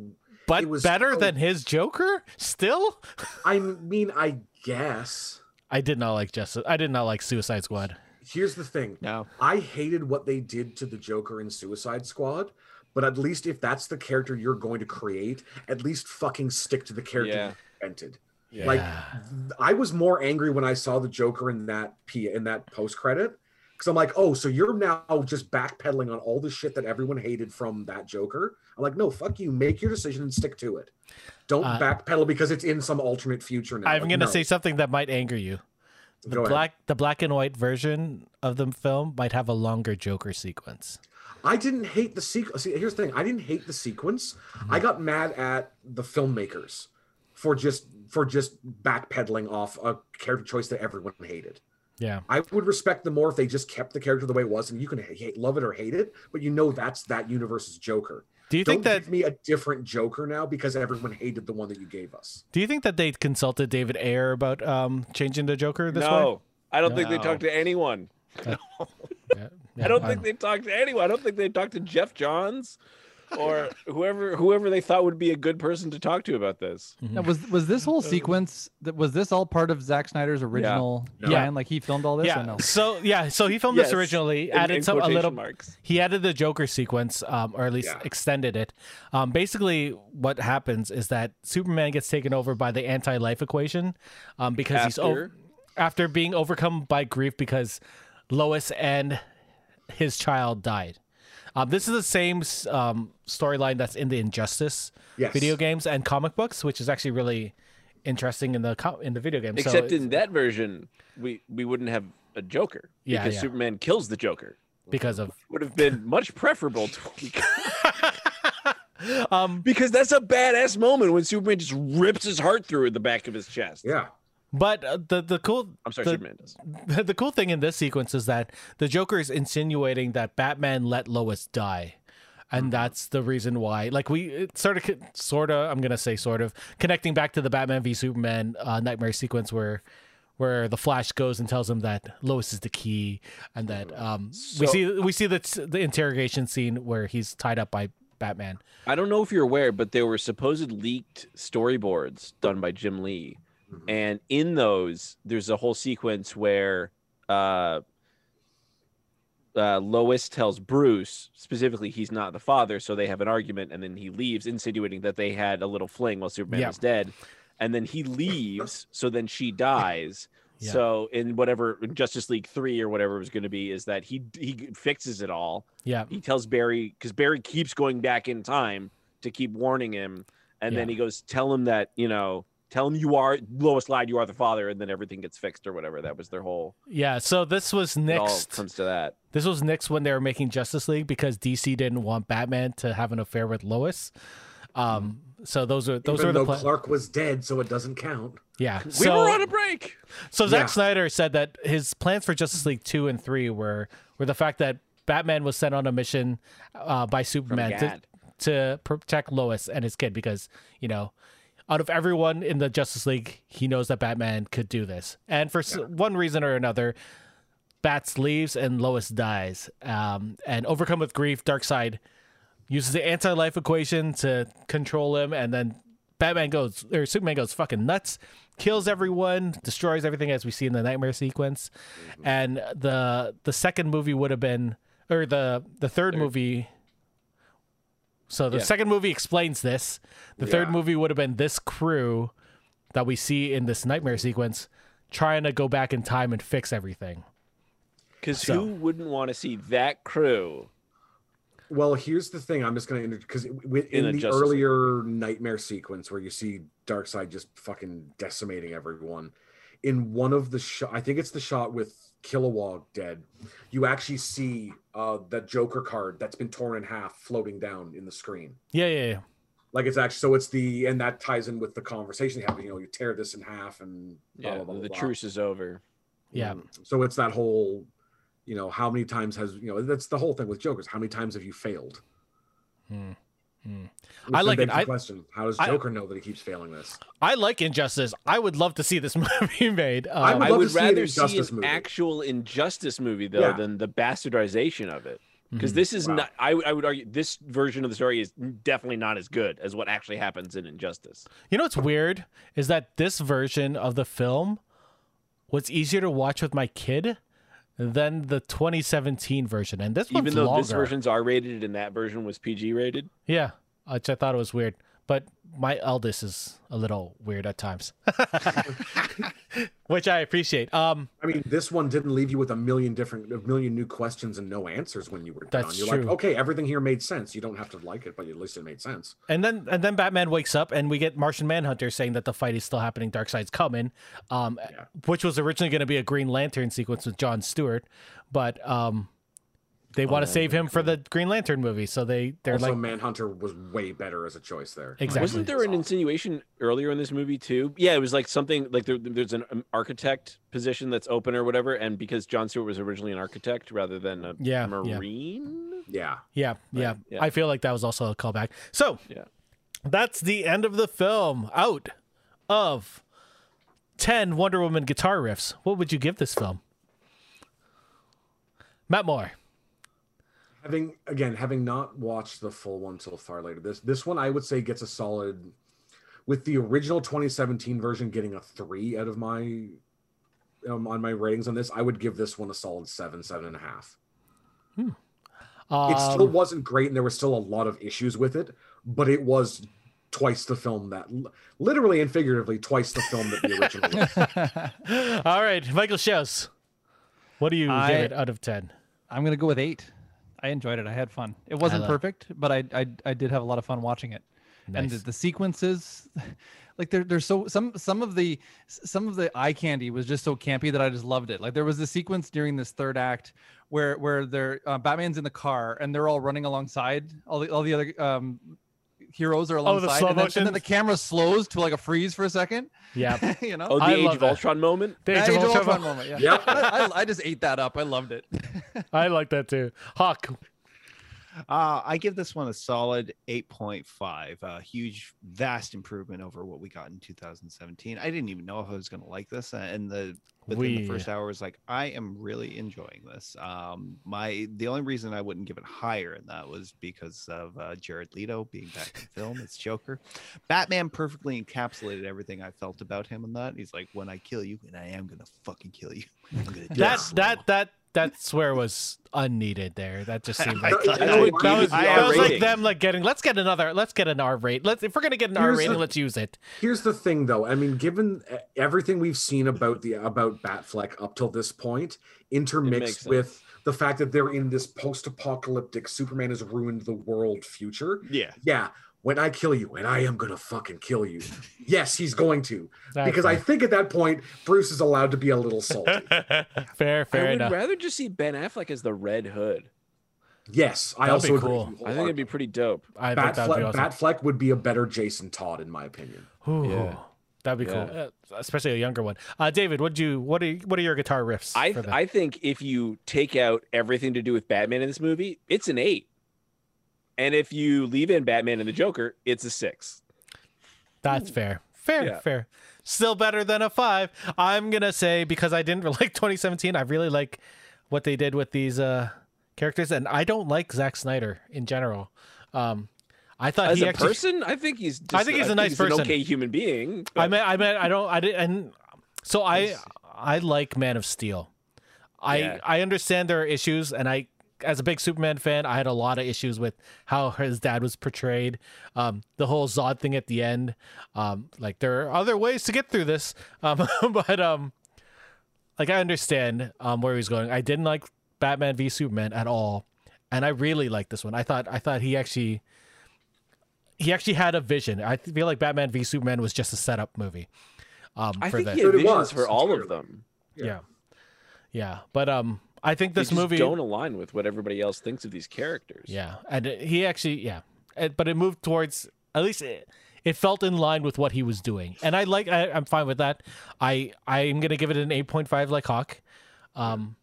A: but
B: it was
A: better
B: so-
A: than his Joker. Still,
B: I mean, I guess.
A: I did not like Justice. I did not like Suicide Squad.
B: Here's the thing.
C: No.
B: I hated what they did to the Joker in Suicide Squad, but at least if that's the character you're going to create, at least fucking stick to the character
E: Yeah.
B: you invented.
E: Yeah.
B: Like
A: Yeah.
B: I was more angry when I saw the Joker in that P in that post credit. Cause I'm like, oh, so you're now just backpedaling on all the shit that everyone hated from that Joker. I'm like, no, fuck you. Make your decision and stick to it. Don't
A: Uh,
B: backpedal because it's in some alternate future now.
A: I'm
B: Like,
A: gonna
B: no.
A: say something that might anger you. The
B: Go ahead.
A: black, the black and white version of the film might have a longer Joker sequence.
B: I didn't hate the sequence. See, here's the thing: I didn't hate the sequence. I
A: Mm-hmm.
B: got mad at the filmmakers for just for just backpedaling off a character choice that everyone hated.
A: Yeah.
B: I would respect them more if they just kept the character the way it was, and you can hate, love it or hate it, but you know that's that universe's Joker.
A: Do you think
B: Don't
A: that?
B: give me a different Joker now because everyone hated the one that you gave us.
A: Do you think that they consulted David Ayer about um changing the Joker this
E: no,
A: way?
E: I don't think they
C: No.
E: talked to anyone.
A: Yeah.
E: I don't
A: Yeah,
E: think they talked to anyone. I don't think they talked to Jeff Johns
A: <laughs>
E: or whoever whoever they thought would be a good person to talk to about this.
A: Mhm.
D: Now, was was this whole sequence? That was this all part of Zack Snyder's original
B: No.
D: plan? Like he filmed all this?
A: yeah.
D: Or no?
A: So yeah. So he filmed
E: Yes.
A: this originally,
E: In-
A: added
E: in
A: some a
E: quotation
A: little.
E: marks.
A: He added the Joker sequence, um, or at least
B: Yeah.
A: extended it. Um, basically, what happens is that Superman gets taken over by the anti-life equation, um, because he's over
E: After-
A: after being overcome by grief because Lois and his child died. Um, this is the same s- um, storyline that's in the Injustice
B: Yes.
A: video games and comic books, which is actually really interesting in the co- in the video game. So
E: Except
A: it's-
E: in that version, we we wouldn't have a Joker
A: Yeah,
E: because
A: yeah.
E: Superman kills the Joker.
A: because of <laughs>
E: Would have been much preferable to what we got.
A: um,
E: because that's a badass moment when Superman just rips his heart through the back of his chest.
B: Yeah.
A: but uh, the the cool
E: I'm sorry,
A: the-
E: Superman does.
A: <laughs> the cool thing in this sequence is that the Joker is insinuating that Batman let Lois die.
E: Mm-hmm.
A: And that's the reason why, like we it sort of, sort of, I'm gonna say sort of connecting back to the Batman v Superman uh, nightmare sequence where, where the Flash goes and tells him that Lois is the key, and that um we
E: Mm-hmm. So-
A: see we see the the interrogation scene where he's tied up by Batman.
E: I don't know if you're aware, but there were supposed leaked storyboards done by Jim Lee,
A: Mm-hmm.
B: Mhm.
E: and in those, there's a whole sequence where uh, uh, Lois tells Bruce specifically he's not the father, so they have an argument, and then he leaves, insinuating that they had a little fling while Superman
A: Yeah.
E: was dead, and then he leaves, so then she dies.
A: Yeah.
E: So in whatever in Justice League three or whatever it was going to be, is that he he fixes it all,
A: Yeah,
E: he tells Barry because Barry keeps going back in time to keep warning him, and then
A: Yeah.
E: he goes, "Tell him that you know, tell him you are Lois lied, you are the father," and then everything gets fixed or whatever. That was their whole.
A: yeah. So this was
E: It all
A: next.
E: comes to that.
A: This was next when they were making Justice League because DC didn't want Batman to have an affair with Lois. Um, so those are those
B: Even
A: are the
B: though
A: pla-
B: Clark was dead, so it doesn't count.
A: yeah.
E: We
A: So
E: were on a break.
A: so Zack
B: Yeah.
A: Snyder said that his plans for Justice League two and three were were the fact that Batman was sent on a mission uh, by Superman to,
E: Gad.
A: to protect Lois and his kid because you know out of everyone in the Justice League he knows that Batman could do this and for s one reason or another Bats leaves and Lois dies. Um, and overcome with grief, Darkseid uses the anti life equation to control him. And then Batman goes, or Superman goes fucking nuts, kills everyone, destroys everything as we see in the nightmare sequence. And the the second movie would have been, or the, the third, movie. So the
E: Yeah.
A: second movie explains this. The third
B: Yeah.
A: movie would have been this crew that we see in this nightmare sequence trying to go back in time and fix everything.
E: Because
A: So-
E: who wouldn't want to see that crew?
B: Well, here's the thing. I'm just going to because
E: In
B: in,
E: a
B: the
E: Justice League.
B: earlier nightmare sequence where you see Darkseid just fucking decimating everyone, in one of the shot, I think it's the shot with Kilowog dead. You actually see uh, the Joker card that's been torn in half floating down in the screen.
A: Yeah, yeah, yeah.
B: Like it's actually so it's the and that ties in with the conversation you have. You know, you tear this in half and blah,
E: Yeah,
B: blah, blah,
E: the
B: blah,
E: truce is over.
A: Yeah.
B: Mm. So it's that whole, you know, how many times has you know that's the whole thing with Joker's. How many times have you failed?
A: Hmm. Hmm.
B: Which
A: I
B: then
A: like it.
B: begs the
A: I-
B: question: How does
A: I-
B: Joker know that he keeps failing this?
A: I like Injustice. I would love to see this <laughs> movie made.
B: I
A: Um,
B: would
E: I
B: love
E: would
B: to see an
E: rather see an
B: Injustice movie.
E: actual injustice movie though
B: Yeah.
E: than the bastardization of it. Because
A: mhm.
E: this is
B: Wow.
E: not I, I would argue this version of the story is definitely not as good as what actually happens in Injustice.
A: You know what's weird is that this version of the film was easier to watch with my kid than the 2017 version, and this one's
E: Even though this
A: longer.
E: version's R rated and that version was PG rated.
A: yeah, which I thought it was weird. But my eldest is a little weird at times, <laughs> which I appreciate. Um,
B: I mean, this one didn't leave you with a million different, a million new questions and no answers when you were done.
A: That's
B: You're
A: true.
B: like, okay, everything here made sense. You don't have to like it, but at least it made sense.
A: and then and then Batman wakes up, and we get Martian Manhunter saying that the fight is still happening. Darkseid's coming, um,
B: Yeah.
A: which was originally going to be a Green Lantern sequence with John Stewart, but um, they want to
E: that'd
A: save him for the Green Lantern movie, so they they're
B: also,
A: like
B: Manhunter was way better as a choice there.
A: Exactly.
E: Wasn't there an insinuation earlier in this movie too? Yeah, it was like something like there, there's an um, architect position that's open or whatever, and because John Stewart was originally an architect rather than a
A: Yeah, yeah.
E: marine.
B: Yeah.
A: Yeah, yeah,
E: yeah.
A: I feel like that was also a callback. So,
E: Yeah.
A: that's the end of the film. Out of 10 Wonder Woman guitar riffs, what would you give this film? Matt Moore.
B: Having again, having not watched the full one till far later, this this one I would say gets a solid, with the original 2017 version getting a three out of my, um, on my ratings on this. I would give this one a solid seven, seven and a half.
A: Um,
B: it still wasn't great and there was still a lot of issues with it but it was twice the film that literally and figuratively twice the film that the original
A: <laughs>
B: was.
A: all right, Michael Schaus. What do you
D: I-
A: give it out of 10?
D: I'm gonna go with eight. I enjoyed it. I had fun. It wasn't
A: love-
D: perfect, but I, I I did have a lot of fun watching it. And the,
A: Nice.
D: the sequences, <laughs> like there there's so some some of the s- some of the eye candy was just so campy that I just loved it. Like there was a sequence during this third act where where they're uh, Batman's in the car and they're all running alongside all the all the other um heroes are
A: Oh,
D: alongside
A: the slow
D: and, then, and
A: motion?
D: then the camera slows to like a freeze for a second. <laughs>
E: <laughs>
A: Yeah.
D: you know.
E: Oh, the
A: I
E: Age
A: love
E: of
A: that.
E: Ultron moment.
A: The
D: That
A: Age of
D: Age of
A: Ultron.
D: Ultron moment, yeah.
B: Yep.
D: I, I, I just ate that up. I loved it. <laughs>
A: I like that too. Hawk.
C: Uh, I give this one a solid 8.5. A huge, vast improvement over what we got in 2017. I didn't even know if I was going to like this, uh, and the within
A: We-
C: the first hour was like, I am really enjoying this. Um, my the only reason I wouldn't give it higher, and that was because of uh, Jared Leto being back in film as Joker. Batman perfectly encapsulated everything I felt about him in that. He's like, when I kill you, and I am gonna fucking kill you. <laughs> I'm gonna do it
A: That
C: slow."
A: that that that swear was unneeded there. That just
E: <laughs>
A: seemed
B: <laughs>
A: like
B: I
A: that
B: know
A: was,
B: it
A: that
B: needed
A: was,
B: the
A: that
B: R
A: was like
E: rating.
A: them like getting let's get another let's get an R rate. Let's if we're gonna get an R
B: Here's
A: rating,
B: the-
A: let's use it.
B: here's the thing though i mean given e- everything we've seen about the about batfleck up till this point intermixed
E: sense.
B: with the fact that they're in this post-apocalyptic superman has ruined the world future
C: yeah.
B: yeah when i kill you and i am gonna fucking kill you yes he's going to
A: That's
B: because i think at that point bruce is allowed to be a
A: <laughs>
B: little salty
A: fair. <laughs> fair,
E: I
A: fair
E: would
A: enough.
E: rather just see Ben Affleck as the Red Hood.
B: yes i
A: That'd
B: also
A: be
B: agree
A: cool.
B: with you
E: I think it'd be
B: wholeheartedly.
E: pretty dope.
A: I think that would be
B: Batfleck,
A: awesome.
B: Batfleck would be a better Jason Todd, in my opinion.
A: Ooh,
E: Yeah.
A: That'd be cool, uh, especially a younger one. Uh, David, what do you what are what are your guitar riffs?
E: I
A: for that?
E: I think if you take out everything to do with Batman in this movie, it's an eight. And if you leave in Batman and the Joker, it's a six.
A: That's fair. Fair,
E: Hmm. Yeah.
A: fair. Still better than a five. I'm gonna say because I didn't <laughs> like 2017. I really like what they did with these uh, characters, and I don't like Zack Snyder in general. Um, I thought
E: As
A: he
E: a
A: actually,
E: person, I think he's. Just,
A: I think he's a nice
E: an
A: person.
E: okay human being.
A: I
E: but-
A: mean, I mean, I don't, I didn't, and so I, I like Man of Steel. I,
E: Yeah.
A: I understand there are issues, and I, as a big Superman fan, I had a lot of issues with how his dad was portrayed, um, the whole Zod thing at the end. Um, like there are other ways to get through this, um, <laughs> but um, like I understand um where he's going. I didn't like Batman v Superman at all, and I really liked this one. I thought, I thought he actually he actually had a vision. I th- feel like Batman v Superman was just a setup movie. Um,
E: I
A: for
E: think
A: that.
E: he had
B: But it
E: visions
B: was,
E: for all of
B: clearly.
E: them.
A: yeah. yeah, but um, I think
E: They
A: this
E: just
A: movie,
E: don't align with what everybody else thinks of these characters.
A: yeah, and it- he actually, yeah, And- but it moved towards At least it, it felt in line with what he was doing, and I like. I, I'm fine with that. I I am gonna give it an 8.5 like Hawk. Um,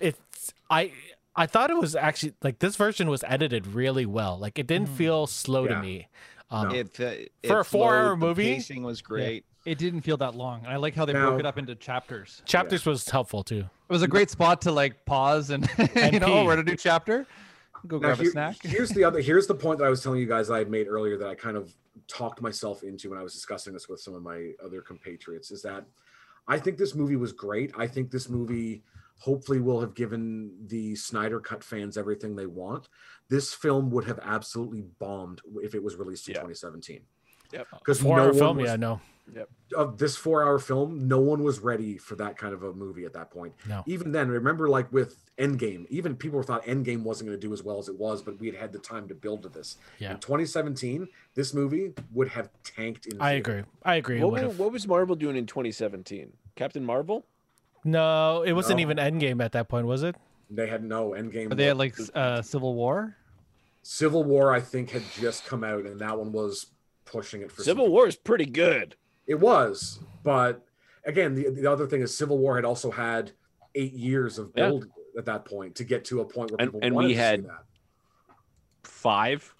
A: it's I I thought it was actually like this version was edited really well. Like it didn't
D: Mm.
A: feel slow to
B: Yeah.
A: me. Um,
B: No.
C: It, uh, it
A: For a four-hour
C: flowed, the
A: movie?
C: pacing was great.
D: It didn't feel that long. And I like how they
B: No.
D: broke it up into chapters.
A: Chapters was helpful too.
D: It was a great spot to like pause and, <laughs>
A: And
D: you know, oh,
A: pee.
D: we're at a new chapter. Go
B: Now,
D: grab a
B: here-
D: snack.
B: here's the other. Here's the point that I was telling you guys I had made earlier that I kind of talked myself into when I was discussing this with some of my other compatriots is that I think this movie was great. I think this movie hopefully will have given the Snyder Cut fans everything they want. This film would have absolutely bombed if it was released in
E: Yeah.
B: 2017.
E: Yep.
B: Because
A: Four
B: no
A: hour
B: one
A: film,
B: was,
A: yeah, no.
B: of this four-hour film, no one was ready for that kind of a movie at that point.
A: No.
B: Even then, remember, like with Endgame, even people thought Endgame wasn't going to do as well as it was, but we had had the time to build to this.
A: Yeah.
B: In 2017, this movie would have tanked. In
A: I
B: theater.
A: agree. I agree. it
E: What,
A: would've-
E: were- what was Marvel doing in 2017? Captain Marvel?
A: No, it wasn't
B: No.
A: even Endgame at that point, was it?
B: They had no Endgame.
D: Are they at
B: was-
D: like s- uh, Civil War?
B: Civil War, I think, had just come out, and that one was pushing it for
E: Civil
B: some-
E: War is pretty good.
B: It was, but again, the, the other thing is Civil War had also had eight years of
E: Yeah.
B: build at that point to get to a point where
E: And-
B: people
E: and
B: wanted
E: we
B: to see
E: had-
B: that.
E: Five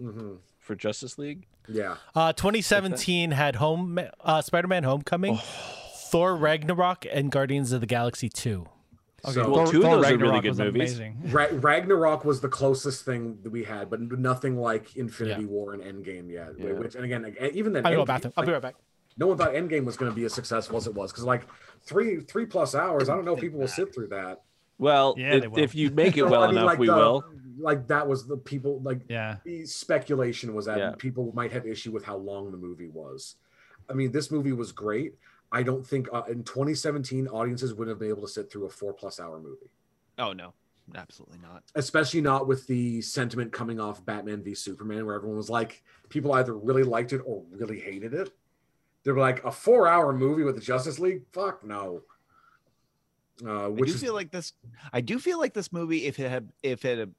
B: Mhm.
E: for Justice League.
B: Yeah.
A: Uh, 2017 had Home uh, Spider-Man: Homecoming, Thor: Ragnarok, and Guardians of the Galaxy 2.
B: So-
E: Well, two of those are really
D: Ragnarok
E: good
D: was
E: movies.
D: Amazing.
B: Ra- Ragnarok was the closest thing that we had, but nothing like Infinity
A: Yeah.
B: War and Endgame yet.
E: Yeah.
B: Which, and again, like, even then,
A: I'll go
B: Endgame,
A: bathroom. I'll be right back.
B: no one thought Endgame was going to be as successful as it was because like three three plus hours, I don't know if people will sit through that.
E: Well,
D: Yeah,
E: if-
D: they will.
E: if you <laughs> make it
B: No,
E: well
B: I mean,
E: enough,
B: like,
E: we
B: the-
E: will.
B: Like that was the people like
D: Yeah.
B: the speculation was that
E: Yeah.
B: people might have issue with how long the movie was. I mean, this movie was great. I don't think uh, in 2017 audiences wouldn't have been able to sit through a four plus hour movie,
C: Oh no, absolutely not.
B: especially not with the sentiment coming off Batman v Superman, where everyone was like, people either really liked it or really hated it. They were like, a four hour movie with the Justice League? Fuck no. Uh,
C: I
B: which
C: do
B: is
C: feel like this. I do feel like this movie, if it had, if it had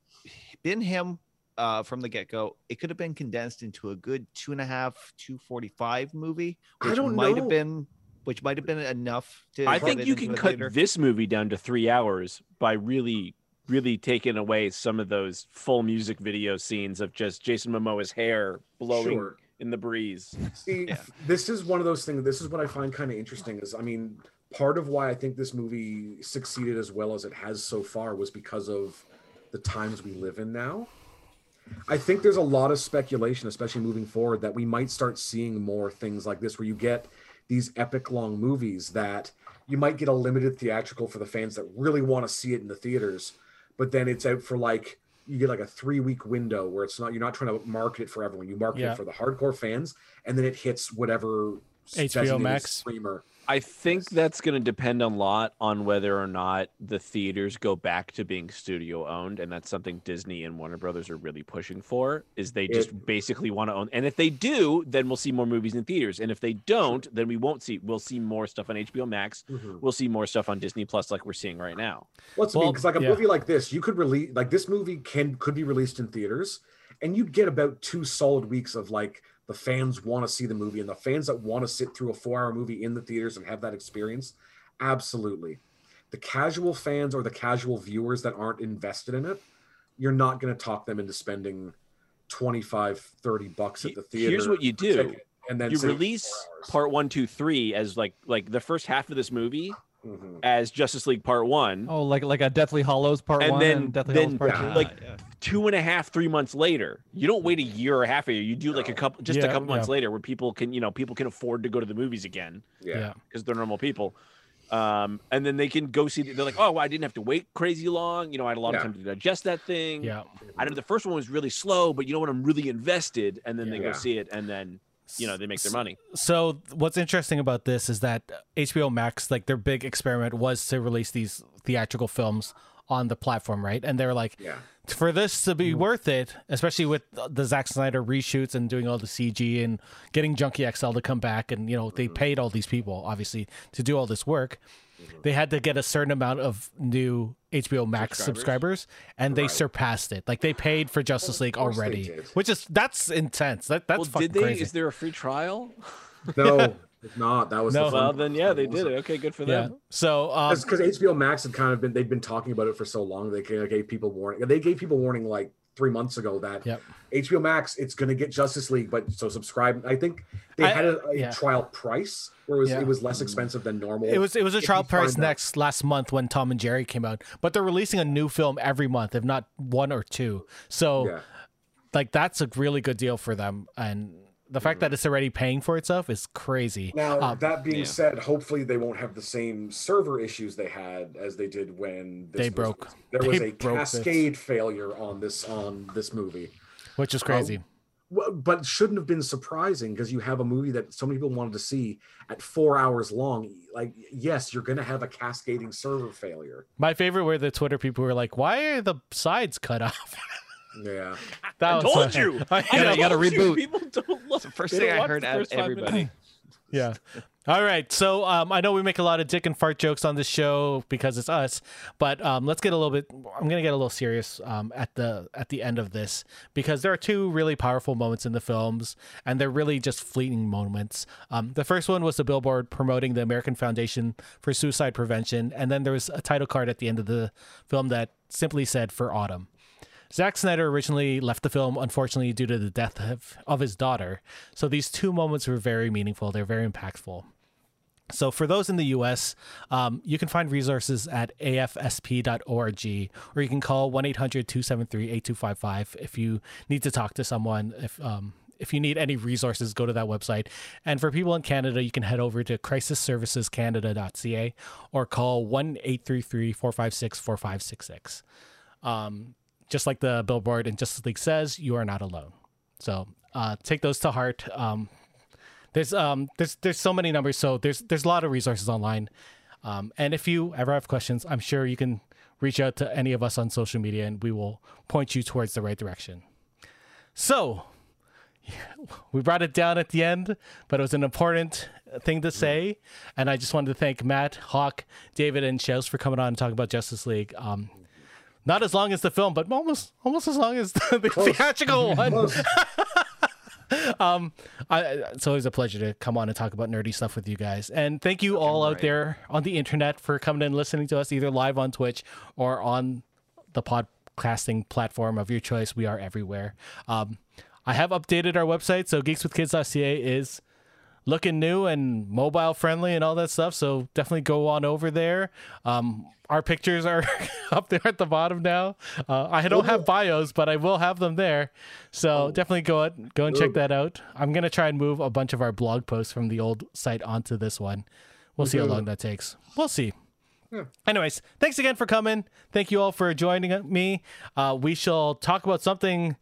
C: been him uh, from the get go, it could have been condensed into a good two and a half, two forty five movie,
B: I
C: which
B: don't
C: might
B: know.
C: have been, which might have been enough to.
E: I
C: have
E: think
C: it
E: you
C: into
E: can
C: the
E: cut
C: theater.
E: this movie down to three hours by really, really taking away some of those full music video scenes of just Jason Momoa's hair blowing
B: Sure.
E: in the breeze.
B: See,
C: Yeah.
B: this is one of those things. This is what I find kind of interesting. Is I mean, part of why I think this movie succeeded as well as it has so far was because of the times we live in now. I think there's a lot of speculation, especially moving forward, that we might start seeing more things like this, where you get these epic long movies that you might get a limited theatrical for the fans that really want to see it in the theaters, but then it's out for like you get like a three week window where it's not you're not trying to market it for everyone. You market
A: Yeah.
B: it for the hardcore fans, and then it hits whatever
A: HBO
B: designated
A: Max.
B: streamer.
E: I think that's going to depend a lot on whether or not the theaters go back to being studio owned, and that's something Disney and Warner Brothers are really pushing for. Is they just
B: It-
E: basically want to own, and if they do, then we'll see more movies in theaters, and if they don't, then we won't see. We'll see more stuff on HBO Max. We'll see more stuff on Disney Plus, like we're seeing right now.
B: What's
A: Well,
B: mean? Because like Mm-hmm. a
A: yeah.
B: movie like this, you could release like this movie can could be released in theaters, and you'd get about two solid weeks of like the fans want to see the movie and the fans that want to sit through a four hour movie in the theaters and have that experience. Absolutely, the casual fans or the casual viewers that aren't invested in it, you're not going to talk them into spending 25 30 bucks at the theater
E: Here's what you
B: for a
E: do.
B: ticket, and then
E: you
B: sit for four
E: release
B: hours.
E: part one, two, three as like like the first half of this movie
B: Mhm.
E: as Justice League Part One.
D: Oh, like like a Deathly Hollows part
E: And
D: one
E: then-
D: and Deathly
E: then-
D: Hollows part
C: uh,
B: yeah.
D: two.
E: like- Two and a half, three months later, you don't wait a year or half a year. You do like a
B: No.
E: couple, just a
A: Yeah,
E: couple
A: yeah.
E: months later, where people can you know people can afford to go to the movies again
B: yeah.
A: Yeah.
E: because they're normal people. Um, and then they can go see. the- They're like, oh, I didn't have to wait crazy long. You know, I had a lot of
B: Yeah.
E: time to digest that thing.
A: Yeah.
E: I know the first one was really slow, but you know what? I'm really invested, and then they
B: Yeah.
E: go see it, and then you know they make their money.
A: So th- what's interesting about this is that HBO Max, like their big experiment, was to release these theatrical films on the platform, right? And they're like,
B: Yeah.
A: for this to
B: Mm.
A: be worth it, especially with the Zack Snyder reshoots and doing all the CG and getting Junkie XL to come back, and you know
B: Mm-hmm.
A: they paid all these people obviously to do all this work.
B: Mm-hmm.
A: They had to get a certain amount of new HBO Max subscribers, and they
B: Right.
A: surpassed it. Like they paid for Justice League
B: course they
A: already,
B: did.
A: which is that's intense. That that's
E: well,
A: fucking
E: did they?
A: crazy.
E: Is there a free trial?
B: No, it's not. That was
A: No.
B: the fun
E: Well, then yeah, they did
B: part.
E: it. Okay, good for
A: yeah.
E: them.
A: So um,
B: because HBO Max had kind of been they've been talking about it for so long. They kinda gave people warning. They gave people warning like three months ago that
A: Yep.
B: HBO Max it's going to get Justice League, but so subscribe. I think they
A: I-
B: had a, a
A: yeah.
B: trial price where it was,
A: Yeah.
B: it was less expensive than normal.
A: It was it was a
B: if
A: trial
B: you find
A: price
B: out-
A: next last month when Tom and Jerry came out, but they're releasing a new film every month, if not one or two. So
B: yeah.
A: like that's a really good deal for them, and the fact that it's already paying for itself is crazy.
B: Now
A: Um,
B: that being
E: yeah.
B: said, hopefully they won't have the same server issues they had as they did when this
A: They
B: was-
A: broke-
B: There
A: they
B: was a
A: broke this.
B: cascade failure on this on this movie.
A: which
E: Um,
A: is crazy.
B: Well, but shouldn't have been surprising because you have a movie that so many people wanted to see at four hours long. E, Like, yes, you're going to have a cascading server failure.
A: My favorite were the Twitter people who were like, "Why are the sides cut off?" <laughs>
B: Yeah,
A: That
E: I
A: was-
E: told
A: <laughs>
E: you.
A: I
E: I
A: know.
D: you gotta
E: told
D: reboot.
E: People don't look.
C: the first
E: they
C: thing
E: don't
C: I
E: watch
C: heard
E: the
C: out of
E: first five
C: everybody.
E: minutes.
A: yeah. <laughs> All right. So um, I know we make a lot of dick and fart jokes on this show because it's us, but um, let's get a little bit. I'm gonna get a little serious um, at the at the end of this because there are two really powerful moments in the films, and they're really just fleeting moments. Um, the first one was the billboard promoting the American Foundation for Suicide Prevention, and then there was a title card at the end of the film that simply said "For Autumn." Zack Snyder originally left the film, unfortunately, due to the death of, of his daughter. So these two moments were very meaningful. They're very impactful. So for those in the U.S., um, you can find resources at afsp.org, or you can call 1-800-273-8255 if you need to talk to someone. If um, if you need any resources, go to that website. And for people in Canada, you can head over to crisisservicescanada.ca or call 1-833-456-4566. Um, just like the billboard and Justice League says, you are not alone. So uh, take those to heart. Um, there's um there's there's so many numbers, so there's there's a lot of resources online. Um, and if you ever have questions, I'm sure you can reach out to any of us on social media, and we will point you towards the right direction. So <laughs> we brought it down at the end, but it was an important thing to say. And I just wanted to thank Matt, Hawk, David, and Chels for coming on and talking about Justice League. Um, not as long as the film, but almost almost as long as the, the theatrical one. <laughs> um, I, it's always a pleasure to come on and talk about nerdy stuff with you guys. And thank you all out there on the internet for coming and listening to us either live on Twitch or on the podcasting platform of your choice. We are everywhere. Um, I have updated our website, so geekswithkids.ca is looking new and mobile friendly and all that stuff. So definitely go on over there. Um, our pictures are <laughs> up there at the bottom now. Uh, I don't have bios, but I will have them there. So definitely go out, go and check that out. I'm gonna try and move a bunch of our blog posts from the old site onto this one. We'll see how long that takes. We'll see. Anyways, thanks again for coming. Thank you all for joining me. Uh, we shall talk about something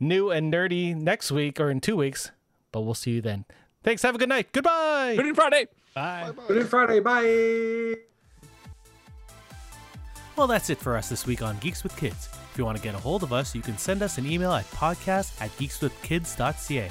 A: new and nerdy next week or in two weeks, but we'll see you then. Thanks. Have a good night. Goodbye.
E: Good Friday.
A: Bye.
B: Good Friday. Bye.
A: Well, that's it for us this week on Geeks with Kids. If you want to get a hold of us, you can send us an email at podcast at geekswithkids.ca.